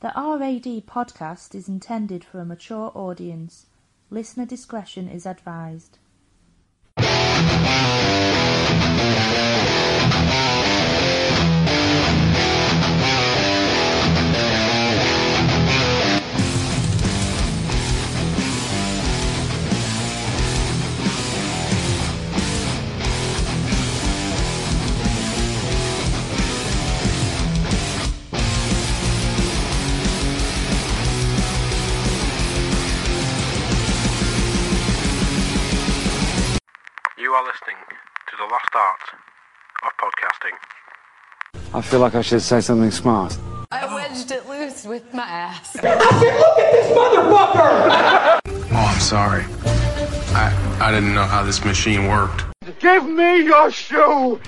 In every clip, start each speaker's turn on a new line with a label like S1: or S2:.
S1: The RAD podcast is intended for a mature audience. Listener discretion is advised.
S2: You are listening to the lost art of podcasting.
S3: I feel like I should say something smart.
S4: I wedged it loose with my ass.
S5: Oh, I'm sorry. I, I didn't know how this machine worked.
S3: Give me your shoe!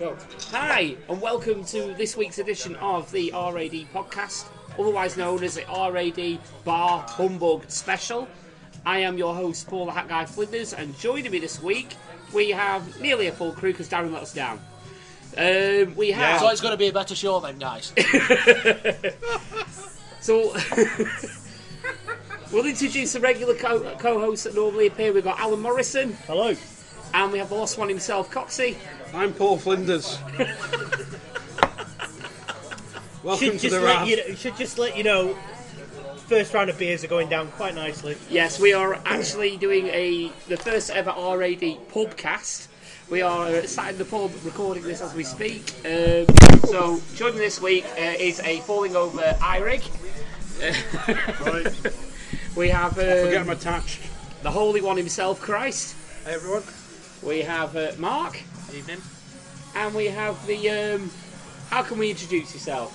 S6: No. Hi, and welcome to this week's edition of the RAD podcast, otherwise known as the RAD Bar Humbug Special. I am your host, Paul the Hat Guy Flinders, and joining me this week, we have nearly a full crew because Darren let us down. Um, we have.
S7: So it's going to be a better show then, guys.
S6: So we'll introduce the regular co- co-hosts that normally appear. We've got Alan Morrison. Hello. And we have the lost one himself, Coxey.
S8: I'm Paul Flinders. Welcome to the raft.
S9: you know, should just let you know. First round of beers are going down quite nicely.
S6: Yes, we are actually doing a the first ever RAD pubcast. We are uh, sat in the pub recording this as we speak. Um, so joining this week uh, is a falling over Irig.
S8: Right,
S6: We have
S8: forget
S6: um,
S8: I'm attached.
S6: the Holy One himself, Christ.
S8: Hey everyone.
S6: We have uh, Mark,
S8: Evening.
S6: and we have the. Um, how can we introduce yourself?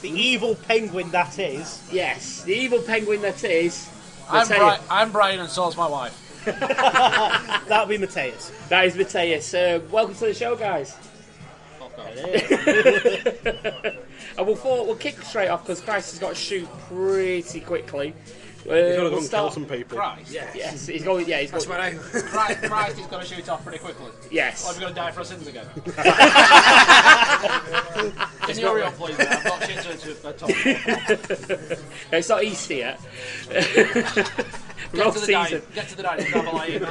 S9: The evil penguin that is.
S6: Yes, the evil penguin that is.
S7: I'm,
S6: Matei-
S7: Bri- I'm Brian and so's my wife.
S9: That'll be Mateus.
S6: That is Mateus. Uh, welcome to the show, guys. and we'll, fall, we'll kick straight off because Christ has got to shoot pretty quickly. Uh,
S8: He's gonna
S6: we'll
S8: go and kill
S6: start-
S8: some people.
S7: Christ.
S6: Yes, he's going. Yeah, he's going.
S8: name.
S7: Christ, Christ is going to shoot off pretty quickly. Or
S6: Yes.
S7: we're going to die for our sins again. Can you hurry up, please? man? I've not changed into a top. Get
S6: It's not Easter yet. Rough
S7: to the
S6: season.
S7: dining. Get to the dining. Grab a light.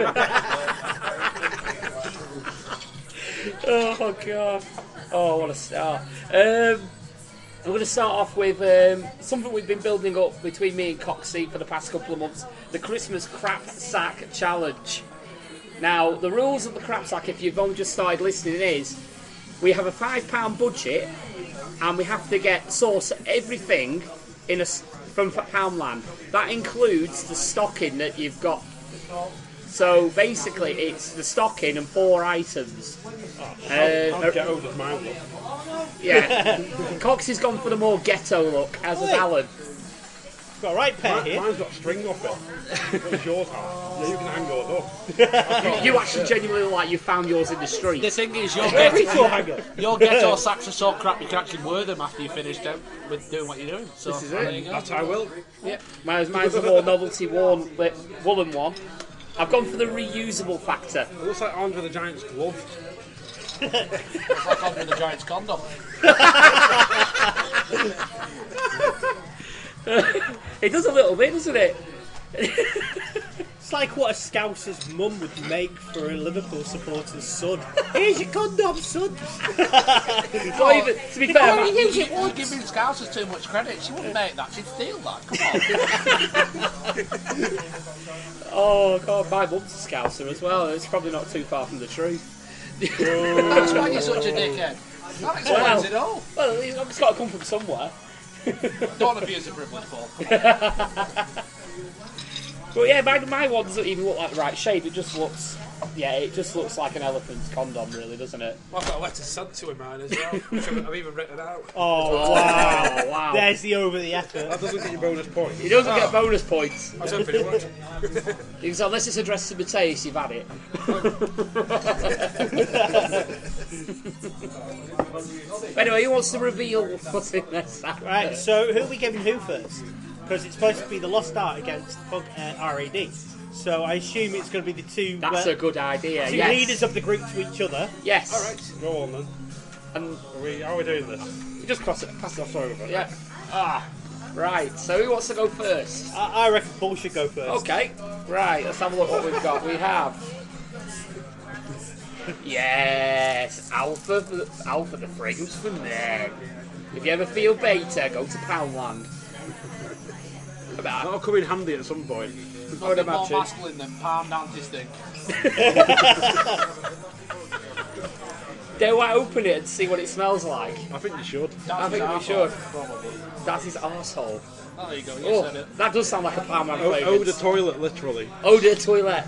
S6: Oh god. Oh, what a start. Um, I'm going to start off with um, something we've been building up between me and Coxey for the past couple of months: the Christmas crap sack challenge. Now, the rules of the crap sack, if you've only just started listening, is we have a five pound budget, and we have to get source everything in a s- from F- Poundland. That includes the stocking that you've got. So basically, it's the stocking and four items. Uh,
S8: I'll get over my look.
S6: yeah. Cox has gone for the more ghetto look, as has
S9: Oi.
S6: Alan.
S9: We've got a right pair
S8: Mine,
S9: here.
S8: mine's got string off it. What's yours have? Yeah, you can hang yours up.
S6: You actually genuinely look like you found yours in the street.
S7: the thing is, your
S9: Every
S7: ghetto,
S9: door hanger.
S7: your ghetto sacks are so crap you can actually wear them after you finish them with doing what you're doing. So
S6: This is
S7: there
S6: it.
S7: you go.
S8: That I will.
S6: Yeah. Mine's, mine's a more novelty worn, but woolen one. I've gone for the reusable factor.
S8: It looks like Andre the Giant's glove.
S7: It's like under the Giants condom.
S6: It does a little bit, doesn't it?
S9: It's like what a Scouser's mum would make for a Liverpool supporter's son. Here's your condom, son.
S6: It's not even, to be fair,
S7: Well,
S6: Ma-
S7: you should would give Scousers too much credit. She wouldn't make that. She'd steal that. Come on.
S6: oh god, my mum's a scouser as well. It's probably not too far from the truth.
S7: That's why you're such a dickhead. That explains
S6: Well.
S7: it all.
S6: Well, it's got to come from somewhere.
S7: Don't abuse a privilege, Paul.
S6: But yeah, my, my one doesn't even look like the right shape. It just looks, yeah, it just looks like an elephant's condom, really, doesn't it?
S8: I've got a letter sent to him mine as well. I've even written it out.
S9: Oh, wow.
S6: Oh wow!
S9: There's the over the effort.
S8: That doesn't get you bonus points.
S6: He doesn't get bonus points.
S8: I was hoping it would.
S6: Because unless it's addressed to Mateus, you've had it. anyway, who wants to reveal what's in their sack?
S9: Right, so who are we giving who first? because it's supposed to be the Lost Art against uh, Punk and R.A.D. So I assume it's going to be the two,
S6: That's
S9: uh,
S6: a good idea.
S9: two
S6: yes.
S9: leaders of the group to each other.
S6: Yes.
S3: All right, go on then.
S6: And
S3: Are we, how are we doing this? We just cross it, pass it off over.
S6: yeah. Ah. Right. So who wants to go first?
S9: I, I reckon Paul should go first.
S6: Okay. Right. Let's have a look what we've got. We have. Yes, alpha, for the- alpha, the fragrance for men. If you ever feel beta, go to Poundland. About,
S3: That'll come in handy at some point.
S6: I would
S7: Nothing more
S6: imagine.
S7: masculine than palm down his thing.
S6: Do I open it and see what it smells like?
S3: I think you should.
S7: That's
S6: I think
S7: his
S6: we
S7: arsehole,
S6: should.
S7: Probably.
S6: That's his arsehole.
S7: Oh, there you go. You said
S6: Oh,
S7: it.
S6: that does sound like a Poundland
S3: Oh, oh, the
S6: fragrance.
S3: toilet, literally.
S6: Odour toilet.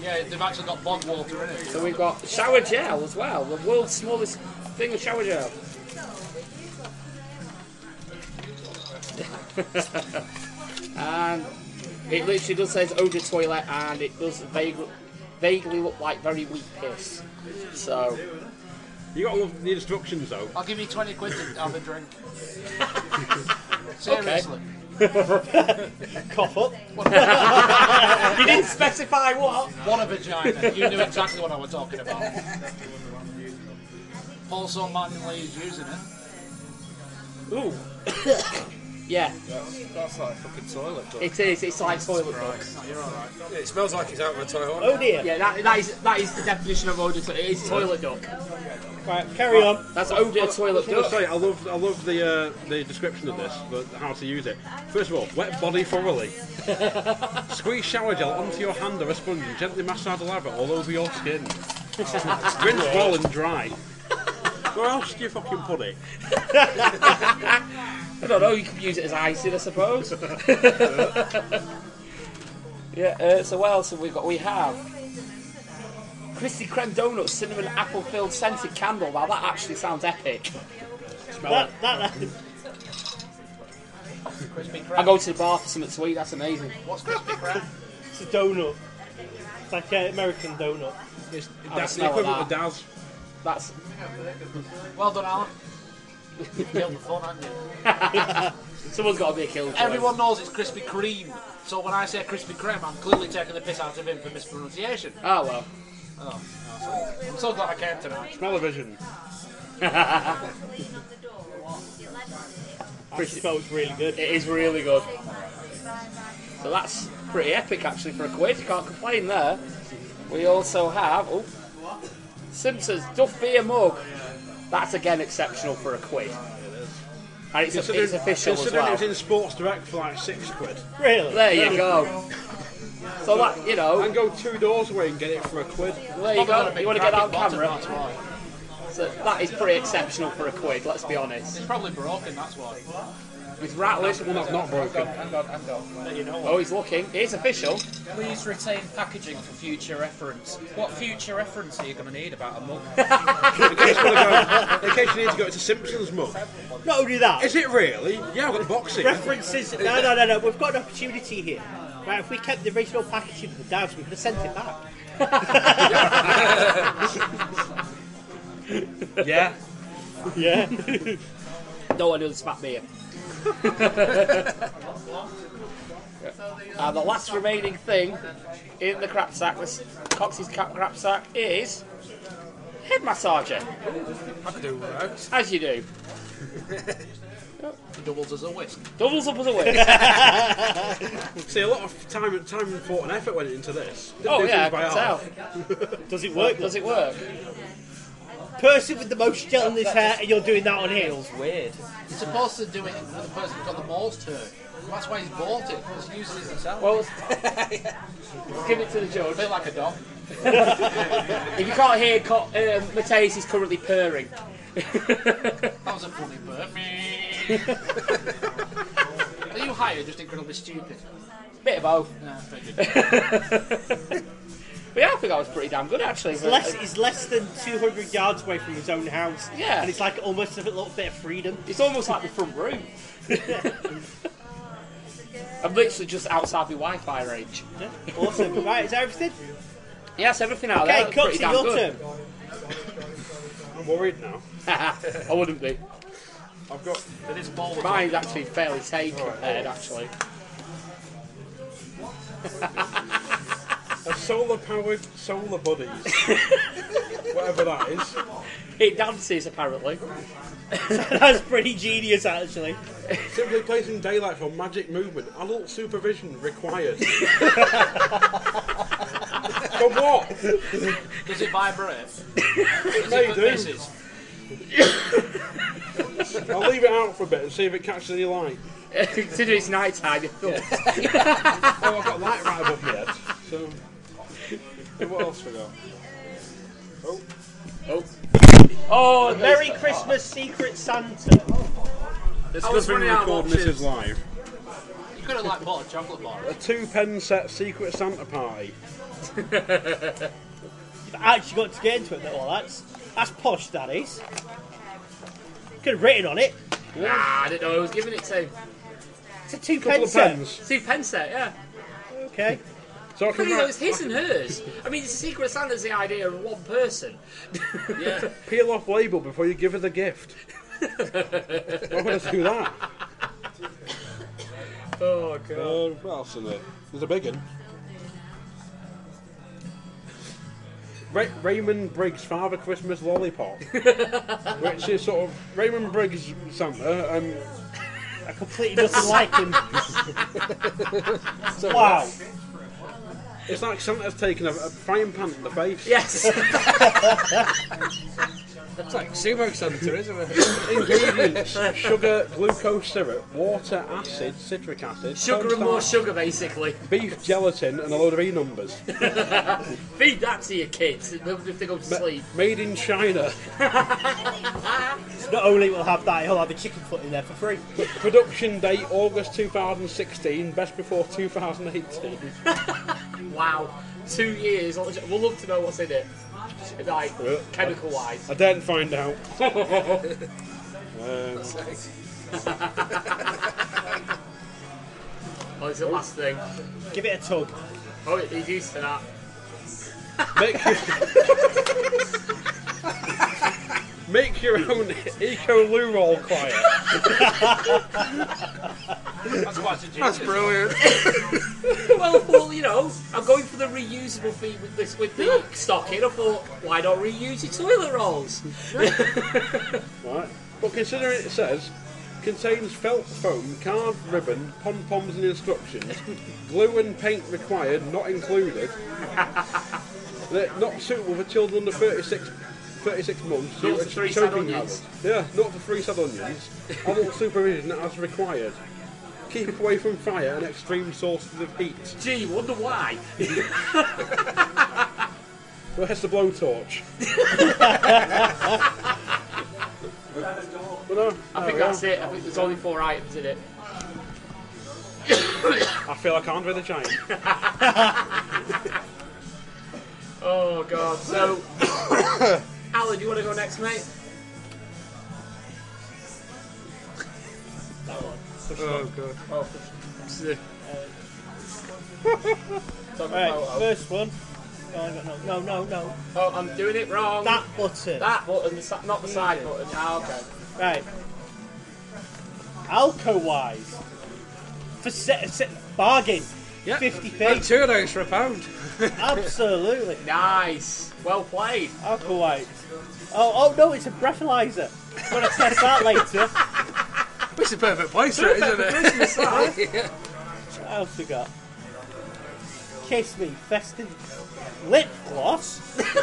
S7: Yeah, they've actually got bog water in it.
S6: So we've got shower gel as well, the world's smallest thing of shower gel. and it literally does say it's eau de toilet and it does vaguely, vaguely look like very weak piss. So,
S3: You gotta love the instructions though.
S7: I'll give you 20 quid to have a drink. Seriously.
S9: Cough up.
S6: you didn't specify what?
S7: What a vagina. You knew exactly what I was talking about. Paul saw Martin Lee is using it.
S6: Ooh. yeah,
S2: That's, that's like fucking toilet. But
S6: it is. It's like toilet books.
S2: it smells like he's out of a toilet.
S9: Oh dear.
S6: Yeah, that, that is that is the definition of odor. It is toilet duck.
S9: Right, carry on.
S6: That's odor
S3: I
S6: toilet
S3: just want to
S6: duck.
S3: say, I love, I love the uh, the description of this, but how to use it. First of all, wet body thoroughly. Squeeze shower gel onto your hand or a sponge and gently massage the lather all over your skin. Rinse well and dry. Where else do you fucking put it?
S6: I don't know. You could use it as icing, I suppose. yeah. Uh, so what else have we got? We have Krispy Kreme donuts, cinnamon apple filled scented candle. Wow, that actually sounds epic.
S9: That, that,
S7: Crispy
S6: I
S7: Kreme.
S6: go to the bar for something sweet. That's amazing.
S7: What's Crispy Kreme?
S9: that's a donut. It's like an American donut.
S3: It's,
S6: I
S3: that's the
S6: smell
S3: equivalent of
S6: that.
S3: Daz.
S6: That's
S7: Well done, Alan. You killed the fun, haven't you?
S6: someone's got to be a killer.
S7: Everyone knows it's Krispy Kreme. So when I say Krispy Kreme, I'm clearly taking the piss out of him for mispronunciation.
S6: Oh well.
S7: I'm so glad I came tonight.
S3: Television.
S9: It smells really good.
S6: It is really good. So that's pretty epic actually for a quid. Can't complain there. We also have oh, Simpsons Duff Beer Mug. That's again exceptional for a quid. And it's, it's official as
S3: considering it
S6: well.
S3: was in Sports Direct for like six quid.
S9: Really?
S6: There you go. So that you know,
S3: And go two doors away and get it for a quid.
S6: there you
S7: Not that I'm a
S6: go.
S7: big
S6: You want to get
S7: crappy
S6: out
S7: bottom,
S6: on camera?
S7: That's why.
S6: So that is pretty exceptional for a quid. Let's be honest.
S7: It's probably broken, that's why.
S6: It's rattling.
S3: Well, that's not broken.
S2: Hang on, hang on.
S6: Oh, he's looking. It's official.
S2: Please retain packaging for future reference. What future reference are you going to need about a mug?
S3: In case, you wanna go, in case you need to go to Simpsons mug.
S9: Not only that,
S3: Is it really? Yeah, I've got the box here.
S9: references. No, no, no, no. We've got an opportunity here. Right, if we kept the original packaging for Dad's, we could have sent it back.
S3: Yeah.
S9: Yeah.
S6: No one does smack me. and Uh, the last remaining thing in the crap sack, this Cox's crap, crap sack, is head massager,
S2: I could do without.
S6: as you do.
S7: Doubles as a whisk.
S6: Doubles up as a whisk. Oh,
S3: See, a lot of time, time, and thought, and effort went into this. Didn't
S6: oh
S3: do
S6: yeah, I
S3: things by
S6: can
S3: half.
S6: tell.
S9: Does it work?
S6: Does it work?
S9: Person with the most gel in his hair, and you're doing that on heels.
S2: Weird.
S7: He's supposed to do it with the person who's got the most hurt. That's why he's bought it, because he uses it himself.
S6: Well, let's give it to
S7: a
S6: the judge.
S7: bit like a dog.
S6: If you can't hear, Co- um, Mateus is currently purring.
S7: That was a funny burp. Are you high or just incredibly stupid?
S6: Bit of both.
S7: Nah, very good.
S6: But yeah, I think that was pretty damn good actually. for-
S9: Less, he's less than 200 yards away from his own house.
S6: Yeah.
S9: And it's like almost a little bit of freedom.
S6: It's almost like the front room. I'm literally just outside the Wi-Fi range.
S9: Yeah. Awesome. right, is that everything?
S6: Yes, everything out
S9: Okay,
S6: there.
S9: cut
S6: pretty
S9: to
S6: damn
S9: your
S6: good.
S9: turn.
S3: I'm worried now.
S6: I wouldn't be.
S2: I've got.
S6: But it's Mine's actually fairly safe compared, actually.
S2: A solar powered solar buddies. Whatever that is.
S6: It dances, apparently.
S9: That's pretty genius, actually.
S2: Simply plays in daylight for magic movement. Adult supervision required. For what?
S10: Does it vibrate? Does it
S2: They
S10: put
S2: do.
S10: misses?
S2: I'll leave it out for a bit and see if it catches any light.
S6: Consider it's night time.
S2: Oh, I've got light right above my head. So, so what else we got? oh.
S9: Oh, Merry Christmas, Secret Santa.
S2: It's
S10: I was running out of
S2: this is live.
S10: You could have like bought a chocolate bar.
S2: A two pen set Secret Santa party.
S9: You've actually got to get into it, though. Well, that's that's posh, that is. Could have written on it.
S6: Nah, I didn't know who I was giving it to.
S9: It's a two
S2: Couple
S9: pence.
S2: of pens.
S6: Steve Penset, yeah.
S9: Okay.
S2: So I
S6: But
S2: can
S6: you know, it's
S2: write,
S6: his and hers. I mean, it's a Secret Santa's the idea of one person. yeah.
S2: peel off label before you give her the gift. Why would I do that?
S6: Oh, God.
S2: Uh, what else is there? There's a big one. Ra- Raymond Briggs' Father Christmas Lollipop, which is sort of Raymond Briggs Santa, and
S9: I completely doesn't like him.
S2: uh,
S9: wow.
S2: it's like Santa's taken a, a frying pan in the face.
S6: Yes.
S5: It's like Sumo Santa, isn't it?
S2: Ingredients: sugar, glucose syrup, water, acid, citric acid,
S6: sugar and
S2: cornstarch,
S6: more sugar, basically.
S2: beef gelatin, and a load of E numbers.
S6: Feed that to your kids if they go to sleep.
S2: Made in China.
S9: Not only will have that, he'll have a chicken foot in there for free.
S2: Production date August 2016. Best before 2018.
S6: Wow. Two years. We'll love to know what's in it. Like, chemical wise.
S2: I didn't find out.
S6: Oh, it's the last thing.
S9: Give it a tug.
S6: Oh, he's used to that.
S2: Make your, make your own eco loo roll quiet.
S10: That's quite a
S5: That's brilliant.
S6: well, well, you know, I'm going for the reusable theme with this with the stocking. I thought, why not reuse your toilet rolls?
S2: Right. But considering it says contains felt foam, card, ribbon, pom poms and instructions, glue and paint required, not included. They're not suitable for children under 36, 36 months.
S6: Not
S2: due
S6: for
S2: to
S6: three
S2: choking
S6: sad onions.
S2: hazard. Yeah, not for three sad onions. Adult supervision as required. Keep away from fire and extreme sources of heat.
S6: Gee, wonder why.
S2: Where's the blowtorch? but no,
S6: I think that's it. I think there's only four items in it.
S2: I feel like Andre the Giant.
S6: Oh god. So, Alan, do you want to go next, mate?
S5: Oh god.
S6: Talk
S9: Right,
S6: about-
S9: first one. No, I got no, no, no, no.
S6: oh, I'm doing it wrong.
S9: That button.
S6: That button, the si- not the side button. Ah, okay.
S9: Right. Alco wise. For se- se- bargain.
S5: Yeah.
S9: 50
S5: Like
S9: feet.
S5: two of those for a pound.
S9: Absolutely.
S6: Nice. Well played.
S9: Alco wise. Oh, oh no, it's a breathalyzer. I'm going to test that later.
S5: It's a perfect place for it, isn't it?
S9: What else we got? Kiss me, festive lip gloss.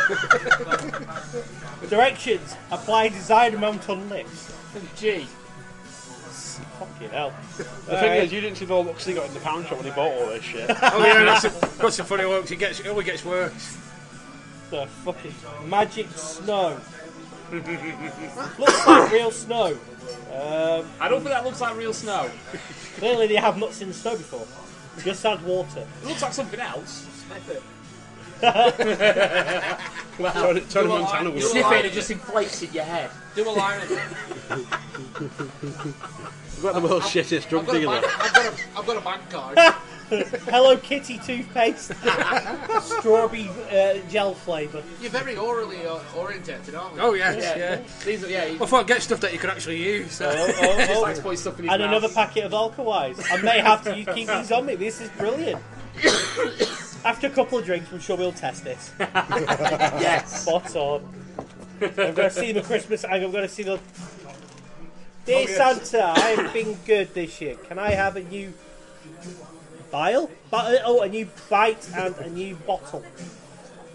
S9: Directions: Apply desired amount on lips.
S6: Gee.
S9: Fucking hell.
S2: The thing is, you didn't see the looks he got in the pound shop when he bought all this shit.
S5: oh yeah, that's a, that's a funny look. It gets it only gets worse.
S9: The fucking magic snow. Looks like real snow. Um,
S6: I don't think that looks like real snow.
S9: clearly, they have not seen the snow before. Just add water.
S6: It looks like something else. Sniff it.
S2: Tony, Tony Montana was
S6: Sniff it, it just inflates in your head.
S10: Do a line of
S2: about the world's shittest drug
S10: I've got, a
S2: dealer.
S10: bank, I've, got a, I've got a bank card.
S9: Hello Kitty toothpaste, strawberry uh, gel flavour.
S6: You're very orally uh, orientated, aren't you?
S7: Oh, yes, yeah.
S6: These are, yeah. you-
S7: I thought get stuff that you could actually use.
S6: Just like to put stuff in his
S9: Oh, and
S6: mouth.
S9: another packet of Alka-Wise. I may have to you keep these on me. This is brilliant. After a couple of drinks, I'm sure we'll test this. yes, spot on. I'm going to see the Christmas. I'm going to see the. Dear Santa, I've been good this year. Can I have a new vial? But oh, a new bite and a new bottle.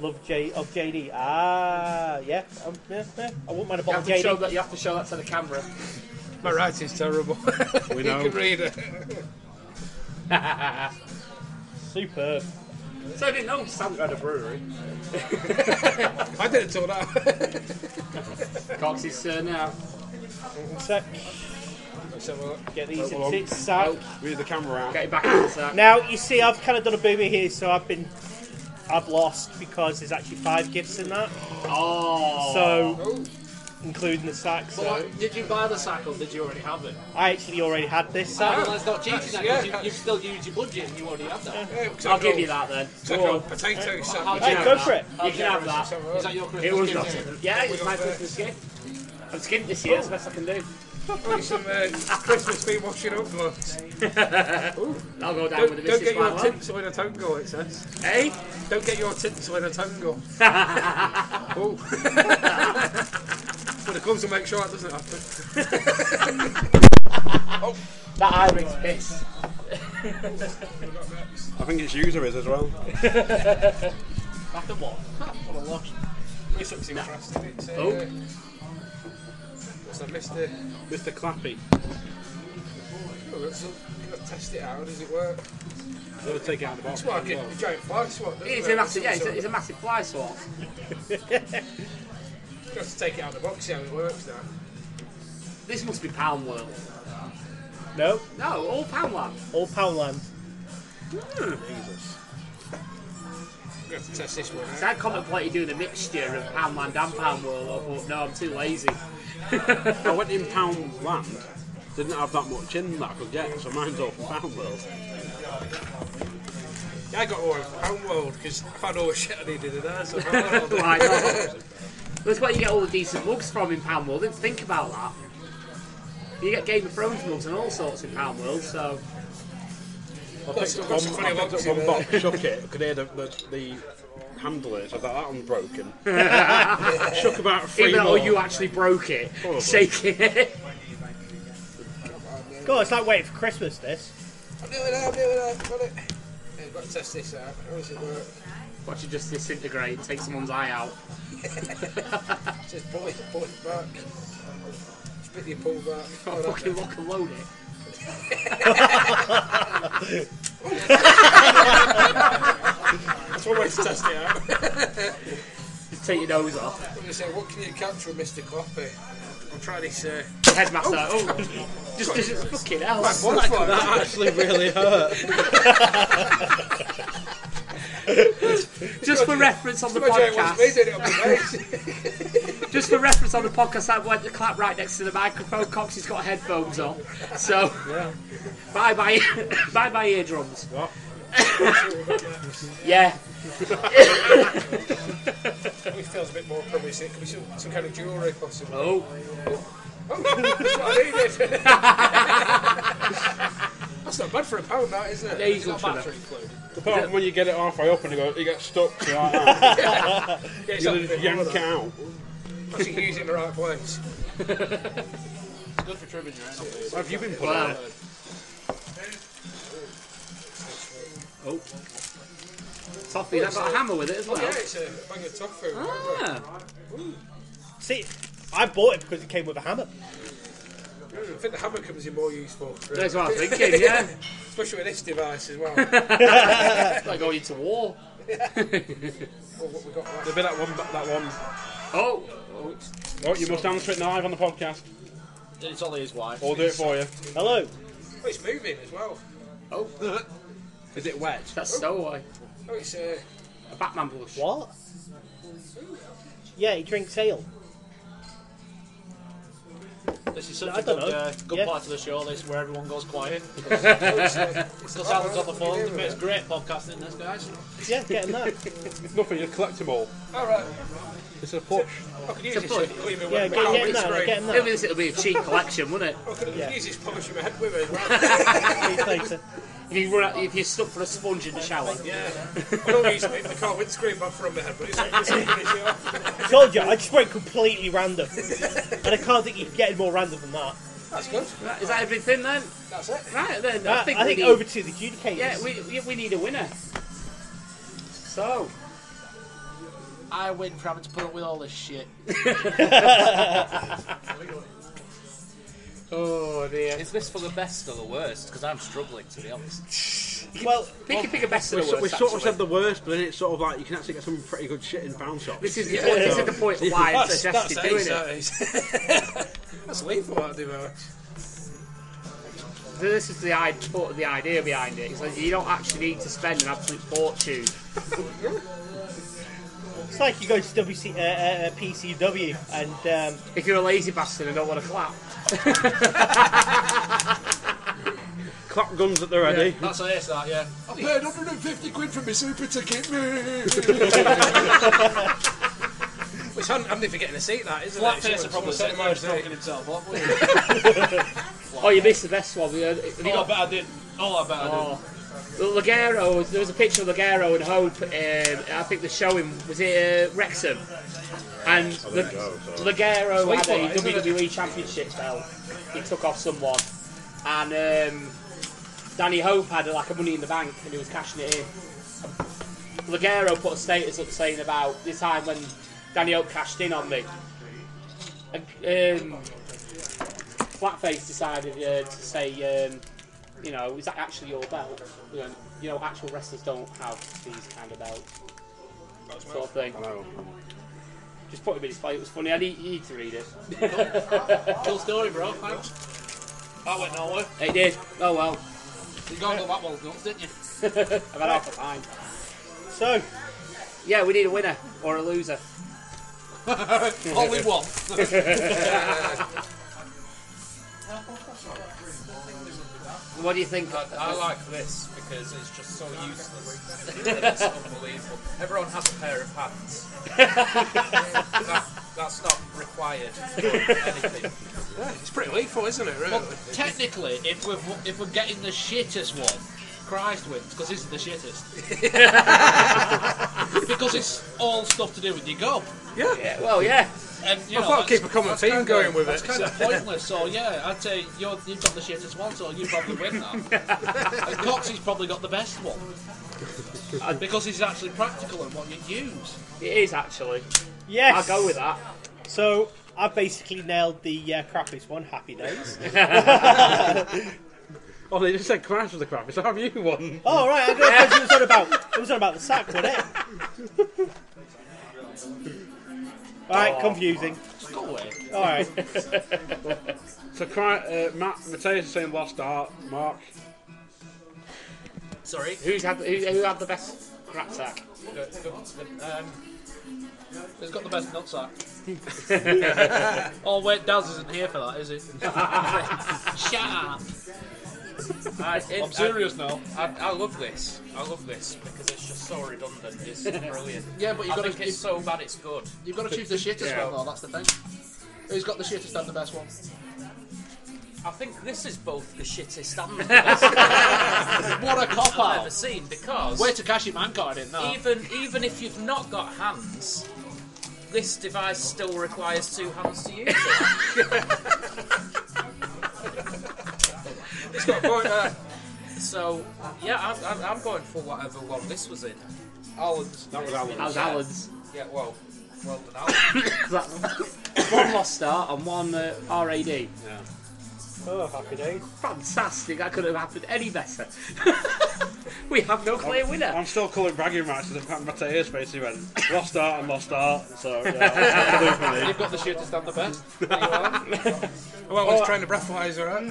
S9: Love J of JD. Ah, yeah, um, yeah, yeah. I wouldn't mind a
S6: You have,
S9: bottle of
S6: to
S9: JD.
S6: show that, you have to show that to the camera.
S7: My writing's terrible.
S5: We
S7: you
S5: know.
S7: can read it.
S9: Superb.
S6: So I didn't know Santa had a brewery.
S7: I did it till now.
S6: Cox is uh, now.
S9: Sec. Get these
S5: Hold on.
S9: into its sack.
S5: Read the camera out.
S6: Get it back in the sack.
S9: Now you see, I've kind of done a boomy here, so I've been, I've lost because there's actually five gifts in that,
S6: Oh.
S9: so including the sack.
S6: But
S9: So
S6: what- did you buy the sack or did you already have it?
S9: I actually already had this
S6: Ah,
S9: sack.
S6: well, that's not cheating then, 'cause you, you've still used your budget and you already have that. I'll give you that then.
S7: Take on potato
S6: How'd
S7: sandwich.
S6: you
S9: Hey,
S6: have
S9: go
S6: that?
S9: for it.
S6: You can have that.
S7: Is that your
S6: It
S7: Christmas
S6: was
S7: gift?
S6: nothing. Yeah, it's my Christmas gift. I'm skinned this year, it's the best I can do.
S7: Put some uh, Christmas bee washing up gloves.
S6: I'll go down
S7: Don't,
S6: with the
S7: don't
S6: missus
S7: get
S6: quite
S7: your
S6: well.
S7: tinsel in a tangle, it says.
S6: Hey?
S7: Don't get your tinsel in a tangle. oh. but it comes to make sure that doesn't happen.
S6: That Iric's pissed.
S5: I think its user is as well.
S6: Back and what?
S7: What a loss. This looks interesting. It's, uh,
S6: Oh.
S7: What's that, Mr.
S5: Mr. Clappy.
S7: Oh, let's, let's test it out. Does it work?
S5: They'll take it out of the box.
S7: It's like a giant fly swat. doesn't
S6: It's
S7: it?
S6: a massive, yeah, it's a, it's a massive fly sort.
S7: Just to take it out of the box, see how it works now.
S6: This must be Pound World.
S9: No,
S6: No, all Poundland.
S9: all Poundland.
S7: I'm going to test this one out.
S6: So I contemplated doing a mixture of Poundland and Pound World, but no, I'm too lazy.
S5: I went in Pound Land. Didn't have that much in that I could get, so mine's all from Pound World.
S7: Yeah, I got one from Pound World because I found all the shit I needed in there. So I found
S6: Why not? That's where you get all the decent mugs from in Pound World. Didn't think about that. You get Game of Thrones mugs and all sorts in Pound World, so
S5: I picked up
S7: got
S5: one,
S7: some
S5: I
S7: funny
S5: picked
S7: locks in
S5: up one
S7: there.
S5: box, shook it, could hear the, the, the handle is. I thought that one's broken. shook about three
S6: even though
S5: more.
S6: you actually broke it,
S5: Probably.
S6: shaking it.
S9: God, it's like waiting for Christmas. This.
S7: I'm doing it, I'm doing it, I've got it. Yeah, I've got to test this out. How does it work?
S6: Watch it just disintegrate and take someone's eye out.
S7: It says pull it, pull it back. Spit your pull back.
S6: Oh, fucking lock and load it.
S7: That's one way to test it out. I'm
S6: Just take your nose off.
S7: going to say, what can you capture with Mr. Clappy? I'll try this. Uh,
S6: Headmaster. Oh, just, just fucking hell.
S7: butterfly.
S9: actually really hurt.
S6: Just for reference on the
S7: Imagine it was me
S6: podcast.
S7: doing it on my face.
S6: Just for reference on the podcast, I went to clap right next to the microphone. Cox has got headphones on, so bye bye, bye bye eardrums. What?
S7: It
S6: yeah,
S7: feels a bit more promising. It could be some, some kind of jewellery possibly.
S6: Oh.
S7: Oh, that's what I needed. that's not bad for a pound, that, is it?
S6: Yeah,
S7: It's
S6: he's
S7: got
S6: good for
S7: battery included.
S5: Apart from when you get it halfway up and you, go, you get stuck. You're like, "Ah."
S7: Yeah, it's
S5: you
S7: not
S5: gotta just
S7: big, all
S5: yank
S7: of
S5: it
S7: that.
S5: out.
S7: Unless you use it in the right place.
S6: good for trimming your
S5: Where have you been put
S6: Wow. Oh, toffee. That's got a hammer with it as well.
S7: Yeah, it's a bang of tofu.
S6: Ah,
S9: See, I bought it because it came with a hammer.
S7: I think the hammer comes in more useful. uh,
S6: that's what I was thinking. Yeah,
S7: Especially with this device as well. well
S6: it's like going to war.
S7: what we got last
S5: There'll be that one, that one.
S6: Oh, oh,
S5: Oh, you must answer it live on the podcast.
S6: it's only his wife.
S5: I'll do it for you.
S9: Hello.
S7: Oh, it's moving as well.
S6: Oh,
S5: Is it wet?
S6: that's so uh,
S7: Oh, it's uh,
S6: a Batman blush.
S9: What? Yeah, he drinks ale.
S7: This is such
S9: I
S7: a
S9: don't
S7: good,
S9: know.
S7: uh, good
S9: Yeah.
S7: part of the show, this, where everyone goes quiet. Because Alan's on the phone. It makes great podcasting, this, guys.
S9: Yeah, getting that.
S2: it's nothing, you collect them all.
S7: Alright.
S2: It's a push.
S7: I could use this shit. Couldn't even
S9: Yeah,
S7: wear
S9: get,
S7: my
S9: getting
S7: helmet
S9: that,
S7: screen.
S9: getting
S6: Maybe
S9: that.
S6: this it'll be a cheap collection, wouldn't it?
S7: I could
S9: Yeah.
S7: use this publishing my head with it.
S9: Thanks.
S6: If you run out, if you're stuck for a sponge in the shower.
S7: Yeah. I don't use it. I can't windscreen back from my head, but it's like this
S9: Told you, I just went completely random. and I can't think you can get any more random than that.
S7: That's good.
S6: Right, is that everything then?
S7: That's it.
S6: Right then, I
S9: That-
S6: think, we need,
S9: over to the adjudicators.
S6: yeah, we, we, we need a winner. So,
S7: I win for having to put up with all this shit.
S6: oh dear,
S3: Is this for the best or the worst? Because I'm struggling, to be honest.
S9: well,
S6: pick a pick a best of
S2: We,
S6: the
S2: so,
S6: worst.
S2: we sort of
S6: actually.
S2: said the worst, but then it's sort of like you can actually get some pretty good shit in bounce off.
S6: this is the point. This is the point why I
S7: That's, that's,
S6: suggested
S7: that's
S6: doing
S7: ace,
S6: it.
S7: that is. That's lethal, that devour.
S6: This is the i- thought- the idea behind it. It's like you don't actually need to spend an absolute fortune.
S9: it's like you go to WC, uh, uh, PCW and um,
S6: If you're a lazy bastard and don't want to clap,
S2: Clap guns at the ready.
S7: That's ace, that, yeah.
S5: I paid 150 quid for my super ticket.
S7: Which I'm, I'm forgetting a seat, that, isn't it?
S3: Blackface
S7: Someone-
S3: are probably
S7: someone
S3: sitting
S7: said
S3: there
S7: it might
S3: stroking himself up. wouldn't he?
S6: oh, you missed the best one. You know, Have you
S7: be. Oh, I
S6: got
S7: bet I did. Oh, I bet I did.
S6: Oh, Lagero, was- there was a picture of Lagero and Hope. Um, I think the showing was it uh, Wrexham, and the, Lagero had a
S7: Sleepwalker, isn't it?
S6: WWE Championship belt. He took off someone, and um, Danny Hope had like a Money in the Bank, and he was cashing it in. Lagero put a status up saying about the time when Danny Hope cashed in on me. And, um, Blackface decided uh, to say. Um, you know, is that actually your belt? You know, you know, actual wrestlers don't have these kind of belts, sort of thing. Just put him in his fight. It was funny. I need, you need to read it.
S7: Cool story, bro. Thanks. That went nowhere.
S6: It did. Oh well.
S7: You got that one nuts, didn't you?
S6: I've had half a pint.
S9: so
S6: Yeah, we need a winner or a loser.
S7: Only one.
S6: What do you think?
S3: I, I like this because it's just so useless. it's unbelievable. Everyone has a pair of pants. that, that's not required for anything.
S5: It's pretty lethal, isn't it, really?
S7: Well, technically, if we're if we're getting the shittest one, Christ wins because he's the shittest. because it's all stuff to do with your gob.
S6: Yeah, well, yeah.
S7: And you
S5: I
S7: know,
S5: thought I'd
S7: that's-
S5: keep a common
S7: that's
S5: theme
S7: kind of-
S5: going with
S7: that's
S5: it,
S7: kind of
S5: so-
S7: pointless. So yeah, I'd say you're, you've got the shittest one, so you probably win that. and Coxie's probably got the best one. because he's actually practical in what you use.
S6: It is actually. I'll
S9: yes,
S6: go with that.
S9: So I basically nailed the uh, crappiest one. Happy days.
S2: Oh, they just said Crash was the crap. It's like, have you won?
S9: oh right, I got it was on about it was on about the sack, wasn't it? All right, confusing.
S7: Go away.
S9: All right,
S2: So, cry, uh, Matt, Mateus is saying Lost Art, Mark.
S7: Sorry.
S6: Who's had who, who had the best crap sack?
S7: The- the- the- um, Who's got the best nutsack? oh wait, Daz isn't here for that, is he? Shut up.
S3: I, it,
S7: I'm serious now.
S3: I, I, I love this. I love this because it's just so redundant. It's brilliant.
S7: Yeah, but you've
S3: I
S7: got to
S3: think it's so bad it's good.
S7: You've got to choose the shittest
S6: Yeah.
S7: one, though. That's the thing. Who's got the shittest and the best one?
S3: I think this is both the shittest and the best
S7: What a cop
S3: I've ever
S7: out!
S3: seen because
S7: Way to cash your man card in that.
S3: even even if you've not got hands, this device still requires two hands to use it.
S5: It's got a point there.
S3: So yeah, I'm, I'm, I'm going for whatever one this was in.
S5: Alan's.
S2: That was Alan.
S6: How's Alan's?
S3: Yeah, well, well done. Alan.
S6: one lost start and one uh, RAD.
S9: oh happy days.
S6: Fantastic. That could have happened any better. we have no clear winner.
S2: I'm still calling bragging rights as a Mateus basically went Lost Art and Lost Art. So, yeah, that's absolutely me.
S7: You've got the shittest and the best.
S5: Well, he's trying to breathalyze her out.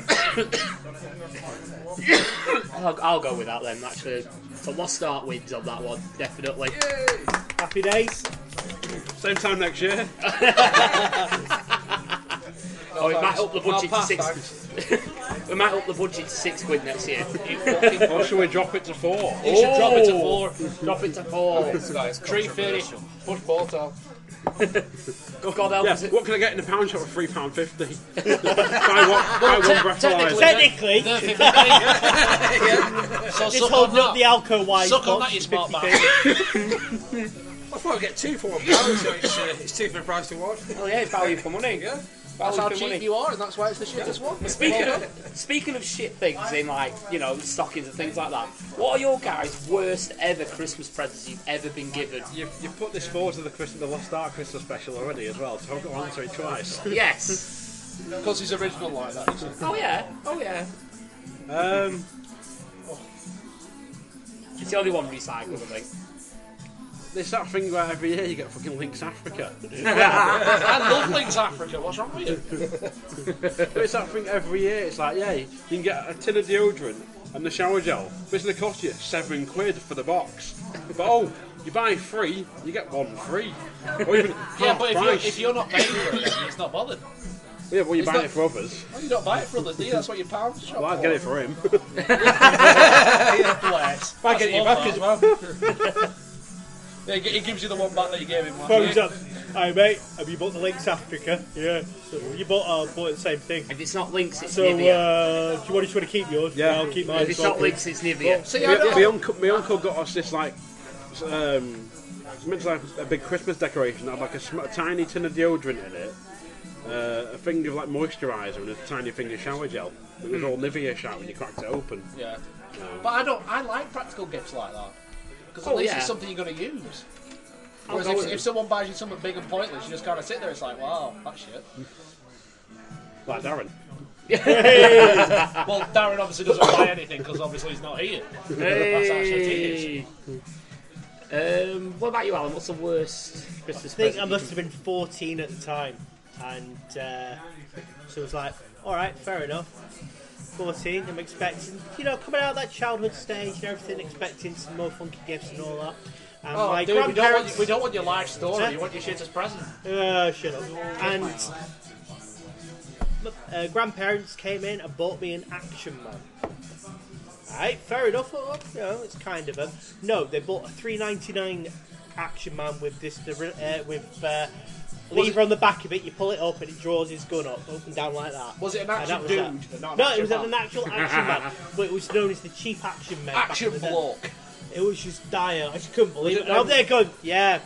S6: I'll, I'll go with that then, actually. So Lost Art wins on that one, definitely.
S9: Happy days.
S2: Same time next year.
S3: no
S6: oh, it might
S3: thanks.
S6: up the
S3: I'll
S6: budget to
S3: pass,
S6: six. we might up the budget to six quid next year.
S2: Or should we drop it to four?
S6: You should drop it to four. drop it to four.
S3: Guys,
S6: Tree finish.
S3: Push bolt out.
S6: God help
S2: Yeah,
S6: us.
S2: what can I get in the pound shop for three pound fifty? buy one, buy one breathalyzer.
S9: Technically,
S7: So
S9: just
S7: suck on
S9: holding up the
S7: that.
S9: Alco wise
S7: Suck on that, you smart man.
S5: I thought I'd get two for one pound, so it's, uh, it's two for the price of one.
S6: Oh yeah, value for money.
S5: Yeah.
S6: Value
S7: That's how
S6: for
S7: cheap
S6: money.
S7: you are, and that's why it's the shittest one.
S6: Speaking of speaking of shit things in like you know stockings and things like that, what are your guys' worst ever Christmas presents you've ever been given?
S2: You've, you've put this forward to the, Christ- the Lost Ark Christmas special already as well, so I've got to answer it twice.
S6: Yes.
S7: Because he's original like that. isn't he?
S6: Oh yeah. Oh yeah.
S2: Um,
S6: It's the only one recycled, I think.
S2: there's that thing where every year you get fucking Links Africa.
S7: I love Links Africa. What's wrong with you?
S2: But it's that thing every year, it's like, yeah, you can get a tin of deodorant and the shower gel, but it's going to cost you seven quid for the box. But oh, you buy three, you get one free. Or even
S7: Yeah,
S2: half
S7: but if you're,
S2: price.
S7: if you're not paying for it, it's not bothered.
S2: yeah, well, you
S7: it's
S2: buy
S7: not-
S2: it for others.
S7: Well, you don't buy it for others, do you? That's what your pounds shop
S2: Well, I'd get it for him.
S7: Bless.
S5: I get you back as well.
S7: Yeah, he gi- he gives you the one back that you gave him. last
S9: Phones
S7: year.
S9: up. Hey mate, have you bought the Links Africa? Yeah. So you bought, uh, bought the same thing.
S6: If it's not links, it's
S9: So
S6: Nivea.
S9: uh, do you want, do you want to keep yours?
S2: Yeah.
S9: I'll keep mine.
S6: if
S9: as
S6: it's
S9: well,
S6: not links,
S9: please.
S6: it's Nivea.
S7: See,
S2: my,
S7: I don't
S2: my, uncle, my uncle got us this, like, um, it's meant to like a big Christmas decoration that had like a, sm- a tiny tin of deodorant in it. Uh, a thing of like moisturiser and a tiny thing of shower gel. It was all Nivea shout when you cracked it open.
S7: Yeah. But I don't. I like practical gifts like that because at
S6: Oh,
S7: least
S6: yeah.
S7: it's something you're going to use.
S6: I'll
S7: Whereas
S6: go
S7: if,
S6: with
S7: if
S6: it.
S7: someone buys you something big and pointless, you just kind of sit there. It's like, wow, that shit.
S2: Like Darren.
S7: well, Darren obviously doesn't buy anything because obviously he's not here. That's how shit it is.
S6: Hey. Um, what about you, Alan? What's the worst Christmas
S9: I think I
S6: present?
S9: must have been 14 at the time, and uh, so it was like, all right, fair enough. 14, I'm expecting, you know, coming out of that childhood stage and everything, expecting some more funky gifts and all that. And
S7: Oh,
S9: my
S7: dude, we, don't
S9: grandparents,
S7: want, we don't want your life story.
S9: Huh?
S7: You want your shit as present.
S9: Uh, shut up. And look, uh, grandparents came in and bought me an Action Man. Right, fair enough. Well, you know, it's kind of them. No, they bought a three ninety nine Action Man with this the, re- uh, with uh, lever on the back of it. You pull it up and it draws his gun up, up and down like that.
S7: Was it an
S9: And
S7: actual
S9: that was that.
S7: dude and not an
S9: No, it
S7: Action
S9: was
S7: Man?
S9: an actual Action Man, but it was known as the cheap Action Man. back
S7: Action
S9: in the day.
S7: block.
S9: It was just dire. I just couldn't believe
S2: it
S9: it. And I'm
S2: them-
S9: there going, yeah.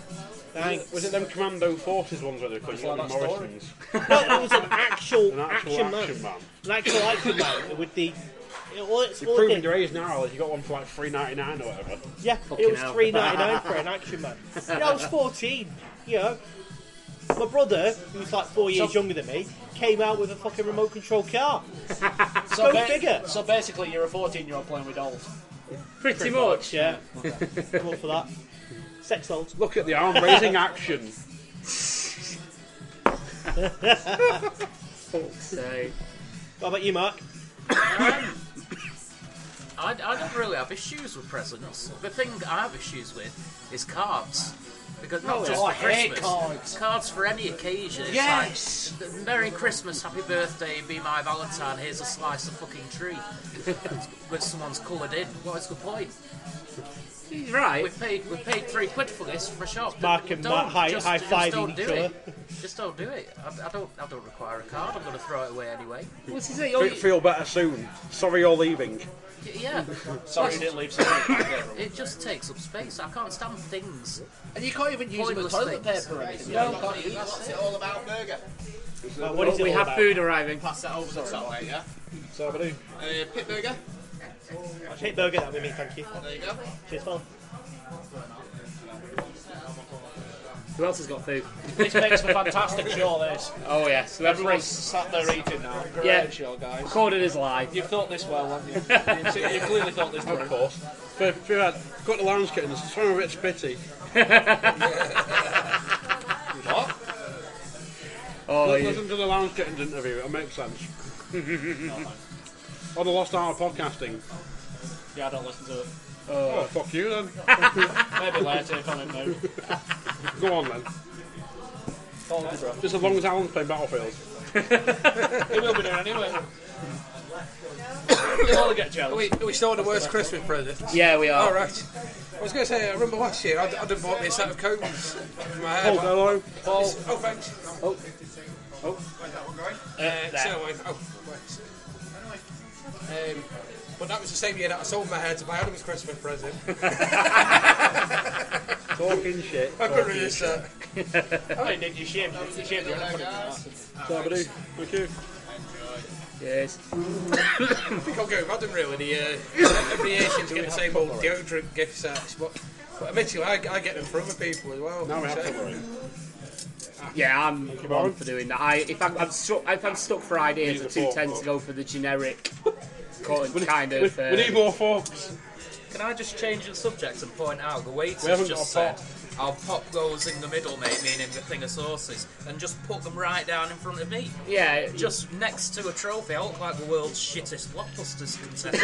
S9: Thanks.
S2: Was it them Commando Forces ones where they called
S7: like
S2: like
S7: that story.
S2: Morrison's?
S9: No, it was an actual,
S2: An actual
S9: action,
S2: action
S9: man.
S2: man.
S9: An actual action man with the. It, all it's,
S2: You're
S9: all it
S2: proving
S9: did,
S2: your age now, like you got one for like three ninety nine or whatever.
S9: yeah,
S6: Fucking
S9: it was
S6: hell.
S9: three ninety nine for an action man. Yeah, I was fourteen. You know, my brother, who was like four years
S7: So-
S9: younger than me, came out with a fucking remote control car.
S7: So,
S9: Go figure.
S7: so basically, you're a 14 year old playing with dolls.
S6: Pretty much.
S9: Yeah, I'm all for that. Sex dolls.
S2: Look at the arm raising action.
S6: So,
S9: What about you, Mark?
S3: I, I don't really have issues with presents. The thing I have issues with is cards. Because not
S7: Oh,
S3: just
S7: yeah. I
S3: for
S7: hate
S3: Christmas.
S7: cards.
S3: for any occasion. It's
S7: Yes.
S3: like, Merry Christmas, Happy Birthday, Be My Valentine, here's a slice of fucking tree. with someone's coloured in. What is the point?
S6: he's right.
S3: We paid we paid three quid for this for a shop.
S9: Mark and
S3: Don't-
S9: Matt high-
S3: just- just
S9: high-fiving
S3: don't do
S9: each other.
S3: it. Just don't do it. I, I don't I don't require a card. I'm going to throw it away anyway.
S6: What's he say? Oh,
S2: Fe-
S6: you-
S2: Feel better soon. Sorry you're leaving.
S3: Y- Yeah,
S7: Sorry, you didn't leave something back there.
S3: it just takes up space. I can't stand things.
S7: And you can't even use them as
S3: Pointless
S7: toilet
S3: things.
S7: paper or anything.
S3: No.
S7: You can't use
S3: That's
S7: it.
S3: all about burger.
S9: Uh, what is it
S6: we
S9: all
S6: have
S9: about?
S6: food arriving.
S7: Pass that over the top, yeah?
S2: Somebody.
S7: Uh, pit burger.
S9: Hit burger, that'll be me, thank you.
S7: There you go.
S9: Cheers, fella.
S6: Who else has got food?
S7: This makes a fantastic show, this.
S6: Oh yeah. So
S7: Everyone's
S6: everyone's
S7: sat there eating now. Great
S6: Yeah.
S7: show, guys.
S6: recorded his live.
S7: You've thought this well, haven't you? you? You clearly thought this
S2: Of
S7: through.
S2: course. But if you had got the lounge kittens, some of it's bitty.
S7: What?
S6: Oh, yeah.
S2: Listen to the lounge kittens interview, it'll make sense. Or the Lost Hour podcasting.
S7: Yeah, I don't listen to it.
S2: Oh, fuck you then.
S7: Maybe later if I'm in mood.
S2: Go on then.
S7: Go on, bro.
S2: Just as long as Alan's playing Battlefield.
S7: it will be there anyway. All get jealous.
S5: Are we, are we still on the worst Christmas presents?
S6: Yeah, we are.
S5: All right. I was going to say, I remember last year I, I done bought me a set of combs for my hair.
S2: Paul, hello.
S5: Paul. Oh, thanks.
S6: Oh.
S5: Oh. Where's that one going?
S6: there.
S5: Uh, so anyway, oh, wait. Um, but that was the same year that I sold my hair to buy Adam's Christmas present.
S2: Talking shit.
S5: uh, I couldn't resist that.
S7: I mean, you shaved, you shaved your head.
S2: Somebody, thank you.
S6: Yes.
S5: I think I'll go with Adam really. The, uh, every year she's getting the same old deodorant gift sets, but, but admittedly I, I get them for other people as well.
S2: Now we
S5: So-
S2: have to worry.
S6: Yeah, I'm wrong for doing that. I, if I'm, I'm stuck, if I'm stuck for ideas, I
S2: Need the
S6: do
S2: fork,
S6: tend
S2: look.
S6: to go for the generic cut and kind
S2: We,
S6: of. Uh,
S2: we need more forks.
S3: Can I just change the subject and point out the waiter's
S2: We haven't
S3: just
S2: got a
S3: said, "I'll pop those in the middle, mate, meaning the thing of sauces, and just put them right down in front of me."
S6: yeah, just
S3: Just next to a trophy, I look like the world's shittest blockbusters contender.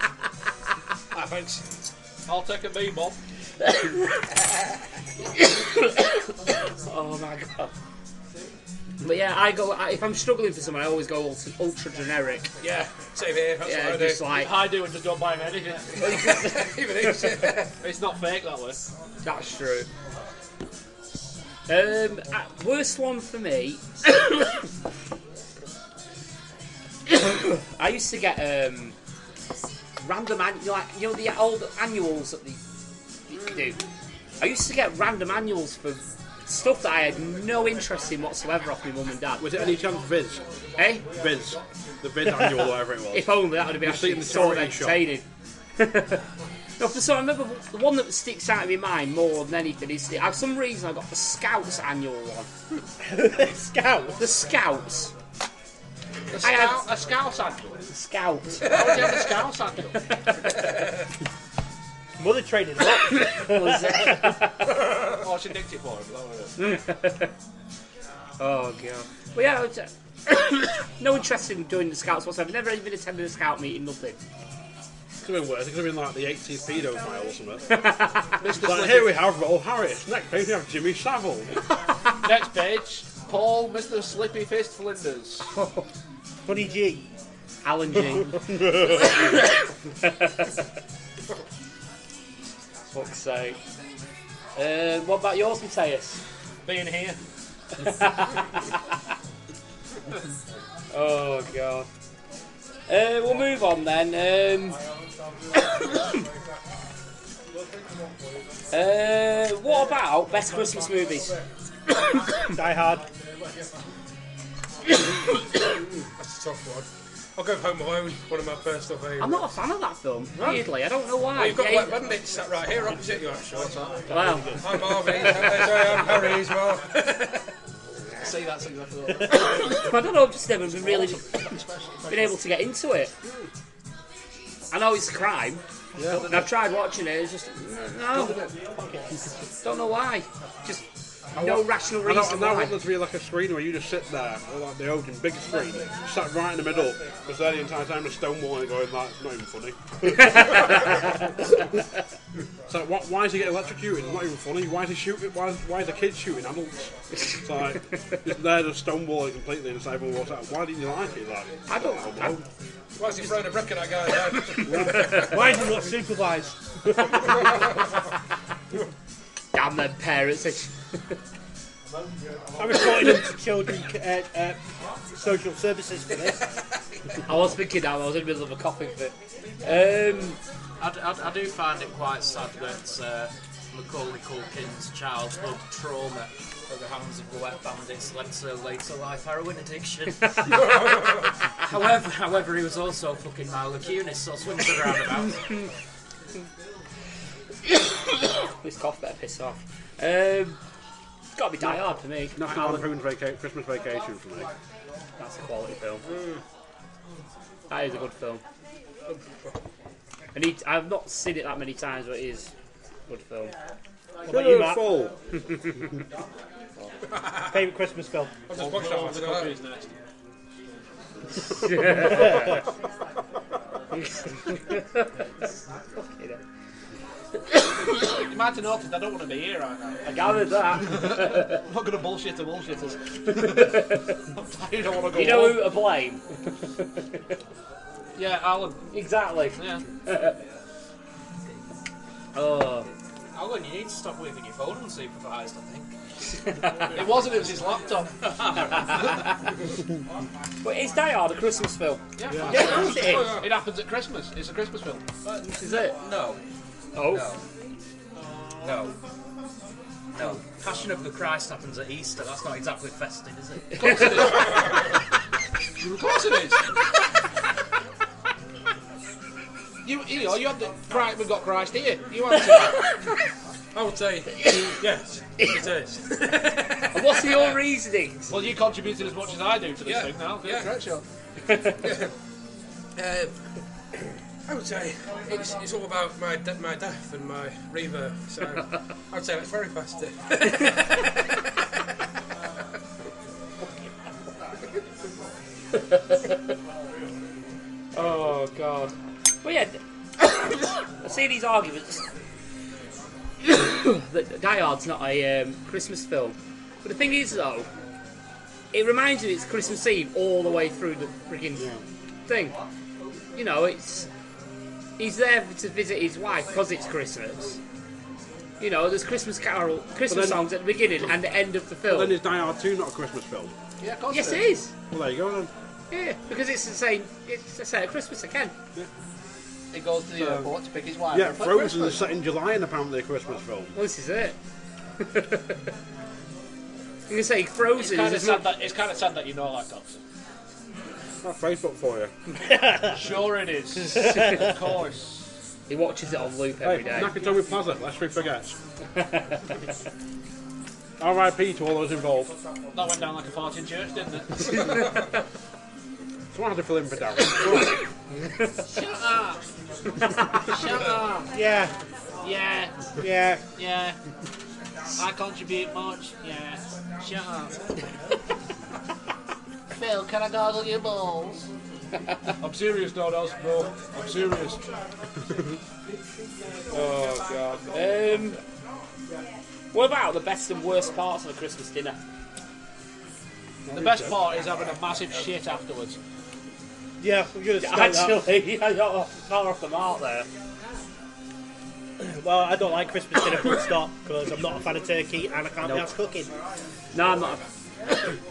S5: Ah, thanks.
S7: I'll take a bee, Bob.
S6: oh my god. But yeah, I go. I, if I'm struggling for something, I always go ultra, ultra generic.
S5: Yeah, same here. That's
S6: Yeah,
S5: what I
S6: just
S5: do.
S6: like
S7: I do and just don't buy him anything.
S5: Even if-
S7: It's not fake that way.
S6: that's true. Um, uh, worst one for me. I used to get um random an- you know, like you know the old annuals that they they do. I used to get random annuals for stuff that I had no interest in whatsoever off my mum and dad.
S2: Was it any chance Viz?
S6: Eh?
S2: Viz. The Viz annual, whatever it was.
S6: If only that would have been
S2: You've seen
S6: actually
S2: the
S6: sort of
S2: charity shop.
S6: entertaining. no, for some, I remember the one that sticks out in my mind more than anything is the, for some reason I got the Scouts annual one.
S9: Scout.
S6: The Scouts.
S7: A,
S6: I had-
S7: scout, a scout's annual.
S6: Scouts.
S7: Why would you have a scout's annual?
S9: Mother traded up.
S6: Was it?
S7: Oh, she nicked it for him. That was it.
S6: oh god. Well, yeah. I was, uh, no interest in doing the Scouts whatsoever. Never even attended a Scout meeting. Nothing.
S2: It could have been worse. It could have been like the 80s pedo file or something. like, here we have Roll Harris. Next page we have Jimmy Savile.
S7: Next page. Paul, Mr. Slippy Faced Flinders.
S9: Funny G.
S6: Alan G. Fuck's sake. Uh, what about yours, Matthias?
S7: Being here.
S6: Oh god. Uh, we'll move on then. Um, uh, what about best Christmas movies?
S9: Die Hard.
S5: That's a tough one. I'll go with Home Alone, one of my personal favourites.
S6: I'm not a fan of that film. Weirdly, I don't know why.
S5: Well, you've got
S6: Yeah,
S5: Wet Bandits sat right here opposite you, actually.
S6: Wow.
S5: I'm Harvey. uh, sorry, I'm Harry as well.
S7: See, that's exactly what it
S6: I don't know. I've just never been really been able to get into it. I know it's a crime, and I've tried watching it. It's just no, don't know why. Just no rational
S2: I don't, I
S6: reason
S2: don't
S6: why.
S2: want there to be like a screen where you just sit there, or like the Odin big screen, sat right in the middle, was there the entire time, just stonewalling, going, that's not even funny. it's like, what, why is he getting electrocuted? It's not even funny. Why is he shooting? Why is, why is the kid shooting adults? It's like, just there, just stonewalling completely, and just everyone walks out. Why didn't you like it? Like,
S6: I don't. I,
S5: Why is he throwing a brick at that guy's head?
S9: Why is he not supervised?
S6: damn them parents. They-
S9: I reported him to children uh, uh, social services for this.
S6: I was thinking that. I was in the middle of a coughing fit. Um,
S3: I, d- I d- I do find it quite sad that uh, Macaulay Culkin's childhood trauma at the hands of the wet bandits led to later life heroin addiction. however, however, he was also fucking Milo Kunis, so swings the roundabout.
S6: this cough better piss off. Um, it's got to be Die Hard for me.
S2: National Lampoon's vaca- Christmas Vacation for me.
S6: That's a quality film. That is a good film. I need. I've not seen it that many times, but it is a good film.
S9: What about you, Matt?
S2: Full.
S9: Favourite Christmas film?
S5: I've just watched that one tonight.
S6: Fucking hell.
S7: you might have noticed I don't want to be here right now.
S6: I gathered that.
S7: I'm not going to bullshit the bullshitters. I'm tired, I want to go
S6: You know
S7: home.
S6: who to blame?
S7: Yeah, Alan.
S6: Exactly.
S7: Yeah.
S6: oh.
S3: Alan, you need to stop leaving your phone unsupervised, I think.
S7: It wasn't, it was his laptop.
S6: But it's Die Hard a Christmas film.
S7: Yeah,
S6: Yeah.
S7: fuck
S6: Yeah,
S7: it.
S6: of course it is.
S7: It happens at Christmas. It's a Christmas film.
S6: This is it.
S3: No.
S6: Oh.
S3: No. No. No. Passion of the Christ happens at Easter. That's not exactly festive, is it?
S7: Of course it is. you, you know, you had the Christ, we've got Christ here. You had to.
S5: I would say, yes, it is.
S6: And what's your reasonings?
S7: Well, you contributed as much as I do to this
S5: Yeah,
S7: thing now.
S5: yeah.
S7: Correct, Sean?
S5: Uh, I would say it's, it's all about my de- my death and my reverb. So I would say that's very festive.
S6: Oh god. Well, yeah. th- I see these arguments. that Die Hard's not a um, Christmas film, but the thing is though, it reminds you it's Christmas Eve all the way through the friggin' thing. You know, it's he's there to visit his wife because it's Christmas. You know, there's Christmas carol, Christmas
S2: then-
S6: songs at the beginning and the end of the film.
S2: Then is Die Hard 2 not a Christmas film?
S7: Yeah, of course
S6: yes, it is.
S2: Well, there you go then.
S6: Yeah, because it's the same. It's the same at Christmas again.
S7: He goes to the airport to pick his wife
S2: Yeah,
S7: up at
S2: Frozen is
S7: Christmas.
S2: set in July and apparently a Christmas film.
S6: Well, this is it. I'm gonna say Frozen
S7: Kinda
S6: is as
S7: sad
S6: much.
S7: that, it's kind of sad that you know that, Thompson.
S2: That's Facebook for you.
S7: Sure it is. of course.
S6: He watches it on loop
S2: Hey,
S6: every day.
S2: Nakatomi Plaza, lest we forget. RIP to all those involved.
S7: That went down like a fart in church, didn't it?
S2: Someone had to fill in for Darren.
S7: Shut up! Shut up!
S9: Yeah,
S7: Yeah,
S9: yeah.
S7: yeah. I contribute much. Yeah. Shut up. Phil, can I gargle your balls? I'm serious, no, no, bro. I'm serious.
S6: Oh god. Um, what about the best and worst parts of a Christmas dinner?
S7: The best part is having a massive shit afterwards.
S9: Yeah, we're gonna start that.
S6: Actually, I got off, far off the mark there.
S9: Well, I don't like Christmas dinner full stop because I'm not a fan of turkey and I can't be asked cooking.
S6: No, I'm not.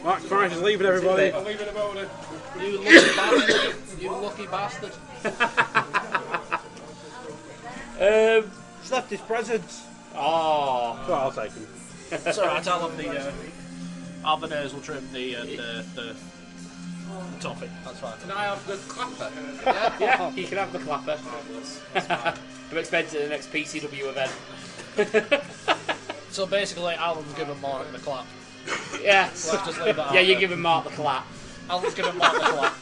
S2: Mark Price is leaving everybody.
S7: You lucky bastard. You lucky bastard.
S6: Um,
S9: He's left his presents.
S6: oh,
S2: So I'll take him.
S7: It's alright, I'll have the. Uh, Albanese will trim the, uh, the, the, the topic. That's fine.
S5: Can I have the clapper?
S6: yeah, you can have the clapper. I'm expecting the next PCW event.
S7: So basically, Alan's given Mark the clap.
S6: Yes.
S7: Let's just leave that
S6: Yeah,
S7: out
S6: you're
S7: there.
S6: giving Mark the clap.
S7: Alan's given Mark the clap.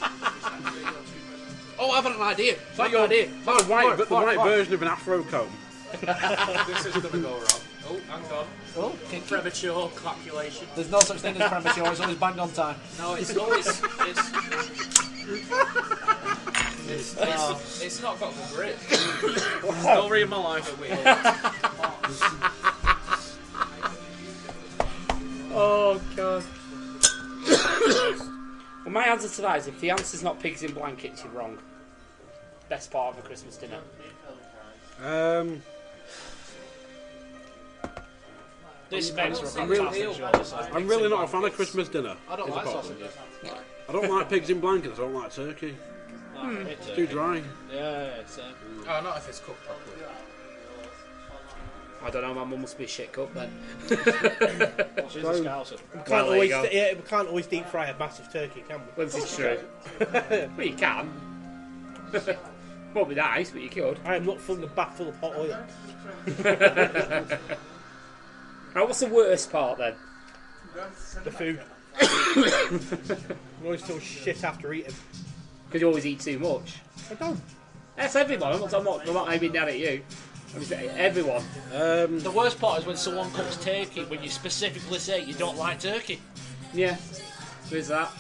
S7: Oh, I've had an idea. It's not your idea.
S2: That the white, the white version of an afro comb.
S5: this is gonna go wrong. Oh, hang on.
S7: Oh, kinky.
S3: Premature calculation.
S7: There's no such thing as premature. It's always bang on time.
S3: No, it's always. It's, it's, it's,
S7: Oh.
S3: it's, not got the grip.
S7: Story of my life.
S6: Oh god. well, my answer to that is if the answer's not pigs in blankets, you're wrong. Best part of a Christmas dinner.
S2: Um,
S7: This men's from
S2: really-
S7: fantastic.
S2: I'm really not a fan of Christmas dinner.
S7: I don't like sausages.
S2: I don't like pigs in blankets. I don't like turkey.
S7: It's
S2: Too dry.
S7: Yeah, it's uh,
S5: Oh, not if it's cooked properly.
S6: I don't know, my mum must be a shit cup then.
S7: she's a scouser.
S9: We can't
S6: Well, there you
S9: always,
S6: go.
S9: yeah, we can't always deep fry a massive turkey, can we?
S6: Once it's true. well, you can. Won't be nice, but you could.
S9: I am not filling a bath full of hot oil.
S6: Now, what's the worst part then?
S9: The food. I always feel shit after eating.
S6: Because you always eat too much.
S9: I don't.
S6: That's everyone. I'm not, I'm not, I'm not aiming down at you. I'm just, everyone.
S2: Um,
S7: The worst part is when someone cooks turkey when you specifically say you don't like turkey.
S6: Yeah. There's that.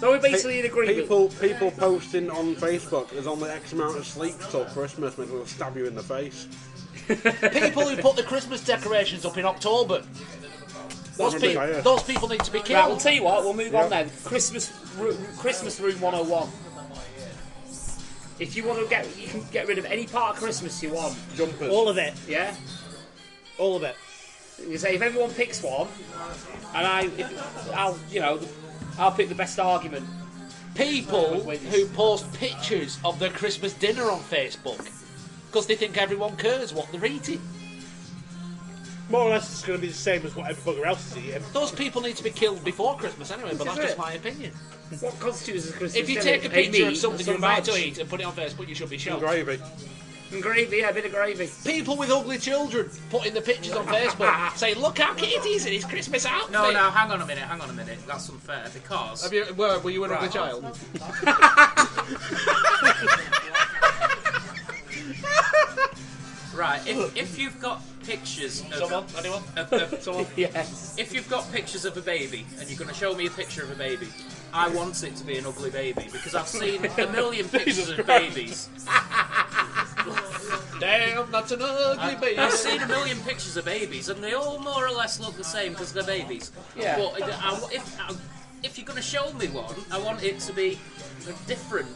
S6: So we're basically in agreement.
S2: people, people posting on Facebook, there's only X amount of sleep till Christmas, and it'll stab you in the face.
S7: people who put the Christmas decorations up in October. Those, pe- those people need to be killed.
S6: Right, we'll tell you what, we'll move on then. Christmas, Ro- Christmas Room 101. If you want to get, you can get rid of any part of Christmas you want.
S2: Jumpers.
S9: All of it.
S6: Yeah.
S9: All of it.
S6: You say if everyone picks one, and I, if, I'll, you know, I'll pick the best argument.
S7: People who post pictures of their Christmas dinner on Facebook because they think everyone cares what they're eating.
S9: More or less, it's going to be the same as what everybody else is eating.
S7: Those people need to be killed before Christmas anyway, but
S6: This is
S7: that's just
S6: it.
S7: my opinion.
S6: What constitutes as Christmas?
S7: If you
S6: dinner?
S7: take a picture
S6: meat,
S7: of something
S6: some
S7: you're about to
S6: veg,
S7: eat and put it on Facebook, you should be shot.
S2: Gravy.
S6: and gravy, yeah, a bit of gravy.
S7: People with ugly children putting the pictures on Facebook saying, look how cute he is in his Christmas outfit.
S3: No, no, hang on a minute, hang on a minute. That's unfair because.
S7: Have you, were, were you an ugly
S3: Right.
S7: child?
S3: Right, if, if you've got pictures of.
S7: Someone? Anyone?
S3: of- of-
S6: Yes.
S3: if you've got pictures of a baby and you're going to show me a picture of a baby, I want it to be an ugly baby because I've seen a million pictures of babies.
S7: Damn, that's an ugly baby.
S3: I've seen a million pictures of babies, and they all more or less look the same because they're babies.
S6: Yeah.
S3: But uh, I, I- if, I, if you're going to show me one, I want it to be different,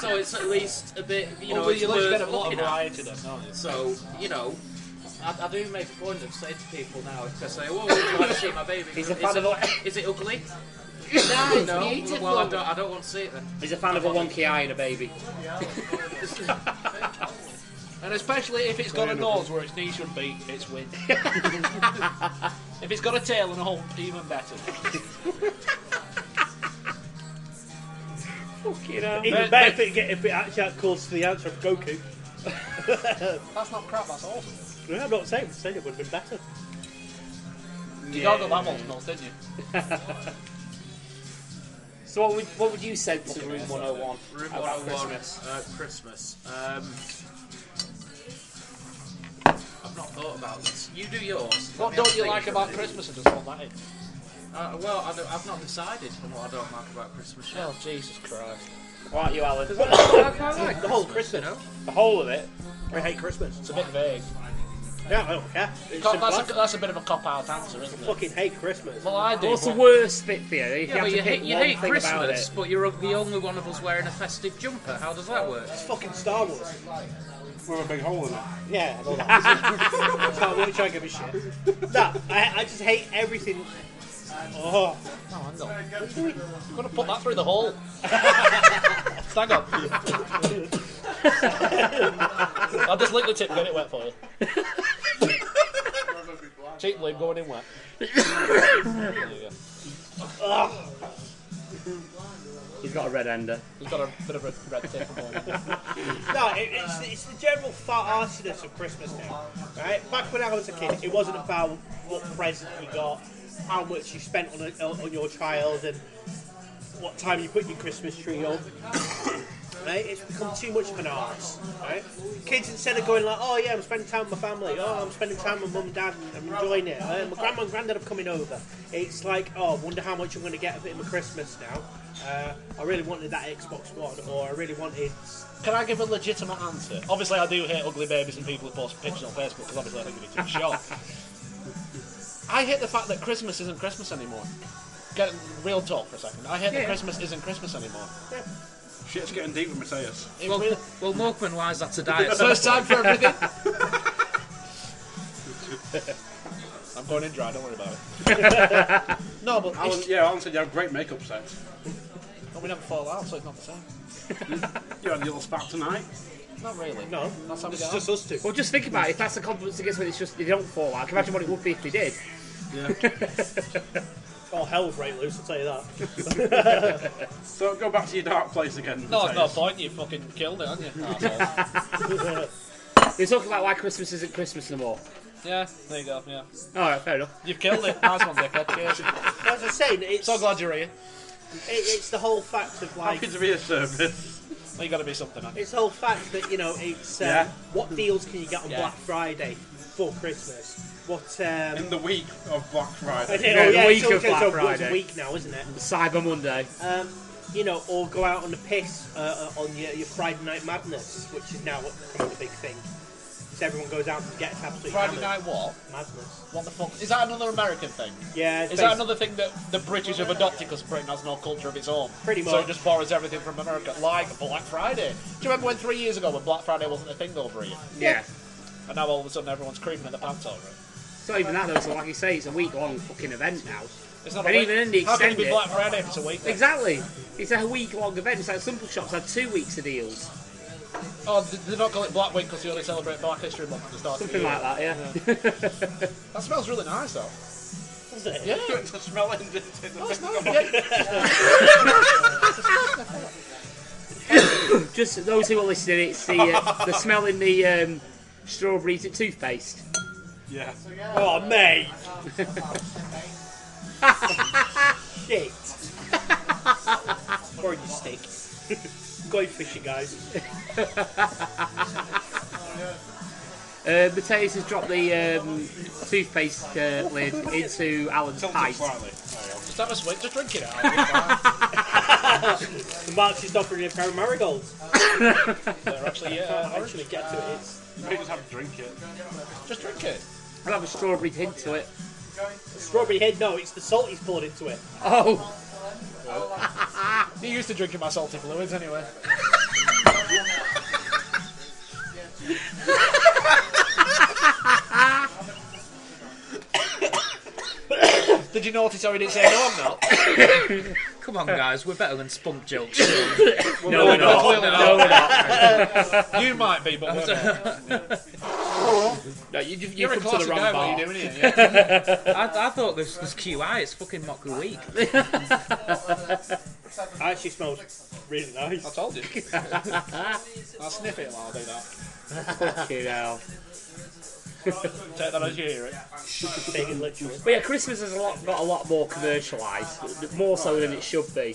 S3: so it's at least a bit, you know,
S7: Well,
S3: it's
S7: you
S3: worth
S7: get a lot of
S3: looking at.
S7: variety then, don't you?
S3: So you know. I, I do make a point of saying to people now if they say, "Oh, I'd like to see my baby,"
S6: He's
S3: is
S6: a fan
S3: it,
S6: of a-
S3: is it ugly?
S6: No,
S3: No, well, I don't, I don't want to see it then.
S6: He's a fan of a wonky eye and a baby.
S7: And especially if it's got a nose where its knee should be, it's win. if it's got a tail and a hump, even better.
S6: Fucking hell.
S9: Even
S7: But-
S9: better if it, get, if it actually calls to the answer of Goku.
S7: That's not crap, that's awesome.
S9: No, I'm not saying. I'm saying it would have been better.
S7: You got that one's nose, didn't you?
S6: So what would, what would you say to Room 101?
S3: Room
S6: about
S3: 101
S6: Christmas?
S3: uh, Christmas. Um, I've not thought about this. You do yours. Let
S7: What
S3: me have
S7: don't
S3: a
S7: you
S3: think
S7: like
S3: for a
S7: about
S3: minute.
S7: Christmas and just want that in?
S3: Uh, well, I don't, I've not decided on what I don't like about Christmas yet.
S7: Oh, Jesus Christ.
S6: What about you, Alan?
S9: The whole Christmas.
S3: know?
S9: The whole of it. I hate Christmas.
S7: It's a bit vague.
S9: Yeah, I don't care. It's
S7: Cop,
S9: simple.
S7: that's, a, that's a bit of a cop out answer, isn't it?
S9: fucking hate Christmas.
S7: Well, I do.
S6: What's the
S7: but-
S6: worst bit for you? If
S3: Yeah, but
S6: you
S3: you
S6: have to pick
S3: hate, you
S6: one
S3: hate
S6: thing about
S3: Christmas,
S6: it.
S3: but you're the only one of us wearing a festive jumper. How does that work?
S9: It's fucking Star Wars.
S2: With a big hole in it.
S9: Yeah, I know that. I can't really try and give a shit. No, I, I just hate everything. Oh,
S7: No, I'm not. I'm going to put that through the hole. Stand up. I'll just lick the tip and get it wet for you. Cheap lube going in wet. there you go.
S6: He's got a red ender.
S7: He's got a bit of a red tip. on.
S9: no, it, it's, it's the general fat arsiness of Christmas now, right? Back when I was a kid, it wasn't about what present you got, how much you spent on, a, on your child, and what time you put your Christmas tree up. Right? It's become too much of an arse. Right? Kids instead of going like, oh yeah, I'm spending time with my family. Oh, I'm spending time with mum and dad. I'm enjoying it. Uh, my grandma and granddad are coming over. It's like, oh, wonder how much I'm going to get of it in my Christmas now. Uh, I really wanted that Xbox One, or I really wanted
S7: Can I give a legitimate answer? Obviously, I do hate ugly babies and people who post pictures on Facebook because obviously I don't give a shot. I hate the fact that Christmas isn't Christmas anymore. Get real talk for a second. I hate that Christmas isn't Christmas anymore.
S2: Shit's getting deep with Matthias.
S7: It
S3: Well,
S7: really-
S3: well, Milkman, why is that a diet?
S7: First time for everything. I'm going in dry. Don't worry about it. no, but
S2: Alan,
S7: it's,
S2: yeah, Alan said you have great makeup sets.
S7: we never fall out, so it's not the same.
S2: You had a little spat tonight.
S7: Not really.
S9: No,
S7: that's how we
S9: it's
S7: get
S9: just us two.
S6: Well, just think about it. If that's a compliment against when it's just they don't fall out. Can you imagine what it would be if they did.
S9: Oh, hell's right loose, I'll tell you that.
S2: So go back to your dark place again.
S7: No, it's not a
S2: Matthias.
S7: point. You fucking killed it, haven't you? Oh, Arsehole.
S6: They talk about why Christmas isn't Christmas no more.
S7: yeah, there you go. Yeah,
S6: All right, fair enough.
S7: you've killed it. Nice one, dickhead. Cheers.
S9: As I was saying, it's,
S7: So glad you're here.
S9: it, it's the whole fact of like,
S2: Happy to be a service.
S7: Well, you got to be something. Man.
S9: it's the whole fact that, you know, it's um,
S2: Yeah.
S9: what deals can you get on
S7: Yeah.
S9: Black Friday for Christmas? What, um,
S2: In the week of Black
S9: I
S2: Friday.
S9: think-
S6: Yeah,
S9: oh,
S6: the
S9: yeah,
S6: week
S9: it's all-
S6: of
S9: it's
S6: Black
S9: all once a
S6: Friday.
S9: week now, isn't it?
S6: Cyber Monday.
S9: Um, you know, or go out on the piss uh, uh, on your, your Friday Night Madness, which is now becoming a big thing. because everyone goes out and gets absolutely
S7: Friday Night
S9: hammered.
S7: What?
S9: Madness.
S7: What the fuck? Is that another American thing?
S9: Yeah, it's
S7: Is that
S9: based-
S7: another thing that the British have adopted because Britain has no culture of its own?
S9: Pretty
S7: So
S9: much.
S7: it just borrows everything from America, like Black Friday. Do you remember when three years ago when Black Friday wasn't a thing over here?
S6: Yeah.
S7: And now all of a sudden everyone's creeping at the pants over it.
S6: It's not even that though. So like you say, it's a week long fucking event now.
S7: It's not
S6: and
S7: a week.
S6: even in the
S7: How can it be
S6: extended.
S7: Black Friday if it's a week?
S6: Exactly. It's a week long event. It's like some shops had two weeks of deals.
S7: Oh, th- they don't call it Black Week because they only celebrate Black History Month at the start
S6: Something
S7: of the year.
S6: like that, yeah.
S7: That smells really nice though.
S9: Is it?
S7: Yeah. Oh,
S5: to smell it. in the- in the-
S7: No, it's not. Yeah.
S6: Just those who are listening, it's the uh, the smell in the um, strawberries at toothpaste.
S2: Yeah.
S9: Oh, mate! Shit. Or you steak. Going fishing, guys.
S6: Uh, Mateus has dropped the um, toothpaste uh, lid into Alan's
S2: Tilt
S6: pipe.
S2: it slightly.
S7: just have a swig, just drink it out.
S9: The March is offering a pair of marigolds.
S7: They're actually,
S2: uh,
S7: yeah,
S9: Can't actually get to it. It's
S2: Maybe just have a drink it.
S7: just drink it.
S6: I'll have a strawberry hint to it.
S9: strawberry head. No, it's the salt he's poured into it.
S6: Oh,
S7: You used to drinking my salty fluids anyway. Did you notice how he didn't say no? I'm not.
S3: Come on, guys, we're better than spunk jokes.
S6: no, we're not.
S7: Clearly
S6: No, we're not.
S7: not. You might be, but we're not.
S6: No, you, you, you
S7: You're a
S6: come to
S7: classic
S6: the wrong
S7: guy. What
S6: bar.
S7: are you doing here? Yeah.
S3: I, I thought this was QI. It's fucking mock the week.
S9: Actually smells really nice.
S7: I told you. I'll sniff it while I do that.
S6: Fucking hell.
S7: Take that as you hear it.
S9: Take it literally.
S6: But yeah, Christmas has a lot, got a lot more commercialised, more so than it should be.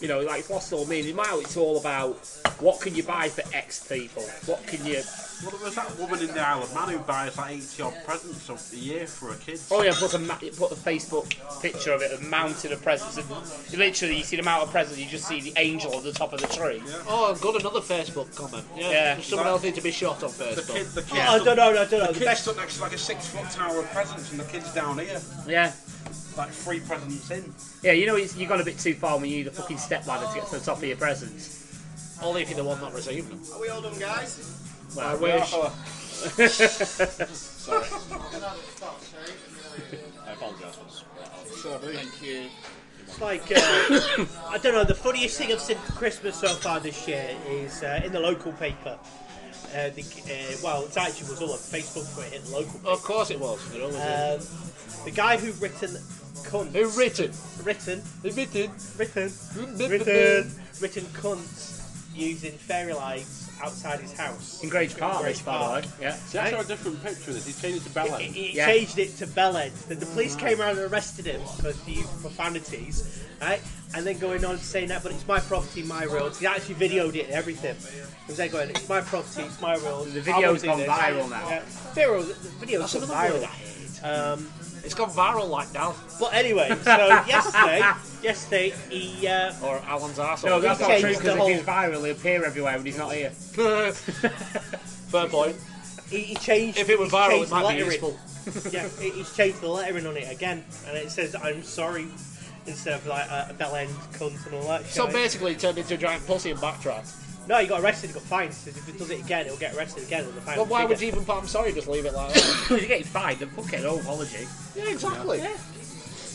S6: You know, like it's lost all meaning. Now it's all about what can you buy for X people? What can you?
S2: Well, there's that woman in the Isle of Man who buys like 80 odd presents of a year for a kid.
S6: Oh yeah, put a ma- put a Facebook picture of it, a mountain of presents, and literally you see the amount of presents, you just see the angel on the top of the tree.
S7: Oh, I've got another Facebook comment. Yeah.
S6: Yeah.
S7: Does Someone else needs to be shot on
S2: The
S7: Facebook.
S2: kid, the kid,
S9: Oh, I don't know, I don't know.
S2: the
S9: The
S2: kid's
S9: best
S2: stuck next to like a six foot tower of presents, and the kid's down here,
S6: Yeah,
S2: like three presents in.
S6: yeah. You know, it's, you've gone a bit too far when you need a fucking step ladder to get to the top of your presents.
S7: Only if you're the one not receiving them.
S3: Are we all done, guys?
S6: Well, I wish.
S7: I apologise for this.
S3: Thank you.
S9: It's like uh, I don't know. The funniest thing I've seen for Christmas so far this year is uh, in the local paper. Uh, the, uh, well, it actually was all on Facebook for it hit the local.
S7: Of course it was. It always
S6: Uh,
S7: is.
S9: Um, the guy who written cunt,
S7: Who written?
S9: written,
S7: Who written?
S9: written, written,
S7: Written.
S9: written cunts using fairy lights outside his house.
S6: In Grange Park,
S9: Grange
S6: this, by
S9: Park.
S6: the way. Yeah.
S2: See, I saw a different picture of this. He's changed it to ballet.
S9: He, he
S6: Yeah. Mm.
S9: changed it to Bellend. Then the police came around and arrested him for the use of profanities, right? And then going on saying that, but it's my property, my rules. He actually videoed it and everything. He was there going, it's my property, it's my rules.
S6: The
S9: I
S6: video's
S9: won't do
S6: gone
S9: this."
S6: viral now.
S9: Yeah. Viral, the video's gone viral. Um,
S7: It's gone viral like now.
S9: but anyway, so yesterday, yesterday he uh,
S7: Or Alan's arsehole.
S6: No, that's not
S9: changed
S6: true
S9: the
S6: because
S9: whole-
S6: if he's viral, he'll appear everywhere when he's not here.
S7: Fair point.
S9: he, he changed.
S7: If it were
S9: he's
S7: viral,
S9: changed
S7: it
S9: the
S7: might be
S9: lettering.
S7: useful.
S9: yeah, he- he's changed the lettering on it again, and it says "I'm sorry" instead of like uh, a bell end cunt and all that. Shit.
S7: So basically, it turned into a giant pussy and backtracked.
S9: no, he got arrested, he got fined. He says if he does it again, he'll get arrested again. And the fine
S7: Well,
S9: was
S7: why would
S9: bigger.
S7: you even put I'm sorry? Just leave it like that.
S6: If you're getting fined, then fuck it, no apology.
S7: yeah, exactly.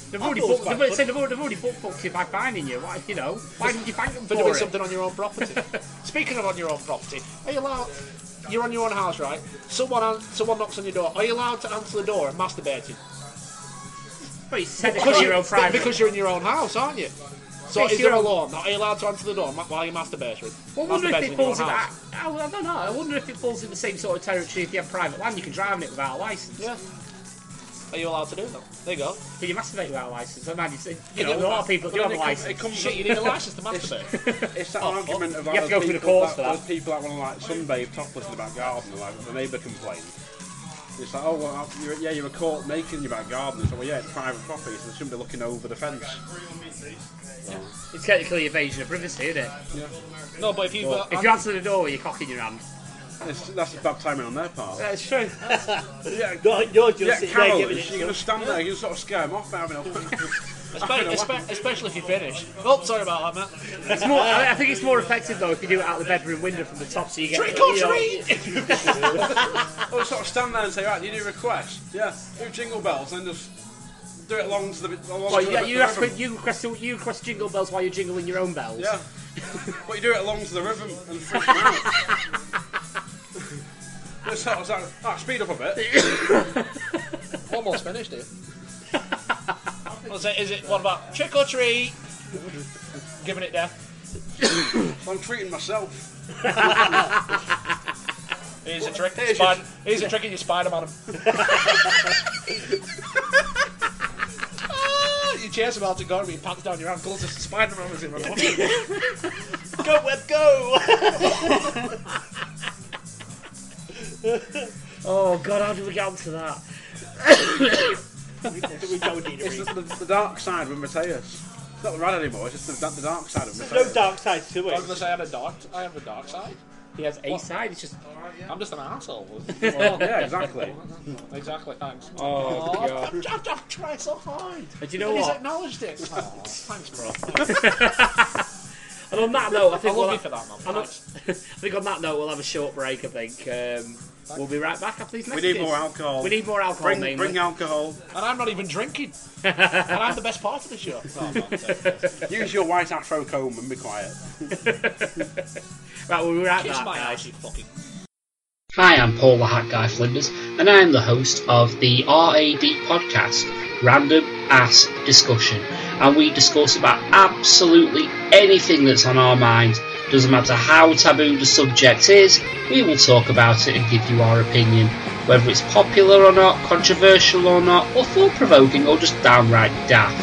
S6: They've already,
S9: thought it was
S6: booked,
S9: quite
S6: they've, already- they've already, they've already booked fucked you by finding you. Why, you know, why didn't you thank them
S7: For
S6: for,
S7: doing
S6: it?
S7: something on your own property. Speaking of on your own property, are you allowed? You're on your own house, right? Someone an- someone knocks on your door. Are you allowed to answer the door and masturbating?
S6: But you said it's on your own private.
S7: because you're in your own house, aren't you? So
S6: Yes,
S7: is there
S6: you're-
S7: a law? Are you allowed to answer the door ma- while you're masturbating?
S6: Well, I wonder if
S7: Masturbating
S6: it
S7: in your
S6: falls in
S7: own
S6: that.
S7: house.
S6: I, I don't know. I wonder if it falls in the same sort of territory if you have private land. You can drive on it without a license.
S7: Yeah. Are you allowed to do that? There you go.
S6: Can you masturbate without a license? I imagine you, you
S7: Yeah,
S6: know,
S7: but
S6: a lot
S7: that-
S6: of people do
S2: Yeah,
S6: have a
S2: it, comes, it
S6: license.
S2: comes
S7: Shit, you need a license to masturbate.
S2: It's that
S7: Oh,
S2: argument of like,
S6: You have to go
S2: those
S6: through the
S2: people
S6: course for that.
S2: Those people that want to like sunbathe topless in the back garden, and, like the neighbour complained. It's like, oh well, you're, yeah, you're caught naked in your back garden. So well, yeah, it's private property, so they shouldn't be looking over the fence.
S6: It's technically evasion of privacy, isn't it?
S7: no, but if you
S6: If you answer the door with your cock in your hand,
S3: It's, that's just bad timing on their part.
S6: That's true.
S3: yeah,
S9: You're- you're just
S3: yeah,
S9: sitting there
S3: Carol,
S9: giving it
S3: you're going to stand there, you sort of scare him off there. I mean, I'll- I mean,
S11: Espe-
S3: I'll-
S11: espe- especially if you finish. Oh, sorry about that, Matt.
S6: It's more. I, I think it's more effective though if you do it out the bedroom window from the top, so you get.
S11: Trick
S6: you
S11: or
S6: know-
S11: treat!
S3: I'll sort of stand there and say, right, you do request. Yeah, do jingle bells and just do it along to the. Along
S6: Well,
S3: to
S6: yeah,
S3: the
S6: you
S3: the
S6: ask for,
S3: rhythm.
S6: you request you request jingle bells while you're jingling your own bells.
S3: Yeah. but you do it along to the rhythm and freak them out. Just sort of, sort of, ah, speed up a bit.
S11: Almost finished it. What's it? Is it what about trick or treat? Giving it death.
S3: I'm treating myself.
S11: Here's a trick. Spider- Here's a trick in your Spider-Man. Ah, Your chair's about to go and your pants down your ankles. There's a Spider-Man was in my pocket.
S9: Go, Web, go!
S6: Oh God, how did we get onto that?
S9: we don't need a
S3: It's
S9: reason.
S3: the, the, the dark side with Mateus. It's not the rad anymore, it's just the, the dark side of
S9: There's no
S3: Mateus.
S9: dark side to
S11: I was gonna
S9: it.
S11: say I had a dark. I have a dark side.
S6: He has a side. It's just
S11: I'm just an asshole.
S3: yeah, exactly.
S11: exactly. Thanks.
S6: oh God.
S11: I'm, I'm, I'm trying so hard.
S6: But you know
S11: He's
S6: what?
S11: acknowledged it. Oh, thanks, bro.
S6: And on that note, I
S11: I
S6: think
S11: love
S6: we'll
S11: you for that, man.
S6: I'm not-
S11: Thanks.
S6: I think on that note, we'll have a short break. I think um, we'll be right back after these
S3: We
S6: messages.
S3: need more alcohol.
S6: We need more alcohol,
S3: Bring,
S6: mainly.
S3: bring alcohol.
S11: And I'm not even drinking. and I'm the best part of the show. Oh, man, thanks.
S3: Use your white afro comb and be quiet.
S6: Right, we'll be right
S11: Kiss
S6: back,
S11: my
S6: guys.
S11: ass, you fucking.
S7: Hi, I'm Paul the Hat Guy Flinders, and I am the host of the RAD podcast, Random Ass Discussion. And we discuss about absolutely anything that's on our minds. Doesn't matter how taboo the subject is, we will talk about it and give you our opinion. Whether it's popular or not, controversial or not, or thought provoking or just downright daft.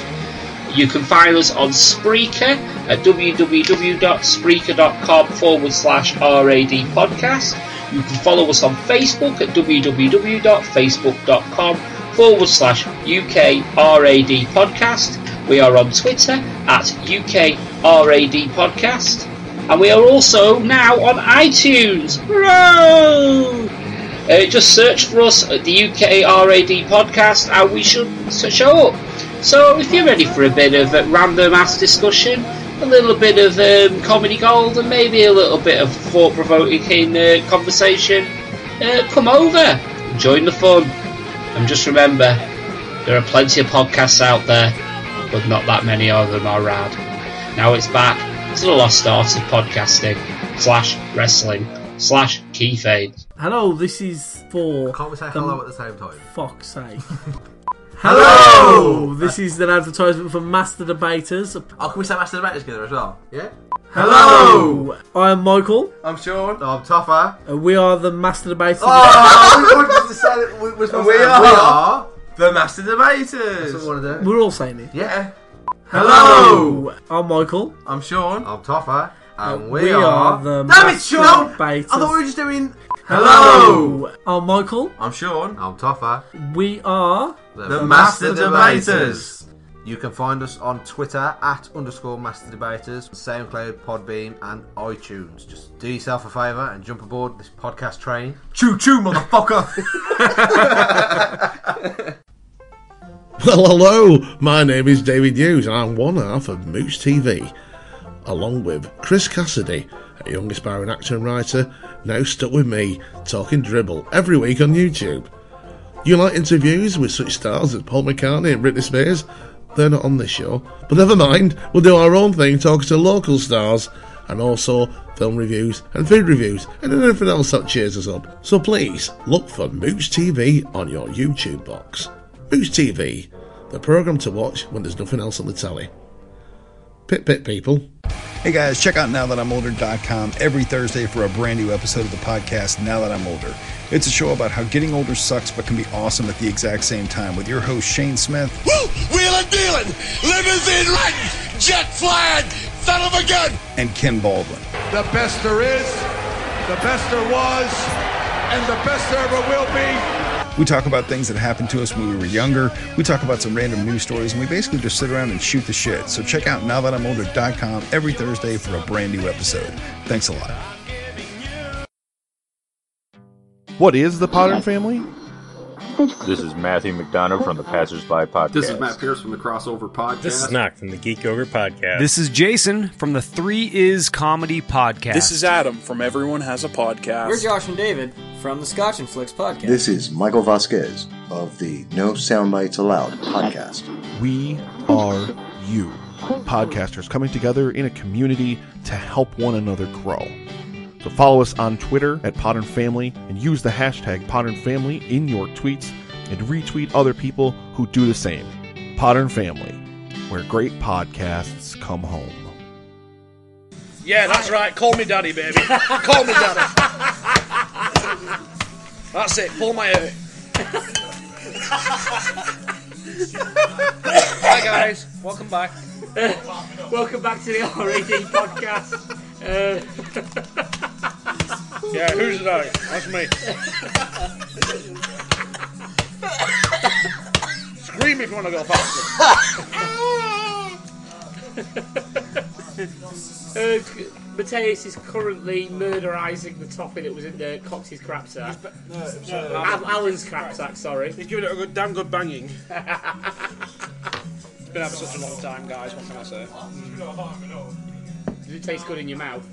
S7: You can find us on Spreaker at www.spreaker.com forward slash RAD podcast. You can follow us on Facebook at www.facebook.com forward slash UK RAD podcast. We are on Twitter at UK RAD podcast. And we are also now on iTunes. Hooray! Uh, just search for us at the UK RAD podcast and we should s- show up. So if you're ready for a bit of uh, random ass discussion, a little bit of um, comedy gold, and maybe a little bit of thought provoking uh, conversation, uh, come over, join the fun. And just remember, there are plenty of podcasts out there, but not that many of them are rad. Now it's back to the lost art of podcasting, slash wrestling, slash key fade.
S6: Hello, this is for
S2: Can't we say hello at the same time?
S6: fuck's sake. Hello! Oh, This is an advertisement for Master Debaters.
S2: Oh, can we say Master Debate together as well? Yeah?
S6: I'm Michael,
S2: I'm Sean. I'm Toffer.
S6: and we are the Master Debaters.
S2: Oh, we wanted to say that we, we're supposed to say we are the Master Debaters. That's what we want to do.
S6: We're all saying it.
S2: Yeah. Hello.
S6: I'm Michael.
S2: Oh,
S6: Um,
S2: I'm Sean. I'm Toffer. And we,
S6: we
S2: are,
S6: are the
S2: Damn it, Sean! I
S6: Masturbators.
S2: thought we were just doing. Hello.
S6: I'm Michael.
S2: I'm Sean. I'm Toffer.
S6: We are.
S2: The, Master, Debaters. You can find us on Twitter at underscore Master Debaters, SoundCloud, Podbean, and iTunes. Just do yourself a favour and jump aboard this podcast train. Choo choo, motherfucker!
S12: Well, hello, my name is David Hughes, and I'm one half of Moose TV, along with Chris Cassidy, a young aspiring actor and writer, now stuck with me, talking dribble, every week on YouTube. You like interviews with such stars as Paul McCartney and Britney Spears? They're not on this show. But never mind, we'll do our own thing talking to local stars and also film reviews and food reviews and anything else that cheers us up. So please look for Mooch TV on your YouTube box. Mooch TV, the programme to watch when there's nothing else on the telly. Pit pit people.
S13: Hey guys, check out nowthatimolder.com every Thursday for a brand new episode of the podcast Now That I'm Older. It's a show about how getting older sucks but can be awesome at the exact same time with your host Shane Smith.
S5: Woo! Wheeling, dealing, limousine riding, jet flying, son of a gun.
S13: and Kim Baldwin.
S5: The best there is, the best there was, and the best there ever will be.
S13: We talk about things that happened to us when we were younger. We talk about some random news stories and we basically just sit around and shoot the shit. So check out nowthatimolder.com every Thursday for a brand new episode. Thanks a lot.
S5: What is the Potter family?
S14: This is Matthew McDonough from the Passersby Podcast.
S2: This is Matt Pierce from the Crossover Podcast.
S9: This is Knock from the Geek Yogurt Podcast.
S15: This is Jason from the Three Is Comedy Podcast.
S16: This is Adam from Everyone Has a Podcast.
S7: We're Josh and David from the Scotch and Flicks Podcast.
S17: This is Michael Vasquez of the No Soundbites Allowed Podcast.
S5: We are you, podcasters coming together in a community to help one another grow. So follow us on Twitter at Podern Family and use the hashtag Podern Family in your tweets and retweet other people who do the same. Podern Family, where great podcasts come home.
S6: Yeah, that's right. Call me daddy, baby. Call me daddy. That's it. Pull my hair.
S18: Hi guys, welcome back.
S6: welcome back to the RAD podcast. Uh,
S3: yeah, who's that? That's me. Scream if you want to go faster.
S6: uh, Mateus is currently murderizing the topping that was in the Cox's crap sack.
S3: No, uh,
S6: no, Al- Alan's crap sack, sorry.
S3: He's giving it a good, damn good banging.
S6: it's
S3: been out for such a long time, guys. What can I say?
S6: Does it taste good in your mouth?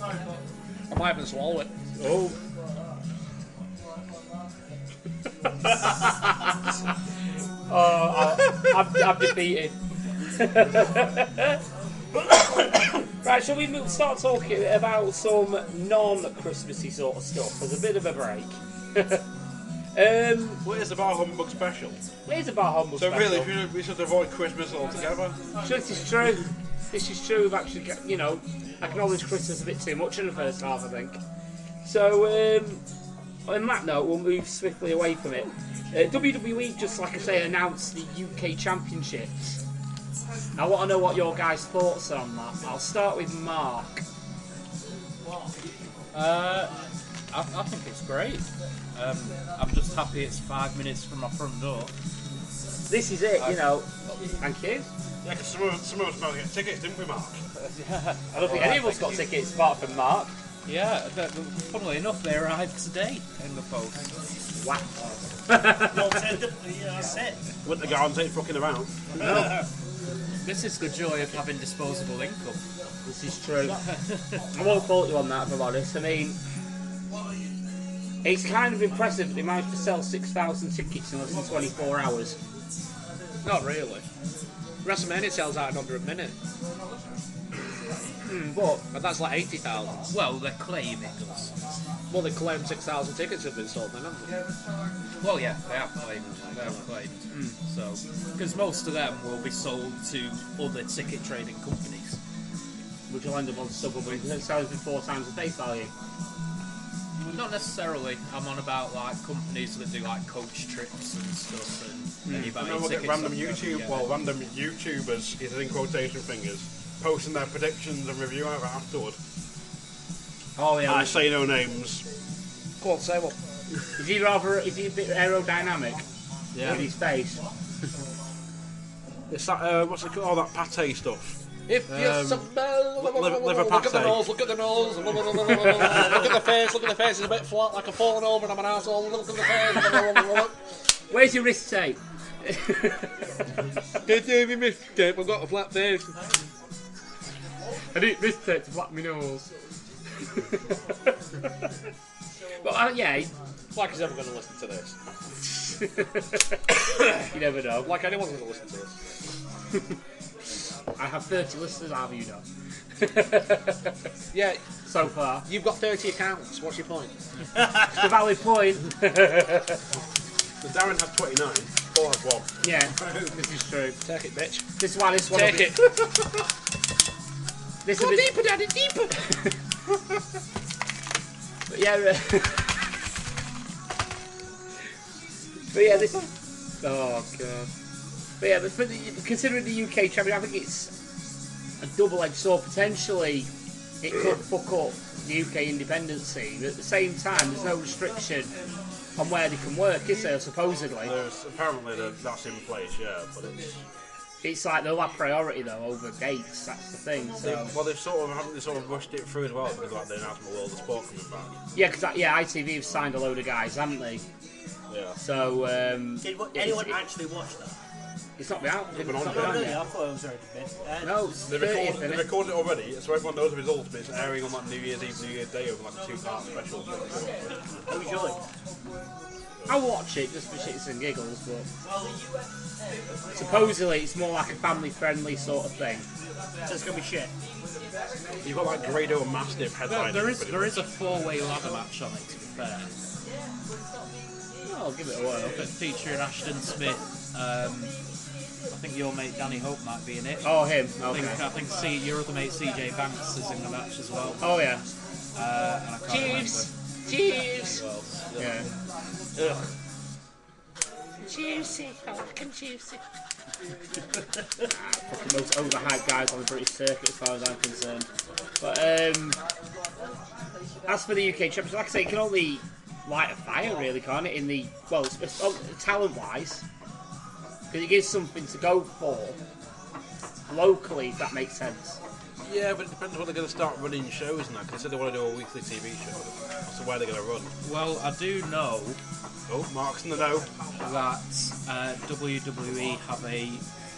S3: I might even swallow it.
S6: Oh. oh, I'm, I'm defeated. right, shall we move, start talking about some non-Christmassy sort of stuff as a bit of a break? um,
S3: what is the Bar Humbug special?
S6: What is the Bar Humbug
S3: so
S6: special?
S3: So really, we should avoid Christmas altogether.
S6: This is true. This is true. We've actually, got, you know, acknowledged Christmas a bit too much in the first half, I think. So, um, on that note, we'll move swiftly away from it. Uh, WWE just, like I say, announced the UK Championships. I want to know what your guys' thoughts are on that. I'll start with Mark.
S7: Uh, I, I think it's great. Um, I'm just happy it's five minutes from my front door.
S6: This is it, you know. Thank you.
S3: Yeah, because some of, some of us managed to get tickets, didn't we, Mark?
S6: yeah. I don't think any of us got tickets apart from Mark.
S7: Yeah, but, funnily enough, they arrived today in the post.
S6: Wow.
S9: well, tentatively, yeah, that's it.
S3: With the guards ain't fucking around.
S6: No.
S7: This is the joy of having disposable income.
S6: This is true. I won't fault you on that, if I'm honest. I mean, it's kind of impressive that they managed to sell 6,000 tickets in less than 24 hours.
S3: Not really. WrestleMania sells out in under a minute.
S6: Mm,
S3: but, but that's like 80,000.
S7: Well, they claim it does.
S3: Well, they claim 6,000 tickets have been sold then, haven't they?
S7: Well, yeah, they have claimed. They have claimed. Mm. So, because most of them will be sold to other ticket trading companies.
S6: Which will end up on Stubble, but it sells for four times the face value.
S7: Not necessarily. I'm on about like companies that do like coach trips and stuff,
S6: Hmm.
S7: and mm. you buy
S3: know,
S7: tickets.
S3: Random YouTube, well, random YouTubers is in quotation fingers posting their predictions and review it afterward.
S6: Oh yeah.
S3: I say no names.
S6: Go on, say what. Is he rather? Is he a bit aerodynamic? Yeah. With his face.
S3: it's that. Uh, what's it called? All that pate stuff.
S18: If you um, smell,
S3: liver, liver
S18: look at the nose, look at the nose, look at the face, look at the face. It's a bit flat, like I've fallen over, and I'm an asshole. Look at the face.
S6: Where's your wrist tape?
S18: Did you give me wrist tape? I've got a flat face.
S6: I need wrist tape to black my nose. but uh, yeah,
S18: like he's ever going to listen to
S6: this. you never know.
S18: Like anyone's going to listen to this.
S6: I have 30 listeners, have you done?
S18: yeah.
S6: So far.
S18: You've got 30 accounts, what's your point?
S6: it's a valid point. so
S3: Darren has 29, or has one.
S6: Yeah, this is true.
S18: Take it, bitch.
S6: This one, this one.
S18: Take it.
S6: this
S18: Go bit... deeper, daddy, deeper!
S6: but yeah. uh, but yeah, this. Oh, God. But yeah, but the, considering the UK champion, I think it's a double-edged sword. Potentially, it could fuck up the UK independence scene. But at the same time, there's no restriction on where they can work, is there? Supposedly.
S3: There's apparently the, that's in place, yeah, but it's.
S6: It's like they'll have priority though over dates. That's the thing.
S10: They-
S6: So
S10: well, they've sort of haven't they sort of rushed it through as well because like the announcement world of sport coming back.
S6: yeah, because yeah, ITV have signed a load of guys, haven't they?
S10: Yeah.
S6: So um,
S10: Did what-
S6: it's-
S10: anyone
S6: it-
S10: actually watch that?
S6: It's not been out.
S10: It's been
S6: It's
S10: on
S6: not
S10: there.
S6: out
S10: Oh, really?
S6: yet.
S10: I
S9: thought it was already missed.
S6: No, it's
S10: They
S6: 30th,
S10: recorded,
S6: isn't
S10: they
S6: it?
S10: recorded it already, so everyone knows the results, but it's airing on like New Year's Eve, New Year's Day over like a two part special.
S6: Who's yours? I'll watch it just for shits and giggles, but supposedly it's more like a family friendly sort of thing.
S9: So it's gonna be shit.
S10: You've got like Grado and Mastiff headlining.
S3: there is
S10: pretty
S3: there
S10: much.
S3: is a four way ladder match on it. To be fair,
S6: I'll give it a whirl.
S3: But featuring Ashton Smith. Um, I think your mate Danny Hope might be in it.
S6: Oh, him,
S3: I think, uh,
S6: okay.
S3: I think C, your other mate CJ Banks is in the match as well.
S6: Oh, yeah.
S3: Uh, and I can't
S6: Jeeves. Jeeves.
S3: remember.
S6: Yeah. Juicy, I reckon juicy. Ah, Fucking most overhyped guys on the British circuit, as far as I'm concerned. But um, as for the UK Championship, like I say, it can only light a fire, really, can't it? In the well, it's- oh, talent-wise, because it gives something to go for locally, if that makes sense.
S10: Yeah, but it depends when they're going to start running shows now. Because they said they want to do a weekly TV show, so where they're going to run?
S3: Well, I do know.
S10: Oh, Mark's in the know.
S3: That uh, WWE have a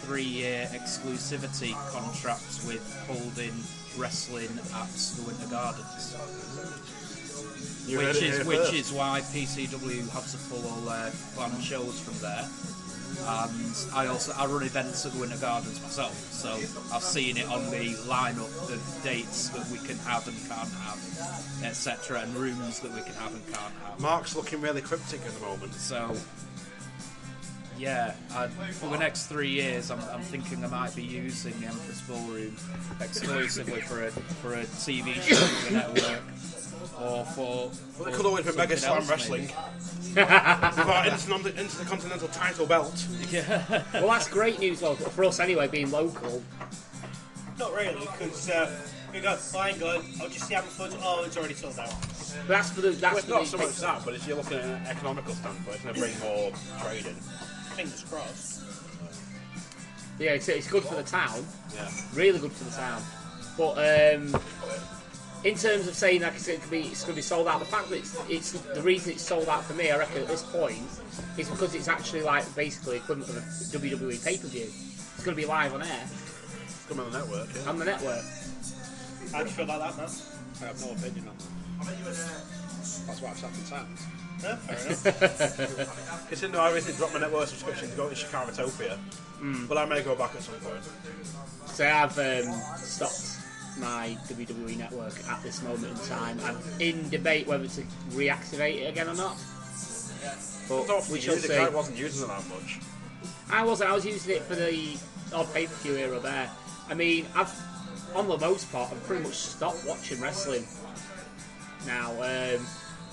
S3: three-year exclusivity contract with holding wrestling at the Winter Gardens.
S10: You heard
S3: which
S10: it
S3: is
S10: here
S3: which
S10: first.
S3: is why PCW have to pull all their planned shows from there. And I also I run events at the Winter Gardens myself, so I've seen it on the lineup of dates that we can have and can't have, etc., and rooms that we can have and can't have.
S10: Mark's looking really cryptic at the moment.
S3: So, yeah, I, for the next three years, I'm, I'm thinking I might be using the Empress Ballroom exclusively for a for a TV show for the network, or for.
S10: Well, it
S3: or
S10: could always be
S3: something
S10: Mega Slam
S3: else,
S10: Wrestling.
S3: maybe.
S10: With our intercontinental, intercontinental title belt.
S3: Yeah.
S6: well, that's great news well, for us anyway, being local.
S9: Not really, because uh, we got fine good. I'll just see how much fun. Oh, it's already sold out.
S6: That's for the.
S10: Well,
S6: That's
S10: it's
S6: for
S10: not
S6: the
S10: so much that, but if you're looking at an economical standpoint, it's going to bring more trade in.
S9: Fingers crossed.
S6: Yeah, it's, it's good for the town.
S10: Yeah.
S6: Really good for the town. But um, in terms of saying like I said, it could be, it's going to be sold out, the fact that it's, it's the reason it's sold out for me, I reckon at this point, is because it's actually like basically equivalent of a WWE pay per view. E It's going to be live on air
S10: It's coming on the network. Yeah.
S6: on the network.
S9: How do you feel about that, man?
S10: I have no opinion on that. That's why I've sat in silence.
S9: Yeah, fair enough.
S10: Considering I recently dropped my network subscription to go to Chicago
S6: Mm.
S10: but I may go back at some point.
S6: So I've um, stopped my WWE network at this moment in time. I'm in debate whether to reactivate it again or not. But
S10: Not for
S6: we shall
S10: years,
S6: see.
S10: I wasn't using it that much.
S6: I was I was using it for the odd pay per view here or there. I mean, I've on the most part, I've pretty much stopped watching wrestling now. Um,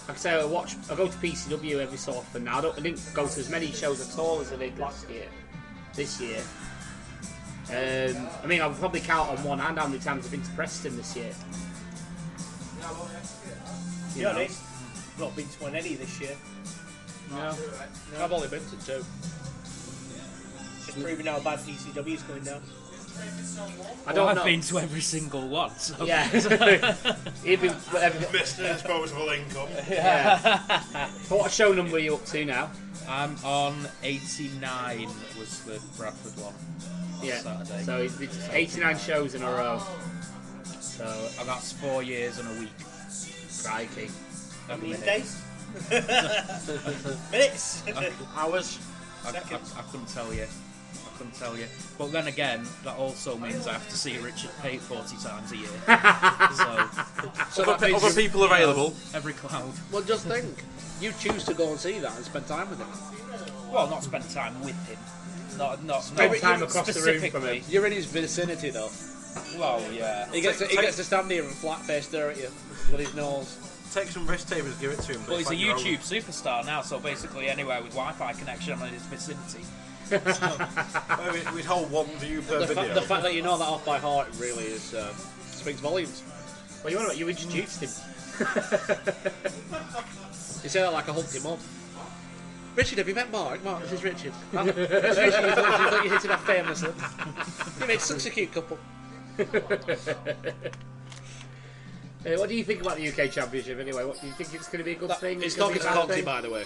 S6: like I say, I watch. I go to PCW every so often now. I, don't, I didn't go to as many shows at all as I did last year. This year, um, I mean, I'll probably count on one hand how many times I've been to Preston this year.
S9: To be
S6: You know.
S9: honest, not been to one any this year.
S6: No.
S9: I've only been to two. Just proving how bad DCW is going down.
S6: I don't
S3: Well, I've
S6: know.
S3: been to every single one. So.
S6: Yeah. He'd be- whatever-
S10: Mr. Disposable Income.
S6: Yeah. what show number are you up to now?
S3: I'm on 89 was the Bradford one. on
S6: Yeah.
S3: Saturday.
S6: So it's- it's 89 shows in a row. So
S3: and that's four years and a week.
S6: Crikey.
S9: How many
S3: Minute.
S9: days? Minutes?
S3: I- Hours? I, I,
S9: Seconds.
S3: I couldn't tell you. I couldn't tell you. But then again, that also means I have to see Richard Pate 40 times a year. so,
S10: Other
S3: that
S10: pe-
S3: means-
S10: other people available.
S3: Every cloud.
S10: Well, just
S3: think.
S10: You choose to go and see that and spend time with him.
S3: Well, not spend time with him. Not, not,
S1: Spend
S3: not
S1: time across the room from
S3: specifically.
S1: him. You're in his vicinity though.
S3: Well, yeah.
S1: He gets to, he
S3: Take-
S1: gets to stand here and flat face stare at you with his nose.
S10: Take some wrist tapers, give it to him.
S3: Well, he's a YouTube superstar now, so basically anywhere with Wi-Fi connection, I'm in his vicinity.
S10: we, would hold one view per
S1: The, fa-
S10: video.
S1: the fact that you know that off by heart really is um, speaks volumes.
S6: uh, Well, you know what? You introduced him.
S1: you say that like I humped him up.
S19: Richard, have you met Mark? Mark, this is Richard. Mark, this is Richard, you thought, you thought you hit it off famously. You made such a cute couple.
S6: Uh, what do you think about the UK Championship anyway? What do you think it's going to be a good thing?
S3: It's not
S6: gonna
S3: going
S6: be
S3: to Cogsy,
S6: a bad thing?
S3: by the way.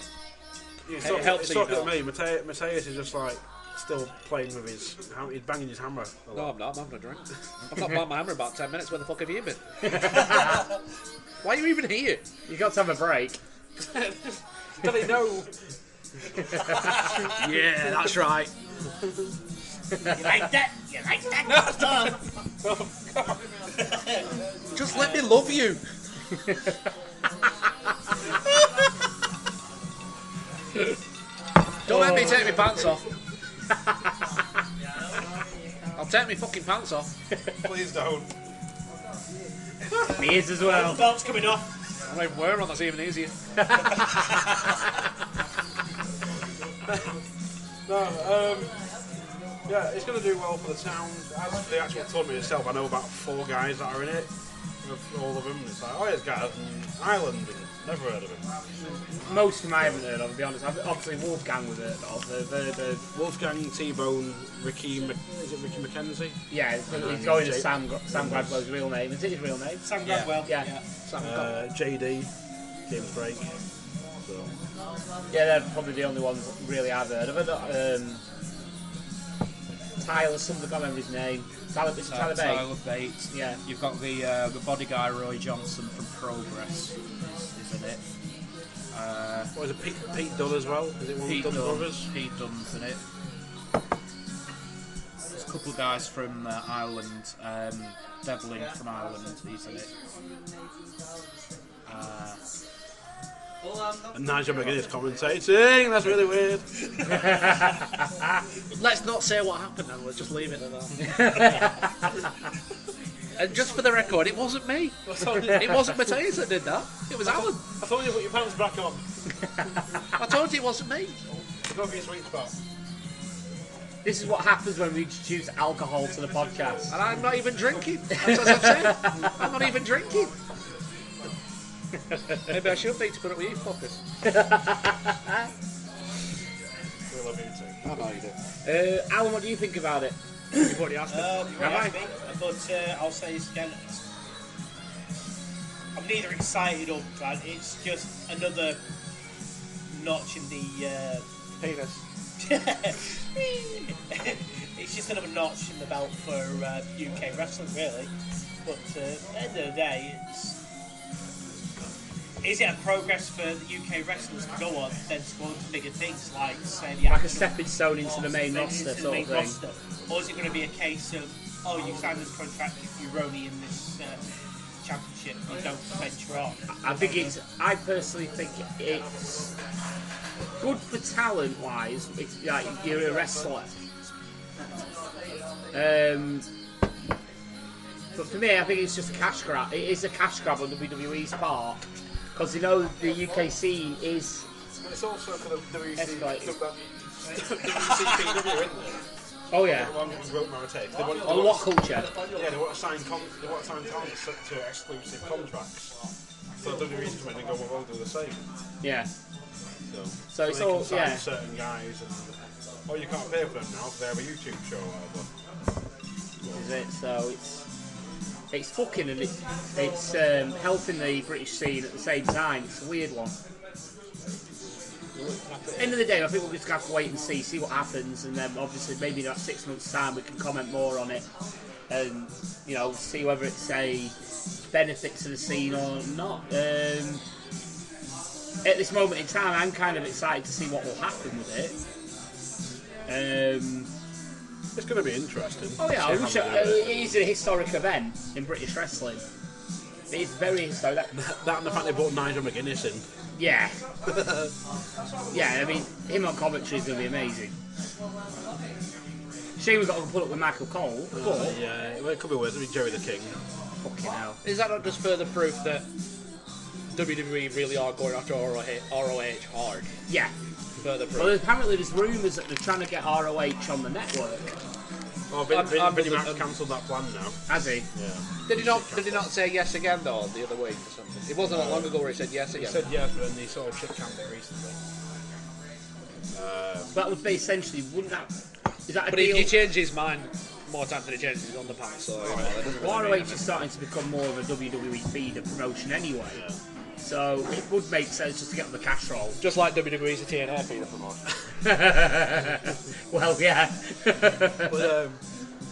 S9: It's
S6: It
S9: talking,
S6: helps
S9: it's
S6: that
S9: talking
S6: you
S9: to me. Mate- Mateus is just like still playing with his. ham- He's banging his hammer. A
S3: No,
S9: lot.
S3: I'm not. I'm having a drink. I've not bought my hammer in about 10 minutes. Where the fuck have you been? Why are you even here?
S6: you got to have a break.
S3: Do they know?
S9: yeah, that's right.
S6: you
S19: like that?
S6: You like that?
S19: No, stop. Just let me love you.
S3: Don't let me take my pants off. I'll take my fucking pants off.
S20: Please don't.
S6: He is as well.
S7: The belt's coming off.
S3: I'm not even wearing one, that's even easier.
S9: No, um, yeah, it's going to do well for the town. As for the actual tournament itself, I know about four guys that are in it. Of all of them, it's like, oh, this guy from Ireland. and Never heard of him.
S6: Most of them I haven't heard of, to be honest. I've- Obviously, Wolfgang was heard of. The, the, the,
S9: Wolfgang T-Bone, Ricky, Mc- is it Ricky McKenzie?
S6: yeah, it's,
S9: And
S6: it's going to
S9: Jake-
S6: Sam, Gr- Sam Gladwell's real name. Is it his real name? Sam
S7: Gladwell,
S6: Yeah.
S7: yeah.
S6: Sam Gladwell.
S9: Uh, JD, James Drake. So.
S6: Yeah, they're probably the only ones really I've heard of. I've Um, Tyler, something, I can't remember his name. Tyler, is it Tyler, Bay?
S21: Tyler Bates.
S6: Yeah.
S21: You've got the uh, the body guy Roy Johnson from Progress, isn't it? Uh,
S9: what is it? Pete, Pete Dunne as well? Is it one of
S21: Pete
S9: the Dunne
S21: Dunne.
S9: brothers?
S21: Pete Dunne's in it. There's a couple of guys from uh, Ireland. Um, Devlin from Ireland, he's in it. Uh,
S9: And Nigel McGuinness commentating. That's really weird.
S3: Let's not say what happened and let's just leave it at that. and just for the record, it wasn't me. It wasn't Matthias that did that. It was Alan.
S9: I told you put your pants back on.
S3: I told you it wasn't me.
S9: Go for your sweet spot.
S6: This is what happens when we introduce alcohol to the podcast.
S3: And I'm not even drinking. That's what I've said. I'm not even drinking. Maybe I should be to put up with you fuckers.
S9: We love you
S3: I know you do.
S6: Uh, Alan, what do you think about it? You've already asked me.
S7: Um, you
S6: Have I?
S7: asked me, but uh, I'll say this again. I'm neither excited or bad. It's just another notch in the uh,
S3: penis.
S7: it's just another notch in the belt for uh, UK wrestling, really. But uh, at the end of the day, it's is it a progress for the UK wrestlers to go on then to go on to bigger things like say the
S6: Like a
S7: actual-
S6: stepping stone into the main
S7: Stepping
S6: roster
S7: into the
S6: sort
S7: main
S6: of thing.
S7: roster. Or is it going to be a case of oh you signed this contract if you're only in this uh, championship you don't venture on?
S6: I think it's. I personally think it's good for talent wise. It's like you're a wrestler. Um, but for me, I think it's just a cash grab. It is a cash grab on WWE's part because you know the UKC is
S9: It's also for the WC,
S6: Escalated.
S9: WCPW, isn't it?
S6: Oh, yeah.
S9: Everyone wrote my tape. They want-
S6: Oh, what culture?
S9: Yeah, they want to sign con- they want to sign talent to- to exclusive contracts. So WWE's come in and go, well, we'll do the same.
S6: yeah. So
S9: So,
S6: it's
S9: they can
S6: all-
S9: sign
S6: yeah.
S9: certain guys and oh, you can't pay for them now because they have a YouTube show or whatever.
S6: is it? So it's it's fucking and it's it's um, helping the British scene at the same time. It's a weird one. End of the day, I think we'll just have to wait and see, see what happens, and then obviously maybe in about six months' time we can comment more on it, and you know see whether it's a benefit to the scene or not. Um, at this moment in time, I'm kind of excited to see what will happen with it. Um,
S9: it's going to be interesting.
S6: Oh yeah, I
S9: See how
S6: wish
S9: they
S6: I,
S9: do
S6: uh,
S9: it.
S6: it is a historic event in British wrestling. It is very historic. That,
S9: that and the fact they brought Nigel McGuinness in.
S6: Yeah. yeah, I mean, him on commentary is going to be amazing. Shame we've got to put up with Michael Cole, but
S9: Uh, yeah, well, it could be worse. It'd be Jerry the King.
S6: fucking hell.
S3: Is that not just further proof that WWE really are going after ROH, ROH hard?
S6: Yeah.
S3: Further proof.
S6: Well, apparently there's rumours that they're trying to get ROH on the network.
S9: Oh, Vin, Vin, Vinnie Mac's cancelled that plan now.
S6: Has he?
S9: Yeah.
S3: Did he not? Did he not say yes again though the other week or something? It wasn't that long ago where he said yes
S9: He
S3: again.
S9: said yes, but then they sort of shit camped it recently.
S6: That would be essentially, wouldn't that? Is that a
S7: But he,
S6: deal?
S7: he changed his mind more times than he changed his underpants. So you know, that doesn't really
S6: ROH
S7: mean
S6: is starting to become more of a WWE feeder promotion anyway. So it would make sense just to get on the cash roll.
S7: Just like WWE's a TNA feeder promotion.
S6: well, yeah.
S9: but um,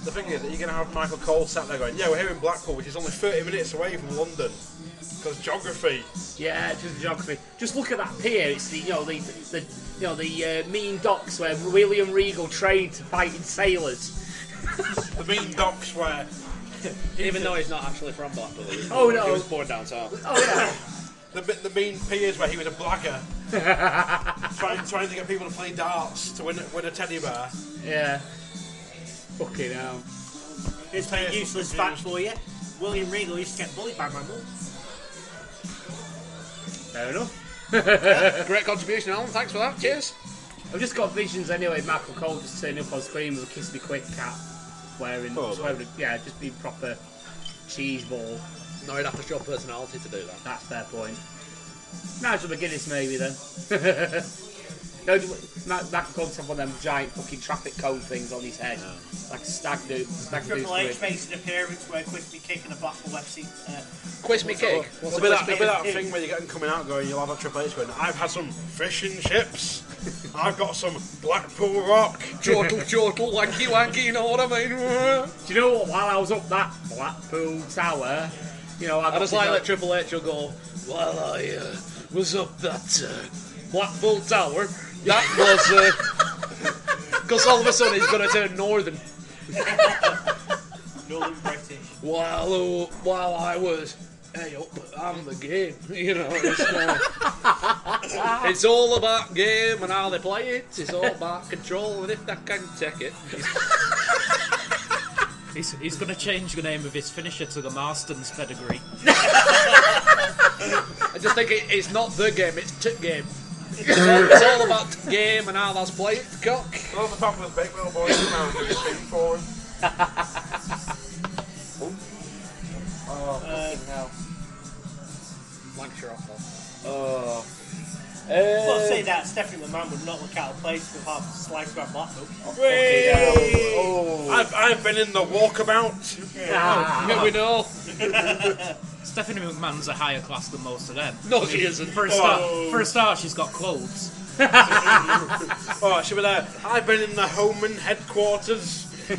S9: the thing is that you're going to have Michael Cole sat there going, "Yeah, we're here in Blackpool, which is only 30 minutes away from London, because geography."
S6: Yeah, just geography. Just look at that pier. It's the you know the, the you know the uh, mean docks where William Regal trained to fighting sailors.
S9: the mean docks where.
S7: Even though he's not actually from Blackpool. he was
S6: Oh,
S7: born-
S6: no. Oh,
S7: He was born down south.
S9: The, bi- the mean piers where he was a blacker, trying, trying to get people to play darts to win, a- win a teddy bear.
S6: Yeah. Fucking hell.
S9: It's
S22: that useless fact for you. William Regal used to get bullied by my mum.
S6: Fair enough.
S7: Great contribution, Alan. Thanks for that. Cheers.
S6: I've just got visions anyway. of Michael Cole just turning up on screen with a kiss me quick cat, wearing,
S7: Oh,
S6: swearing- yeah, just being proper cheese ball.
S7: No, he'd have to show personality to do that.
S6: That's fair point. Nigel McGuinness maybe then. no, do- Ma- Michael Cole's have one of them giant fucking traffic cone things on his head, like a stag do. Stag do.
S23: Triple H makes an appearance where Quispy kicking a Blackpool FC. Uh,
S7: Quiz me cake.
S9: It'll be, that, it'll be that thing where you get him coming out going, you'll have a Triple H going, I've had some fish and chips, I've got some Blackpool rock.
S7: Chortle, chortle, wanky, wanky, you know what I mean?
S6: Do you know what? While I was up that Blackpool Tower, you know, I,
S7: I
S6: got
S7: just
S6: to
S7: like
S6: go-
S7: that Triple H will go, while I uh, was up that uh, Blackpool Tower, that was. Because all of a sudden he's going to turn northern.
S23: Northern British.
S7: While, uh, while I was. Hey, up, I'm the game. You know, it's, uh, it's all about game and how they play it. It's all about control, and if they can take it.
S3: He's, he's going to change the name of his finisher to the Marston's pedigree.
S7: I just think it, it's not the game, it's tip game. It's all, it's all about game and how that's played, cock.
S9: Well, the problem with Bakewell Boys is now doing thing for him.
S7: Oh, fucking hell.
S6: Oh.
S23: well, say that Stephanie McMahon would not look out of place with half slag grab Blackpool.
S9: I've, I've been in the walkabout.
S23: Yeah.
S3: Yeah, we
S7: know.
S3: Stephanie McMahon's a higher class than most of them.
S7: No, she isn't.
S3: For a start,
S9: Oh.
S3: for a start she's got clothes.
S9: oh, should we there? I've been in the Homan headquarters.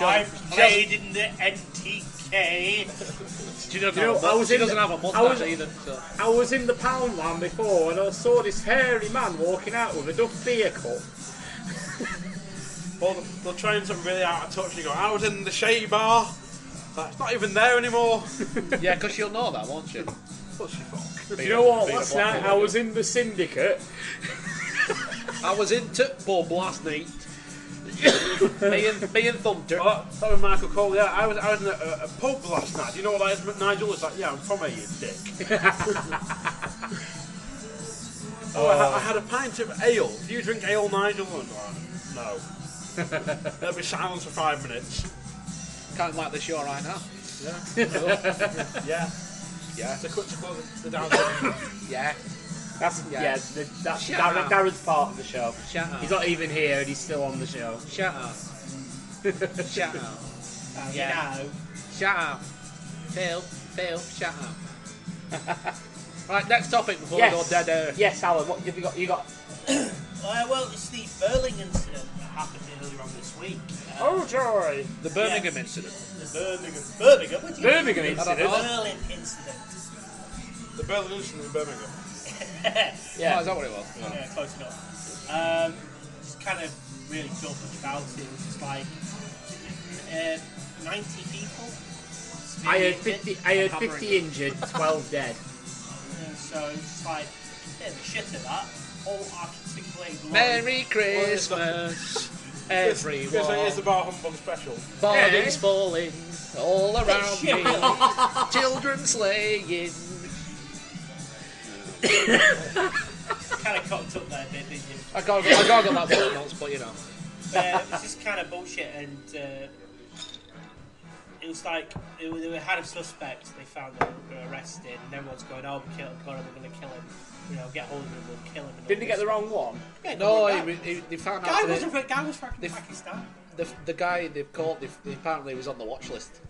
S23: I played in the NTK.
S7: Do you
S6: Do you know, I was in the- I was- I was in the Poundland before, and I saw this hairy man walking out with a duff beer cup.
S9: Or they'll try and something really out of touch and you go, I was in the Shea Bar. That's not even there anymore.
S7: yeah, because she'll know that, won't she?
S6: Do you know what? Last night I was in the syndicate.
S7: I was in Tip Bob last night. me and me and Thunder.
S9: Oh, that was Michael Cole. Yeah, I was I was in a, a, a pub last night. Do you know what that is? Nigel was like, yeah, I'm from here, you dick. oh, I, ha- I had a pint of ale. Do you drink ale, Nigel? And, uh, no. There'll be silence for five minutes.
S7: Kind of like this show right now.
S9: Yeah. yeah. Yeah. To cut to close the downstairs.
S7: yeah.
S6: That's yeah. the, that's
S7: Shut
S6: Darren,
S7: up.
S6: Darren's part of the show.
S7: Shut up.
S6: He's not even here, and he's still on the show.
S7: Shut up. Shut up.
S23: yeah.
S7: Shut up. Phil, Phil, shut up. right, next topic before
S6: Yes.
S7: we go dead air.
S6: Yes, Alan. What have you got? You got.
S23: Uh, well, it's the Burling incident that happened earlier on this week. Uh,
S6: Oh joy!
S7: The Birmingham incident.
S23: The
S7: Oh,
S23: Birmingham. Birmingham? What do you
S6: Birmingham
S23: mean?
S6: incident?
S23: The Berlin incident.
S9: the Berlin Lucian in Birmingham.
S7: Yeah. Oh, is that what it was?
S23: Yeah, close enough. Um, just kind of really feel much about it. It was just like uh, 90 people.
S6: I heard
S23: severely
S6: fifty.
S23: injured
S6: I
S23: and
S6: heard fifty
S23: hovering.
S6: injured, twelve dead.
S23: Uh, so it's just like, bit of a shit at that. All articulate glory.
S7: Merry Christmas, everyone.
S9: Because it is the Bar Humbug special.
S7: Bodies falling all around
S9: Shit.
S7: me. Children slaying.
S23: kind of cocked up there, a bit, didn't you?
S7: I got, I got that footnotes, but you know.
S23: uh, it's just kind of bullshit and uh,
S5: it was like it, was- they had a suspect. They found him, they were arrested, and everyone's going, "Oh, we killed God, they're going to kill him." You know, get hold of him, we'll kill him. and
S3: Didn't they
S5: all
S3: get
S5: this.
S3: the wrong one?
S5: Yeah, they
S6: no,
S5: were
S6: he,
S5: bad.
S6: he, he- they found out.
S5: Guy
S6: that-
S5: was from guy was from Pakistan.
S6: the, the guy they've called, they've, they apparently was on the watch list.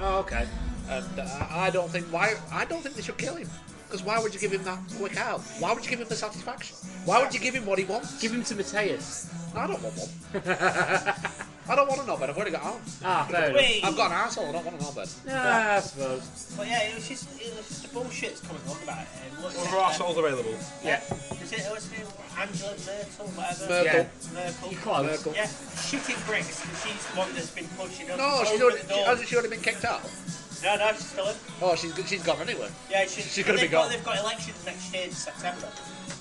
S3: Oh, okay.
S6: And uh, I don't think why I don't think they should kill him because why would you give him that quick out? Why would you give him the satisfaction? Why would you give him what he wants? Give
S3: him to Mateus.
S6: I don't want one. I don't want to know bed. I've already got on.
S3: Ah, fair
S5: Wait.
S6: I've got an asshole. I don't want to know bed.
S3: Ah, I suppose.
S5: But yeah, it was just it was just the bullshit's coming up about eh, it. And what's
S9: Other
S5: it,
S9: arseholes available.
S5: Yeah. Is it, what's her name? Angela Merkel, whatever?
S9: Merkel.
S5: Yeah. Merkel.
S9: You're close. Merkel.
S5: Yeah, shooting bricks, and she's the one that's been pushing up.
S6: No, she's
S5: open
S6: already,
S5: the
S6: she,
S5: door.
S6: hasn't she already been kicked out?
S5: No, no, she's still in.
S6: Oh, she's she's gone anyway.
S5: Yeah, she's,
S6: She's gonna
S5: they've
S6: be
S5: got-
S6: gone.
S5: They've got elections next year in September,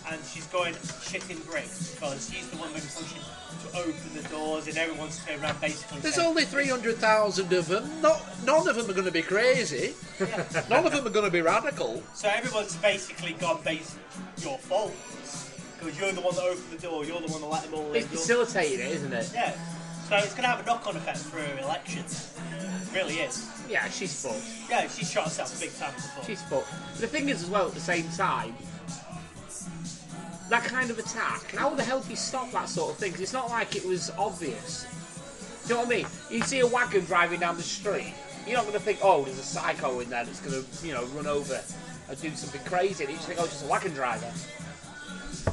S5: and she's going shitting bricks because she's the one been pushing to open the doors, and everyone's turned around basically.
S6: There's
S5: saying,
S6: only 300,000 of them. Not, none of them are going to be crazy. none of them are going to be radical.
S5: So everyone's basically gone basic. Your fault. Because you're the one that opened the door, you're the one that let them all in.
S3: It's
S5: you're-
S3: facilitating it, isn't it?
S5: Yeah. So it's going to have a knock on effect for her elections. really is.
S3: Yeah, she's fucked.
S5: Yeah, she shot herself big time before.
S3: She's fucked. But the thing is, as well, at the same time, that kind of attack, how the hell do you stop that sort of thing? 'Cause it's not like it was obvious. Do you know what I mean? You see a wagon driving down the street, you're not going to think, oh, there's a psycho in there that's going to, you know, run over and do something crazy. You just think, oh, it's just a wagon driver. Do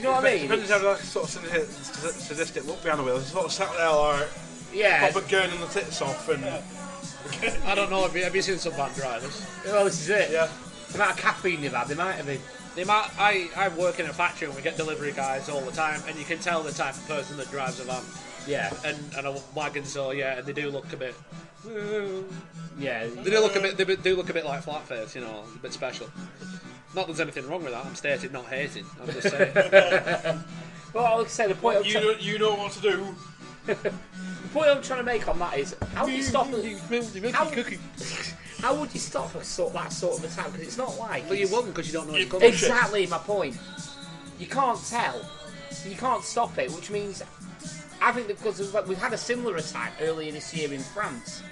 S3: you know what I mean?
S9: Depends how that sort of sadistic- sadistic look behind the wheel. It's sort of sat there like,
S3: Yeah.
S9: proper gurning the tits off and.
S6: I don't know. Have you, have you seen some van drivers?
S3: Well, Oh, this is it. Yeah. The amount of caffeine they've had, they might have been.
S6: They might, I, I work in a factory and we get delivery guys all the time, and you can tell the type of person that drives a van.
S3: Yeah.
S6: And, and a wagon, so yeah, and they do look a bit.
S3: Yeah.
S6: They do look a bit. They do look a bit like Flatface, you know, a bit special. Not that there's anything wrong with that. I'm stating, not hating. I'm just saying.
S3: Well, like I say, the point I'm
S9: You
S3: try-
S9: don't, you don't want to do.
S3: the point I'm trying to make on that is how do you stop a, how, how would you stop a sort that sort of attack? Because it's not like
S6: Well, you
S3: it's-
S6: wouldn't because you don't know it's coming.
S3: Exactly my point. You can't tell, you can't stop it, which means I think because we've, we've had a similar attack earlier this year in France.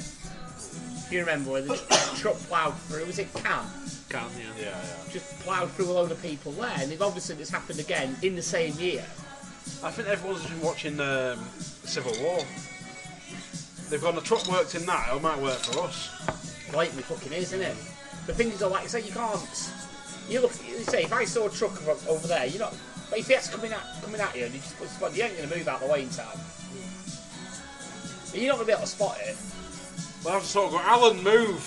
S3: Do you remember where the truck ploughed through? Was it Cannes?
S6: Cannes, yeah.
S9: Yeah,
S3: Just ploughed through a load of people there, and they've obviously this happened again in the same year.
S9: I think everyone's been watching um, Civil War. They've gone, the truck worked in that, it might work for us.
S3: blatantly fucking is, isn't it? The things are like, say you can't. You look, you say if I saw a truck over- over there, you're not. But if that's coming at coming at you, and you just put spot, you ain't gonna move out of the way in time. You're not gonna be able to spot it.
S9: Well, I've sort of gone, Alan, move!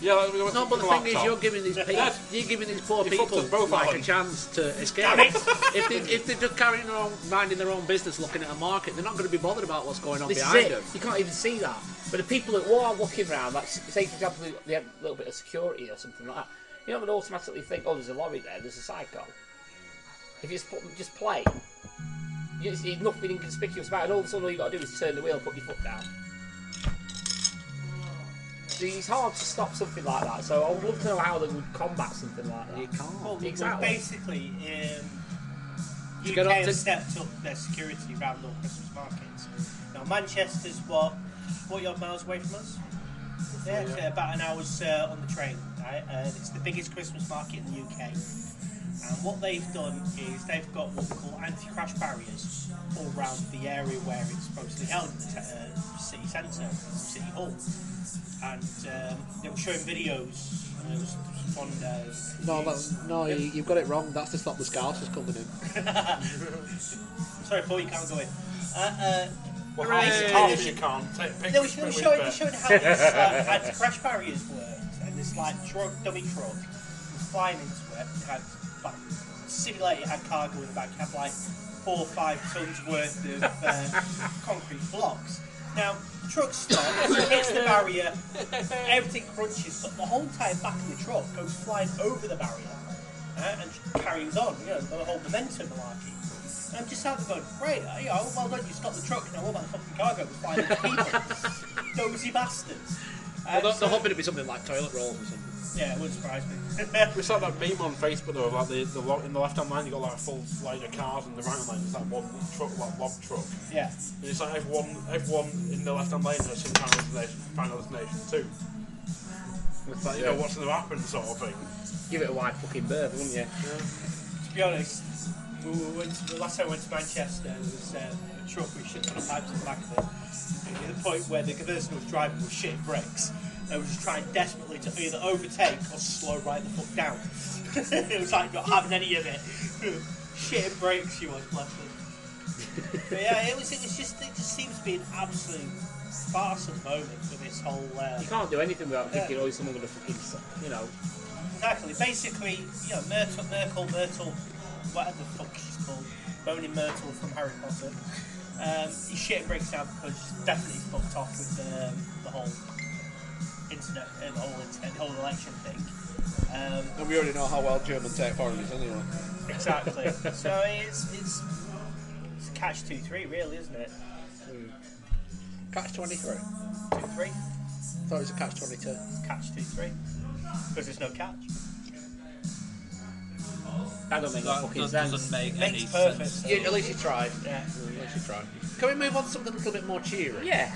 S9: Yeah, like, we went
S6: No, but
S9: from
S6: the thing is,
S9: laptop.
S6: you're giving these people, you're giving these poor
S9: You fucked
S6: people
S9: us both,
S6: like
S9: Alan.
S6: a chance to escape.
S9: Damn it.
S6: if they if they're just carrying their own, minding their own business, looking at a market, they're not going to be bothered about what's going on
S3: This is
S6: behind
S3: it.
S6: them.
S3: You can't even see that. But the people at war walking around, like say for example, they have a little bit of security or something like that. You're not gonna automatically think, oh, there's a lorry there, there's a psycho. If you just put, just play. You just, there's nothing inconspicuous about it. All of a sudden, all you got to do is turn the wheel, and put your foot down. So It's hard to stop something like that. So I would love to know how they would combat something like that. You
S6: can't.
S5: Well,
S3: exactly.
S5: Basically, um,
S3: You
S5: UK
S3: get up
S5: have
S3: to-
S5: stepped up their security around all Christmas markets. Now, Manchester's what, 40 odd miles away from us? Yeah, it's about an hour's uh, on the train. Right? Uh, it's the biggest Christmas market in the UK. And what they've done is they've got what we call anti-crash barriers all around the area where it's supposed to be held, in the t- uh, city centre, city hall. And um, they were showing videos. And there was just one. Uh,
S6: No, that's, no, you, you've got it wrong. That's to stop the scousers coming in.
S5: Sorry, Paul, you can't go in. Uh, uh,
S9: Well,
S5: right.
S9: half- half you can't. Take
S5: They were
S9: pictures,
S5: showing,
S9: but we
S5: showing,
S9: bet.
S5: showing how these uh, anti-crash barriers worked, and this like truck, dummy truck was flying into it. It had like simulated had cargo in the back. It had like four or five tons worth of uh, concrete blocks. Now the truck stops, hits the barrier, everything crunches, but the whole entire back of the truck goes flying over the barrier uh, and carries on. You know the whole momentum malarkey. And I'm just out there going, great, you know, well done, you stopped the truck, now what about the fucking cargo? We're flying into people. Dozy bastards.
S6: Well,
S5: Uh,
S6: they're,
S5: so-
S6: they're hoping it'd be something like toilet rolls or something.
S9: Yeah, it would surprise me.
S5: we saw that meme on Facebook though, like the, the lo- in the left-hand line you got like a full slide of cars, and the right-hand line is like one truck, like one truck.
S9: Yeah.
S5: And it's like everyone, everyone in the left-hand lane has some final destination, final destination too. It's like you know
S24: Yeah.
S5: what's going to happen, sort of thing.
S24: Give it a wide fucking berth, wouldn't you?
S9: To be honest, we we went to, the last time we went to Manchester, there was uh, a truck with shit full of pipes in the back of it. At the point where the person who was driving was shit brakes, they were just trying desperately to either overtake or slow right the fuck down. it was like not having any of it. shit brakes, she was, bless her. but yeah, it was. It was just. It just seems to be an absolute farce at the moment with this whole. Uh,
S24: You can't do anything without
S9: Yeah.
S24: thinking, oh, someone going to fucking, s- you know.
S9: Exactly. Basically, you know, Myrtle, Merkel, Myrtle, whatever the fuck she's called, Moaning Myrtle from Harry Potter. Um, his shit breaks down because she's definitely fucked off with um, the whole internet, uh, the whole internet, the whole election thing. Um,
S25: And we already know how well German tech foreign is anyway.
S9: exactly. so it's it's it's catch two three, really, isn't it?
S26: Catch 23.
S9: Two three.
S26: thought it was a catch 22.
S9: Catch two three. Because there's no catch.
S24: That don't make no
S26: That
S24: fucking
S26: does-
S24: sense.
S26: doesn't make Makes any perfect sense.
S24: You, at least you tried.
S9: Yeah.
S24: At least you tried.
S6: Can we move on to something a little bit more cheery?
S24: Yeah.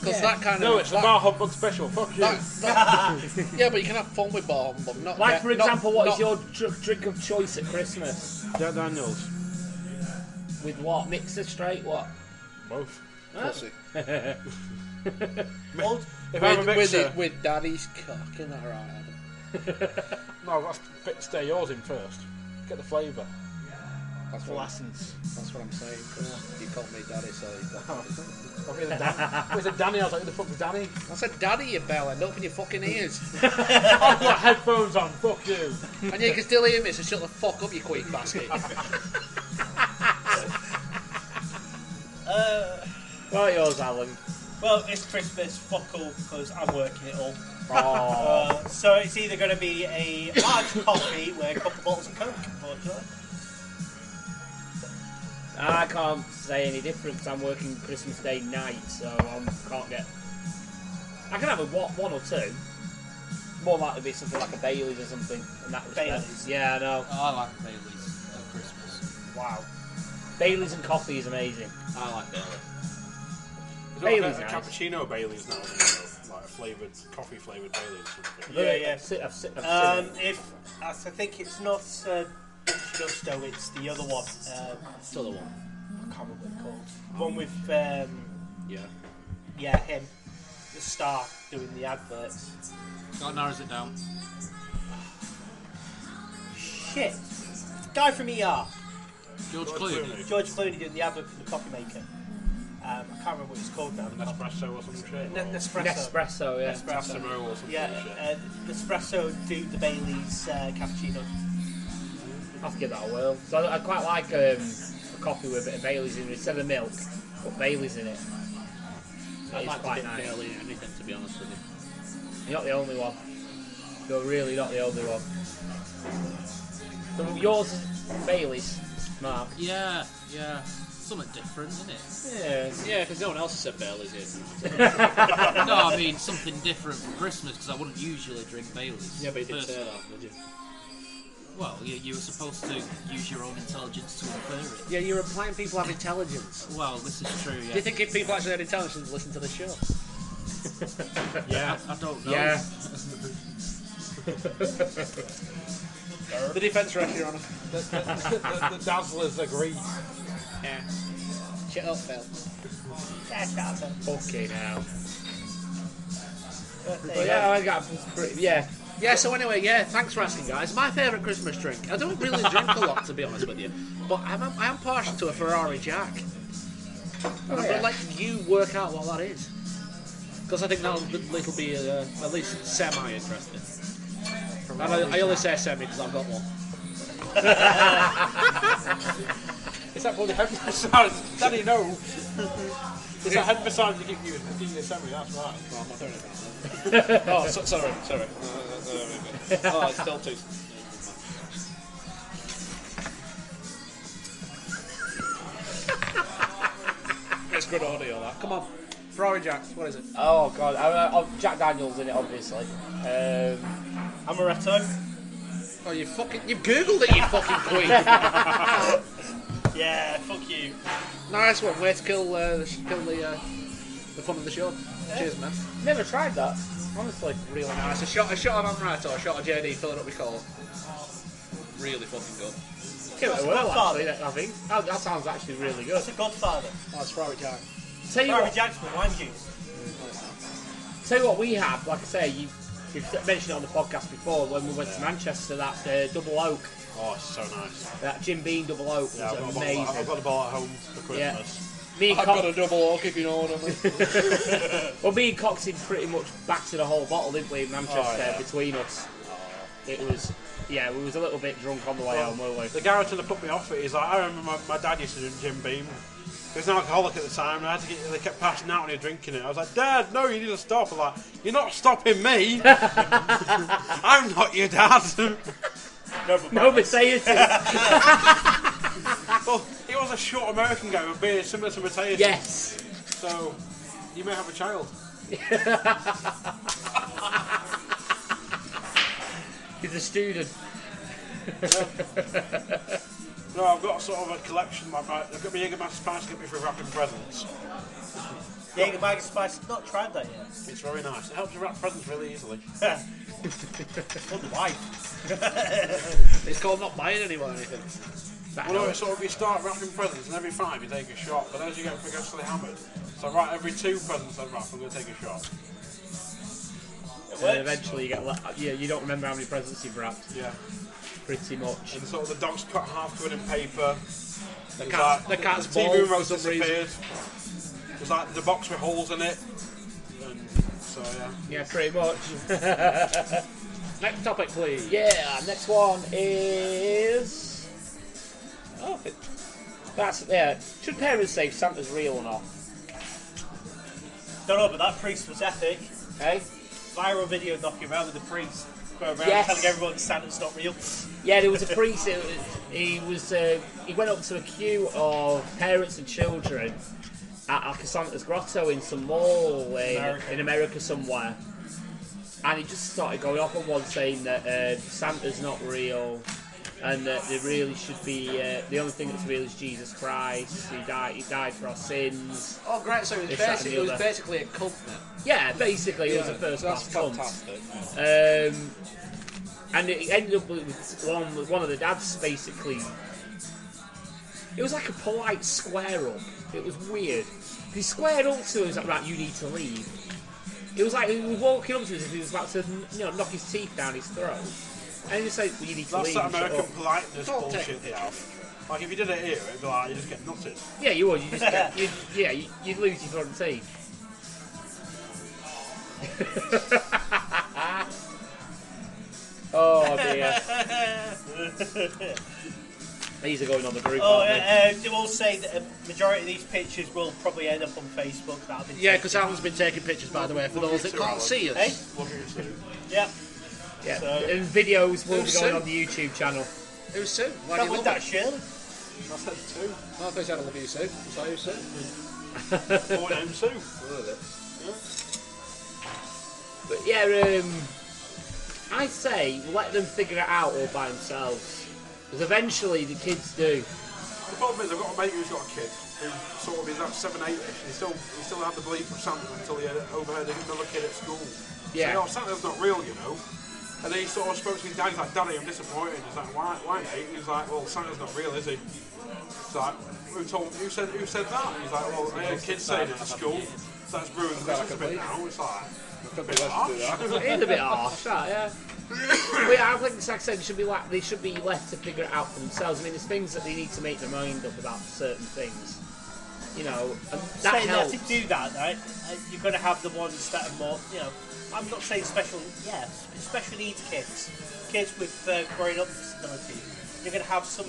S6: Because that kind
S24: No,
S6: of
S24: it's
S6: that,
S24: about
S6: humbug special. Fuck you. yeah, but you can have fun with bar humbug. Not
S24: Like,
S6: get-
S24: for
S6: not-
S24: example, what is
S6: not-
S24: your dr- drink of choice at Christmas?
S5: Jack Daniels.
S24: With what? Mixer straight? What?
S5: Both.
S6: Pussy.
S9: Old,
S6: with,
S5: If I have a
S6: with,
S5: mixer-
S6: it- with daddy's cock, isn't that right, Adam?
S5: No, that's fit stay yours in first. Get the flavour.
S6: That's
S5: the
S6: what-
S5: lessons.
S6: That's what I'm saying, Chris. You called me daddy, so you
S5: Oh, it's a Dan- it's a Danny. I was like, who the fuck was Danny?
S6: I said, daddy, you bell, and open your fucking ears.
S5: I've got headphones on, fuck you.
S6: and you can still hear me, so shut the fuck up, you quick basket.
S9: Uh,
S24: Right, yours, Alan.
S9: Well, it's Christmas, fuck all, because I'm working it all.
S24: Aw.
S9: Uh, so it's either going to be a large coffee with a couple of bottles of Coke, unfortunately.
S24: I can't say any difference. I'm working Christmas Day night, so I can't get. I can have a what one or two. More likely to be something like a Bailey's or something. And that respect.
S7: Baileys?
S24: Yeah, I know.
S7: Oh, I like Bailey's at Christmas.
S24: Wow. Bailey's and coffee is amazing.
S7: I like Bailey.
S24: Bailey's
S5: a,
S24: nice.
S5: cappuccino Bailey's now, you know, like a flavoured, coffee flavoured Bailey's. or something.
S9: Yeah, yeah.
S24: I've si- I've
S9: Um,
S24: seen
S9: if I s- I think it's not uh, Dutch Gusto, it's the other one. Um,
S24: the other one.
S9: I can't remember what it's called. One with um,
S6: yeah,
S9: yeah, him, the star doing the adverts.
S7: That narrows it down.
S9: Shit, guy from ER.
S7: George Clooney.
S9: George Clooney doing the advert for the coffee maker. Um, I can't remember what it's called now.
S5: Nespresso or some shit.
S9: Ne-
S5: or-
S9: Nespresso.
S24: Nespresso, yeah.
S5: Tassimo or some
S9: Yeah,
S5: shit.
S9: uh, Nespresso do the Bailey's uh, cappuccino.
S24: I'll have to give that a whirl. So I, I quite like um, a coffee with a bit of Bailey's in it. Instead of milk, put Bailey's in it.
S6: I
S24: It's
S6: like
S24: quite
S6: a bit
S24: nice.
S6: barely anything, to be honest with you.
S24: You're not the only one. You're really not the only one. So yours is Bailey's, Mark.
S7: Yeah, yeah. Something different, isn't it?
S24: Yeah.
S6: Yeah, because no one else has said Bailey's yet.
S7: no, I mean something different for Christmas because I wouldn't usually drink Bailey's.
S6: Yeah, but you didn't say
S7: personally.
S6: that, did you?
S7: Well, you, you were supposed to use your own intelligence to infer it.
S6: Yeah, you're implying people have intelligence.
S7: Well, this is true. Yeah.
S6: Do you think if people actually had intelligence, they'd listen to the show?
S7: Yeah. I, I don't know.
S6: Yeah. The defence rush, Your Honour.
S5: The, the, the, the dazzlers agree.
S6: Yeah. Shut up, Phil.
S24: Okay, now.
S6: But
S24: yeah, I got yeah.
S6: Yeah, so anyway, yeah, thanks for asking, guys. My favourite Christmas drink. I don't really drink a lot, to be honest with you, but I'm, I'm, I'm partial to a Ferrari Jack. And I'm
S24: yeah.
S6: going to let you work out what that is. Because I think that'll, that'll be uh, at least semi interesting. And I, I only say semi because I've got one.
S5: Is that bloody head massage? Danny, no. Is that head massage they give you in the semi? That's right.
S6: I'm not doing it. oh, so, sorry, sorry. Oh, it's still two. It's good audio, that. Come on. Ferrari Jacks, what is it?
S24: Oh god, I, I, oh, Jack Daniels in it, obviously. Um,
S5: Amaretto.
S7: Oh, you fucking. You've googled it, you fucking queen.
S5: yeah, fuck you.
S7: Nice one. Way to kill, uh, the, kill the, uh, the fun of the show. Cheers, man.
S6: Never tried that. Honestly,
S7: really nice. A shot, a shot of Amaretto, a shot of JD, fill it up with cola. Really fucking good.
S6: Give it a whirl, actually, I think.
S7: That, that sounds actually really good. Oh,
S5: It's a Godfather.
S6: That's Ferrari Jack. Tell you
S5: Ferrari
S6: what,
S5: Jack's with lime juice.
S6: tell you what we had, like I say, you, you've mentioned it on the podcast before when we went to Manchester, that uh, double oak,
S9: Oh, it's so nice.
S6: that Jim Beam double oak was
S9: Yeah, I've, got a bottle-
S6: amazing.
S9: I've got a ball at home for
S6: Yeah.
S9: Christmas.
S6: Me and
S9: I've
S6: Col-
S9: got a double oak if you know what I mean.
S6: well, me and Coxie pretty much backed it a whole bottle, didn't we, in Manchester
S9: Oh, yeah. Oh.
S6: between us? It was, yeah, we was a little bit drunk on the way home, weren't we?
S9: The garage that put me off it is like, I remember my, my dad used to do Jim Beam. He was an alcoholic at the time, and I had to get, they kept passing out when he was drinking it. I was like, Dad, no, you need to stop. I'm like, You're not stopping me. I'm not your dad.
S6: No, but say it.
S9: well, he was a short American guy with a beard similar to Matthias.
S6: Yes.
S9: So, you may have a child.
S6: He's a student.
S9: No, I've got sort of a collection. Like my, I've got my Jägermeister Spice Company for wrapping presents.
S5: Jägermeister Spice, not tried that yet.
S9: It's very nice. It helps you wrap presents really easily.
S5: Wonder why.
S7: It's called not buying anyone anything.
S9: Well, no, it's sort of you start wrapping presents, and every five you take a shot, but as you get progressively hammered, so right, every two presents I wrap, I'm going to take a shot.
S6: And then eventually you get, la- yeah, you don't remember how many presents you've wrapped.
S9: Yeah.
S6: Pretty much.
S9: And sort of the dog's cut half covered in paper. The
S7: cat- the cat's
S9: the
S7: ball
S9: TV remote
S7: for some reason.
S9: disappeared. It was like the box with holes in it. And so yeah.
S6: Yeah, pretty much.
S7: Next topic, please.
S6: Yeah, next one is. Oh, it- that's yeah. Should parents say if Santa's real or not?
S5: Don't know, but that priest was epic.
S6: Hey?
S5: Viral video knocking around with the priest. Going around
S6: Yes.
S5: telling everyone Santa's not real.
S6: Yeah, there was a priest. It was, he was uh, he went up to a queue of parents and children at like a Santa's grotto in some mall in
S5: America.
S6: in America somewhere, and he just started going off on one saying that uh, Santa's not real. And that there really should be uh, the only thing that's real is Jesus Christ. He died. He died for our sins.
S7: Oh, great. So it was,
S6: This, that, and
S7: basic,
S6: the
S7: it was
S6: other.
S7: basically a cult now.
S6: Yeah, basically, it was
S7: Yeah,
S6: a first
S7: that's
S6: class cunt.
S7: fantastic.
S6: Um, and it ended up with one, with one of the dads basically. It was like a polite square up. It was weird. He squared up to us like, right, you need to leave. It was like he was walking up to us as he was about to, you know, knock his teeth down his throat. And he just said, well, you need to
S9: That's
S6: leave.
S9: that
S6: and shut
S9: American
S6: up.
S7: oh.
S9: politeness
S6: Don't take-
S9: bullshit they have. Like if you did it here, it'd be like you just get nutted.
S6: Yeah, you would. You just get, you'd, yeah, you- you'd lose your front teeth. oh dear. These are going on the group.
S5: Oh,
S6: aren't
S5: uh, uh, they will say that a majority of these pictures will probably end up on Facebook. That'll be
S7: Yeah, because Alan's been taking pictures, by the way, for those that can't see us.
S5: Hey? Yeah.
S6: they? Yeah.
S5: So-
S6: and videos will be
S7: Who's
S6: going
S7: Sue?
S6: on the YouTube channel.
S7: Who's Sue? Why do
S5: That
S7: you
S5: was
S7: love
S5: that
S7: it?
S5: Shirley.
S9: I said two.
S7: No, I thought you said I love you, Sue. Is that you, Sue?
S9: Four names two.
S6: But yeah, um, I say let them figure it out all by themselves. Because eventually the kids do.
S9: The problem is I've got a mate who's got a kid who sort of is like seven, eight ish and he still he still had the belief of Santa until he had overheard another kid at school.
S6: Yeah.
S9: Saying, oh Santa's not real, you know. And then he sort of spoke to his dad, he's like, Daddy, I'm disappointed. He's like, Why why mate? And he's like, Well Santa's not real, is he? It's like, who told who said who said that? And he's like, Well I had kids saying it at school. So that's ruined Christmas a bit now. It's like a bit harsh.
S6: It is a bit harsh, that, yeah. but yeah, I think the sex ed should be like they should be left to figure it out for themselves. I mean, there's things that they need to make their mind up about certain things, you know, and that
S5: saying
S6: helps.
S5: that to do that, right? uh, You're going to have the ones that are more, you know. I'm not saying special, yeah, sp- special needs kids, kids with uh, growing up disability. You're going to have some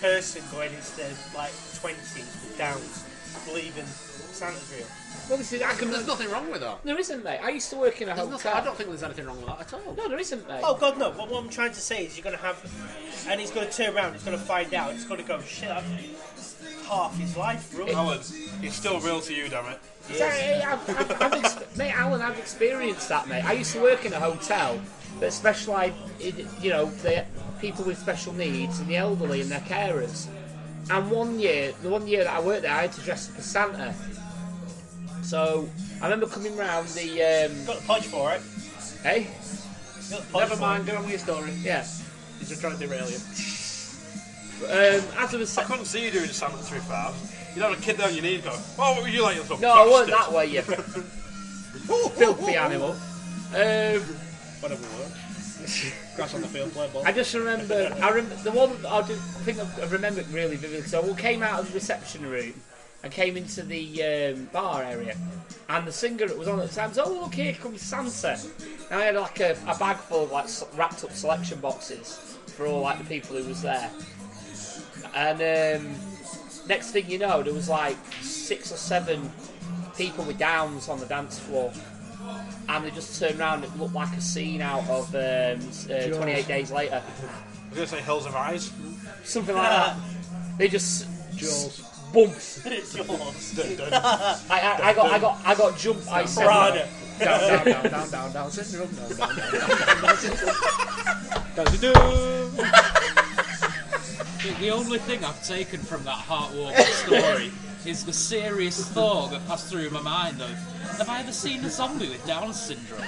S5: person going into their like 20s with Downs, believing Santa's real.
S6: Well, this is I can,
S7: There's nothing wrong with that.
S6: there isn't, mate. I used to work in a
S7: There's nothing,
S6: hotel.
S7: I don't think there's anything wrong with that at all.
S6: No, there isn't, mate.
S5: Oh God, no! What, what I'm trying to say is you're going to have, and he's going to turn around. He's going to find out. He's going to go, shit. I've, half his life ruined.
S9: Alan, it's still real to you, damn it.
S6: Sorry, I've, I've, I've ex- mate, Alan, I've experienced that, mate. I used to work in a hotel that specialise, in, you know, the people with special needs and the elderly and their carers. And one year, the one year that I worked there, I had to dress up as Santa. So I remember coming round the. Um,
S27: Got the punch for it.
S6: Hey.
S27: Never
S6: mind, go on with your story. Yeah.
S27: He's just trying to derail you.
S6: But, um, as I was
S9: I couldn't see you doing Santa three five. You know, a kid down your knees going, "Oh, what were you like?" yourself,
S6: No, I weren't
S9: bastard?"
S6: that way, you filthy animal. Um,
S27: Whatever works. Grass on the field, play ball.
S6: I just remember, I remember the one that I, do, I think I I remember it really vividly. So we came out of the reception room and came into the um, bar area, and the singer that was on at the time was, "Oh look, here comes Santa." And I had like a, a bag full of like s- wrapped up selection boxes for all like the people who was there, and um, next thing you know, there was like six or seven people with downs on the dance floor. And they just turned around and it looked like a scene out of um, s- uh, 28 Days Later.
S9: I was gonna say Hills of Eyes.
S6: Something like that. They just Jaws. bumps.
S27: Jaws.
S6: I, I, I got I got I got jumped by seven.
S27: Piranha.
S6: Down down down down down down syndrome down down down down down syndrome.
S7: The, the only thing I've taken from that heartwarming story is the serious thought that passed through my mind of, have I ever seen a zombie with Down syndrome?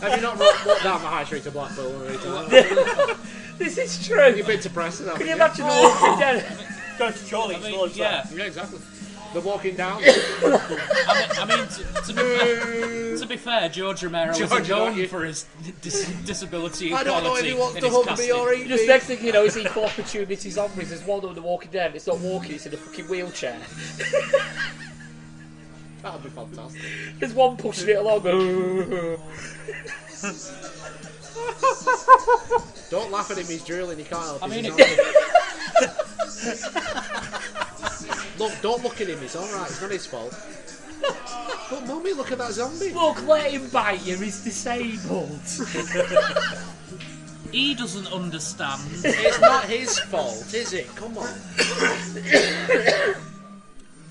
S6: Have you not walked walked down the high street to Blackpool already? This is true. You've been to Preston.
S5: Can you imagine the walking
S6: dead?
S27: Go to Charlie.
S7: I mean, yeah.
S6: Yeah, exactly. The walking down.
S7: I mean, I mean to, to, be fair, to be fair, George Romero
S6: George,
S7: was
S6: don't
S7: known for his dis- disability
S6: I
S7: equality.
S6: don't know if he wants
S7: in
S6: to
S7: his
S6: hug me
S7: casting.
S6: Just next thing you know, it's equal opportunity zombies. There's one on the Walking Dead. and It's not walking. It's in a fucking wheelchair. that would be fantastic. There's one pushing it along. going,
S5: Don't laugh at him, he's drooling, he can't help
S6: I
S5: it,
S6: mean,
S5: he's alright. Look, don't look at him, he's alright, it's not his fault. But mummy, look at that zombie.
S6: Look, let him bite you, he's disabled.
S7: He doesn't understand.
S5: it's not his fault, is it? Come on.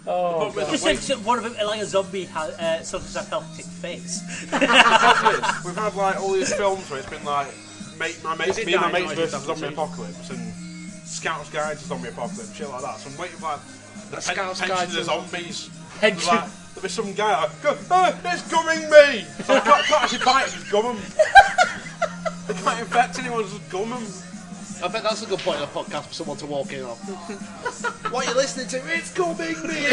S27: Oh,
S5: God.
S27: just like so- one of them, like a zombie, ha- uh, suffers a pelvic face.
S9: We've had like all these films where it's been like, mate, my mates,
S27: Is it
S9: me and my
S27: Dino
S9: mates
S27: Noises
S9: versus
S27: Double
S9: zombie
S27: Team?
S9: apocalypse and Scout's Guide to Zombie Apocalypse, shit like that. So I'm waiting for like the pen-
S6: Scout's
S9: pension
S6: Guide
S9: of
S6: to-
S9: the zombies.
S6: Pension.
S9: Like, there'll be some guy like, "Go- oh, it's gumming me. So I can't, can't actually bite him, just gum him. They can't infect anyone, just gum him.
S5: I bet that's a good point of a podcast for someone to walk in on. what are you listening to? It's coming me!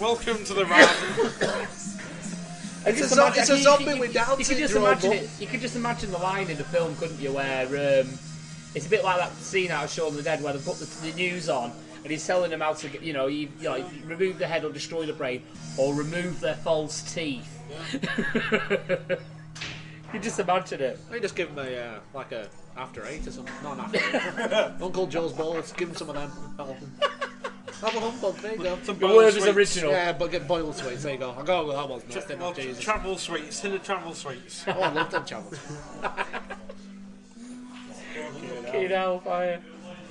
S9: Welcome to the round.
S5: It's a zo- it's a zombie with Down
S6: You could just
S5: syndrome,
S6: imagine
S5: but-
S6: it. You could just imagine the line in the film, couldn't you? Where um, it's a bit like that scene out of Shaun of the Dead, where they put the, the news on and he's telling them how to, get, you know, you, you know, remove the head or destroy the brain or remove their false teeth. you just imagine it.
S5: They just give him a, uh, like a after eight or something. Not an after eight. Uncle Joe's balls, give him some of them. Have a humbug, there you go.
S9: Some boiled Word is sweets. original.
S5: Yeah, but get boiled sweets, there you go. I'll go with that one. Just
S9: Well, travel sweets, hidden travel sweets.
S5: Oh, I love them travels.
S6: Fucking hellfire.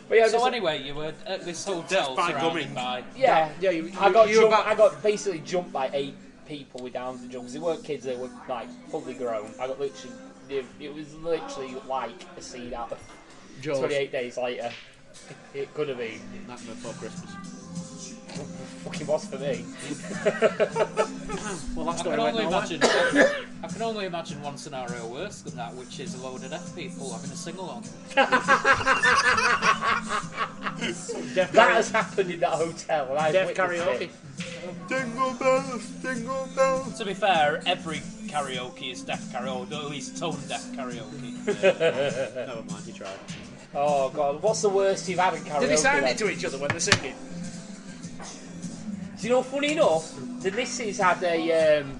S6: But yeah,
S7: so
S6: just-
S7: anyway, you were at this hotel
S6: by
S7: surrounded
S6: gumming.
S7: by...
S6: Yeah,
S5: yeah. You,
S6: I got
S5: you were
S6: jumped,
S5: about-
S6: I got basically jumped by eight people with Down syndrome. 'cause They weren't kids; they were like fully grown. I got literally. It it was literally like a scene out of
S5: Jaws.
S6: 28 days later. It could have been.
S5: Nightmare Before Christmas.
S6: Fucking was for me.
S5: Well, that's
S7: I can
S5: going
S7: only
S5: right now,
S7: imagine.
S5: eh?
S7: I can only imagine one scenario worse than that, which is a load of deaf people having a sing along.
S6: that has happened in that hotel. And I've
S7: Deaf
S6: witnessed
S7: karaoke.
S6: It.
S9: Dingle bells, dingle bells.
S7: To be fair, every karaoke is deaf karaoke, or at least tone deaf karaoke.
S5: Never mind, you tried.
S6: Oh god, what's the worst you've had in karaoke?
S5: Do they sound
S6: then?
S5: it to each other when they're singing?
S6: Do you know, funny enough, the missus had a um,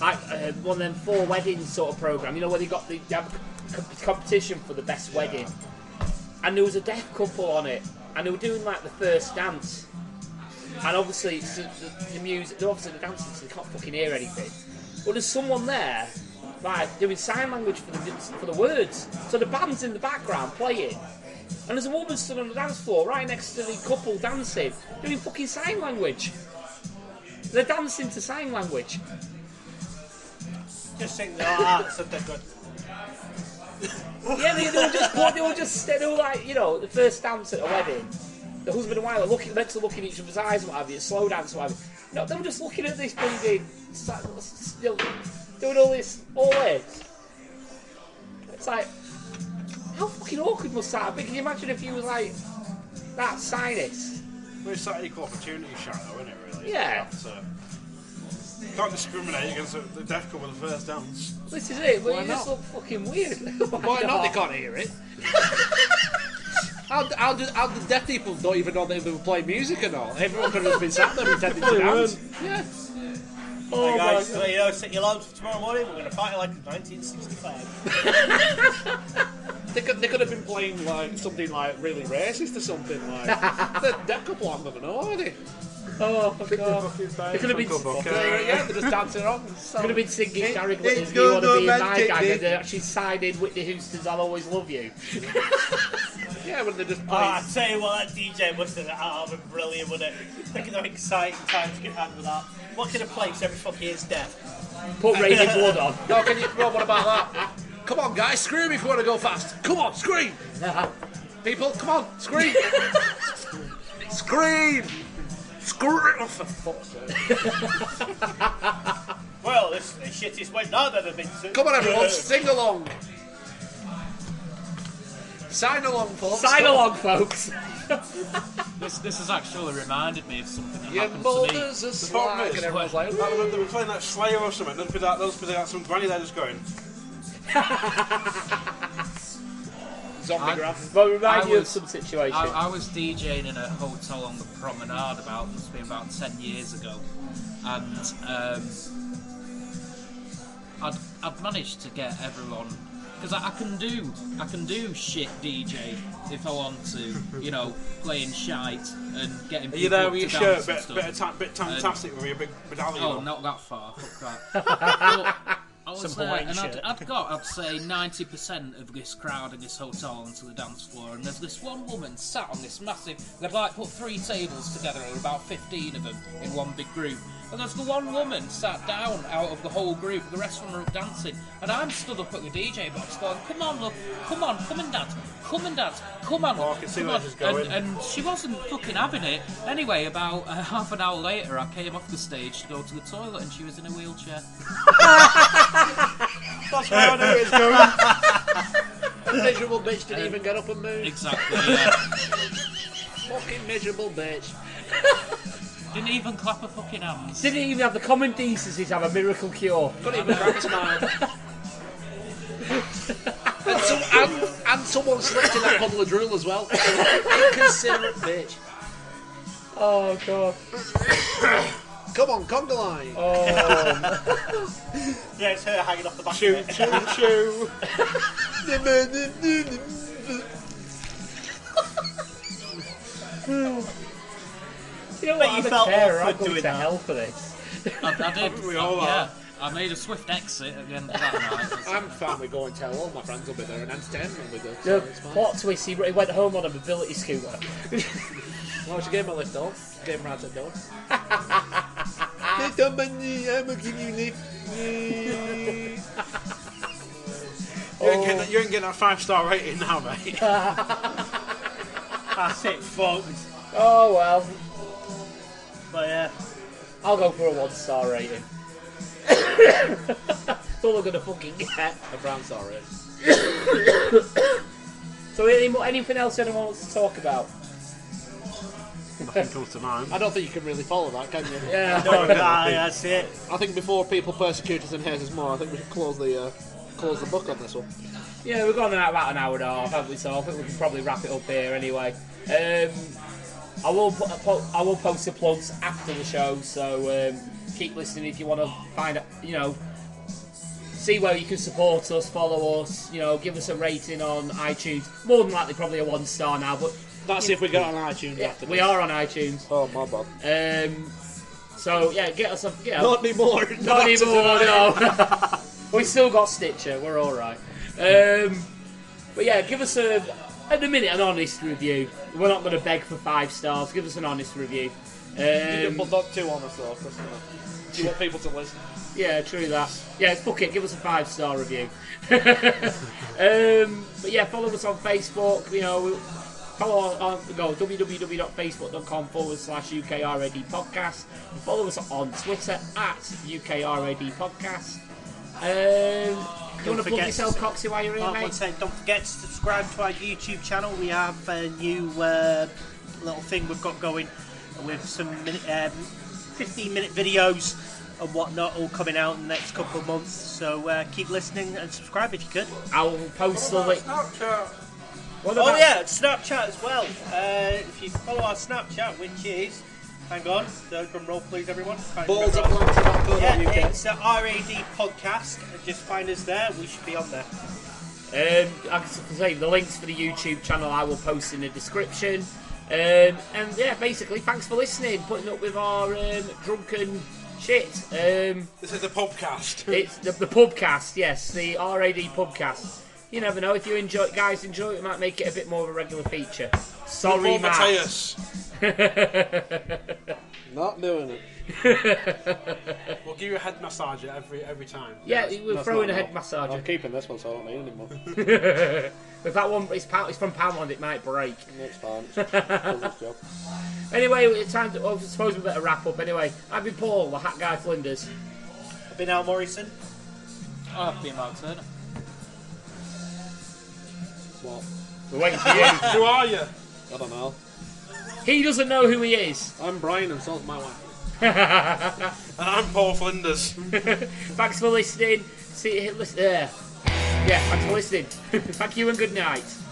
S6: I, uh, one of them four weddings sort of program. You know, where they got the they have a co- competition for the best wedding, and there was a deaf couple on it, and they were doing like the first dance, and obviously it's the, the, the music. They're obviously the dancing, so they can't fucking hear anything. But there's someone there, like doing sign language for the for the words. So the band's in the background playing. And there's a woman stood on the dance floor right next to the couple dancing, doing fucking sign language.
S7: They're dancing to sign language.
S28: Just think they are arts if they're good.
S7: yeah, they, they were just they were just they were like you know the first dance at a wedding. The husband and wife are looking, meant to look in each other's eyes, and what have you, slow dance, what have you. No, they were just looking at this baby, sat- s- you know, doing all this, all this. It's like, how fucking awkward must that have been? Can you imagine if you was like, that signist?
S9: Well, it's that equal opportunity shot, though, isn't it, really?
S7: Yeah.
S9: That's, uh, can't discriminate against the, the deaf couple with the first dance.
S7: This is it, but
S9: Why
S7: you
S9: not?
S7: just look fucking weird.
S5: Why not? They can't hear it. How, d- how, did, how did deaf people not even know they were playing music or not? Everyone could have been sat there pretending to
S28: They
S5: dance.
S7: Yeah.
S28: Oh,
S5: Oh,
S28: hey guys,
S5: my
S28: so, you know, set your alarms for tomorrow morning. We're going to party like it's 1965.
S5: They could, they could have been playing like something like really racist or something like. the deaf couple haven't even know, are they?
S7: Oh, my God. They could have been.
S5: Yeah, yeah, they're just dancing around.
S7: Could have been singing Gary
S5: It-
S7: Glitter's
S5: it's
S7: You
S5: good,
S7: Wanna
S5: no
S7: Be in
S5: man
S7: My
S5: take
S7: Gang
S5: this.
S7: and they actually sided Whitney Houston's I'll Always Love You.
S5: yeah, when they're just
S28: Oh, I tell you what, that DJ must have oh, been brilliant, wouldn't it? Think of the exciting times you had with that. What kind of place every fucking year's deaf?
S7: Put Raging Blood on.
S5: No, can you? Rob, what about that? Come on, guys, scream if you want to go fast. Come on, scream. People, come on, scream. scream. Scream. Oh, for fuck's sake.
S28: Well, this is the shittiest wedding I've ever been to.
S5: come on, everyone, sing along. Sign along, folks.
S7: Sign along, folks.
S6: This, this has actually reminded me of something that
S9: Yeah,
S6: happened
S9: boulders
S6: to me.
S9: are The problem slag, is- and everyone's
S6: like,
S9: Like when they were playing that Slayer or something, there'd be that, there'd be that some granny there just going.
S7: Zombie
S9: graph.
S7: Well, remind
S6: I
S7: you of
S6: was-
S7: some situation.
S6: I, I was DJing in a hotel on the promenade about must be about ten years ago, and um, I'd I'd managed to get everyone because I, I can do I can do shit DJ if I want to, you know, playing shite and getting.
S9: Are you
S6: people
S9: there
S6: up
S9: with your
S6: to dance
S9: shirt?
S6: and
S9: Bit,
S6: stuff.
S9: bit, ta- bit
S6: And-
S9: fantastic with your big medallion.
S6: Oh,
S9: on.
S6: not that far. Fuck that. But I was
S9: Some
S6: there,
S9: Hawaiian
S6: and I'd,
S9: shirt.
S6: I'd got, I'd say, 90% of this crowd in this hotel onto the dance floor, and there's this one woman sat on this massive. They'd like put three tables together, there were about 15 of them in one big group. And there's the one woman sat down out of the whole group, the rest of them are up dancing, and I'm stood up at the DJ box going, Come on, love, come on, come and dance, come and dance, come on, love,
S9: see
S6: come
S9: where
S6: on.
S9: this is
S6: And-
S9: going.
S6: and and she wasn't fucking having it. Anyway, about uh, half an hour later, I came off the stage to go to the toilet, and she was in a wheelchair.
S5: That's where I knew it was going. miserable bitch didn't even get up and move.
S6: Exactly. Yeah.
S5: Fucking miserable bitch.
S6: Didn't even clap her fucking hands.
S7: Didn't even have the common decency to have a miracle cure.
S5: Couldn't even crack a smile. and, some, and, and someone slipped in that puddle of drool as well. Inconsiderate bitch.
S7: Oh god.
S5: Come on, conga line.
S7: Oh.
S28: yeah, it's her hanging off the back
S5: Choo,
S28: of it.
S5: choo, choo.
S7: You know
S28: But
S7: what?
S28: you
S7: I'm a
S28: felt
S7: carer,
S28: awkward
S7: I'm going
S28: doing
S7: to
S28: that.
S7: hell for this.
S6: I, I did.
S5: We all
S6: uh, yeah.
S5: are.
S6: I made a swift exit at the end of that night.
S5: I'm fine with going to tell all my friends will be there and entertain them with us.
S7: The
S5: So it's fine.
S7: plot twist, he he went home on a mobility scooter.
S5: Well, she gave him a lift off. Gave him right at the door.
S9: You, ain't getting that, you ain't getting that five star rating now, mate.
S28: That's it, folks.
S7: Oh well.
S28: But yeah,
S7: I'll go for a one star rating. That's all I'm gonna fucking get.
S5: A brown star rating.
S7: So any more, anything else anyone wants to talk about?
S9: Nothing comes to mind.
S5: I don't think you can really follow that, can you?
S7: Yeah.
S28: no, no, that's it.
S5: I think before people persecute us and hate us more, I think we should close the uh, close the book on this one.
S7: Yeah, we've gone about about an hour and a half, haven't we? So I think we can probably wrap it up here anyway. Um, I will put, po- I will post the plugs after the show, so um, keep listening if you want to find out. You know, see where you can support us, follow us. You know, give us a rating on iTunes. More than likely, probably a one star now, but
S5: That's
S7: you
S5: if we get on iTunes
S7: Yeah,
S5: after
S7: we
S5: this.
S7: are on iTunes.
S5: Oh my bad.
S7: Um, so yeah, get us a yeah.
S5: Not anymore.
S7: Not
S5: after
S7: anymore.
S5: tonight.
S7: No. we still got Stitcher. We're all right. Um, but yeah, give us a at the minute an honest review. We're not going to beg for five stars. Give us an honest review. Um,
S29: you not too on us though, because you want people to listen.
S7: Yeah, true that. Yeah, book it. Give us a five star review. um, but yeah, follow us on Facebook. You know, follow on, on go www.facebook.com forward slash UKRAD podcast. Follow us on Twitter at UKRAD podcast. Um, do you want to plug yourself, Coxie, while you're in,
S5: oh,
S7: mate?
S5: one sec. don't forget to subscribe to our YouTube channel. We have a new uh, little thing we've got going with some minute, um, 15 minute videos and whatnot all coming out in the next couple of months. So uh, keep listening and subscribe if you could.
S7: I'll post the link.
S5: Oh yeah, Snapchat as well. Uh, if you follow our Snapchat, which is, hang on, the drum roll please, everyone. Can't
S29: Balls
S5: remember.
S29: of Lancer.co.uk.
S5: Yeah, it's uh, RAD podcast. Just find us there. We should be on there.
S7: Um, like I say, the links for the YouTube channel I will post in the description. Um, and yeah, basically, thanks for listening, putting up with our um, drunken shit. Um,
S9: this is the podcast.
S7: It's the, the pubcast, yes, the RAD pubcast. You never know if you enjoy, guys enjoy it, it might make it a bit more of a regular feature. Sorry,
S9: Before
S7: Matt.
S9: Matthias.
S3: Not doing it.
S9: we'll give you a head massager every every time.
S7: Yeah, we're throwing a head massager.
S3: I'm keeping this one so I don't need anymore.
S7: If that one it's, pound, it's from Poundland, it might break.
S3: it's fine.
S7: anyway, it's time to. Well, I suppose we better wrap up. Anyway, I've been Paul, the Hat Guy Flinders.
S5: I've been Al Morrison.
S6: I've been Mark Turner.
S3: What?
S7: We're waiting for you.
S9: Who are you?
S3: I don't know.
S7: He doesn't know who he is.
S3: I'm Brian, and so's my wife.
S7: and
S9: I'm Paul Flinders.
S7: thanks for listening. See, listen, uh, yeah, thanks for listening. Thank you and good night.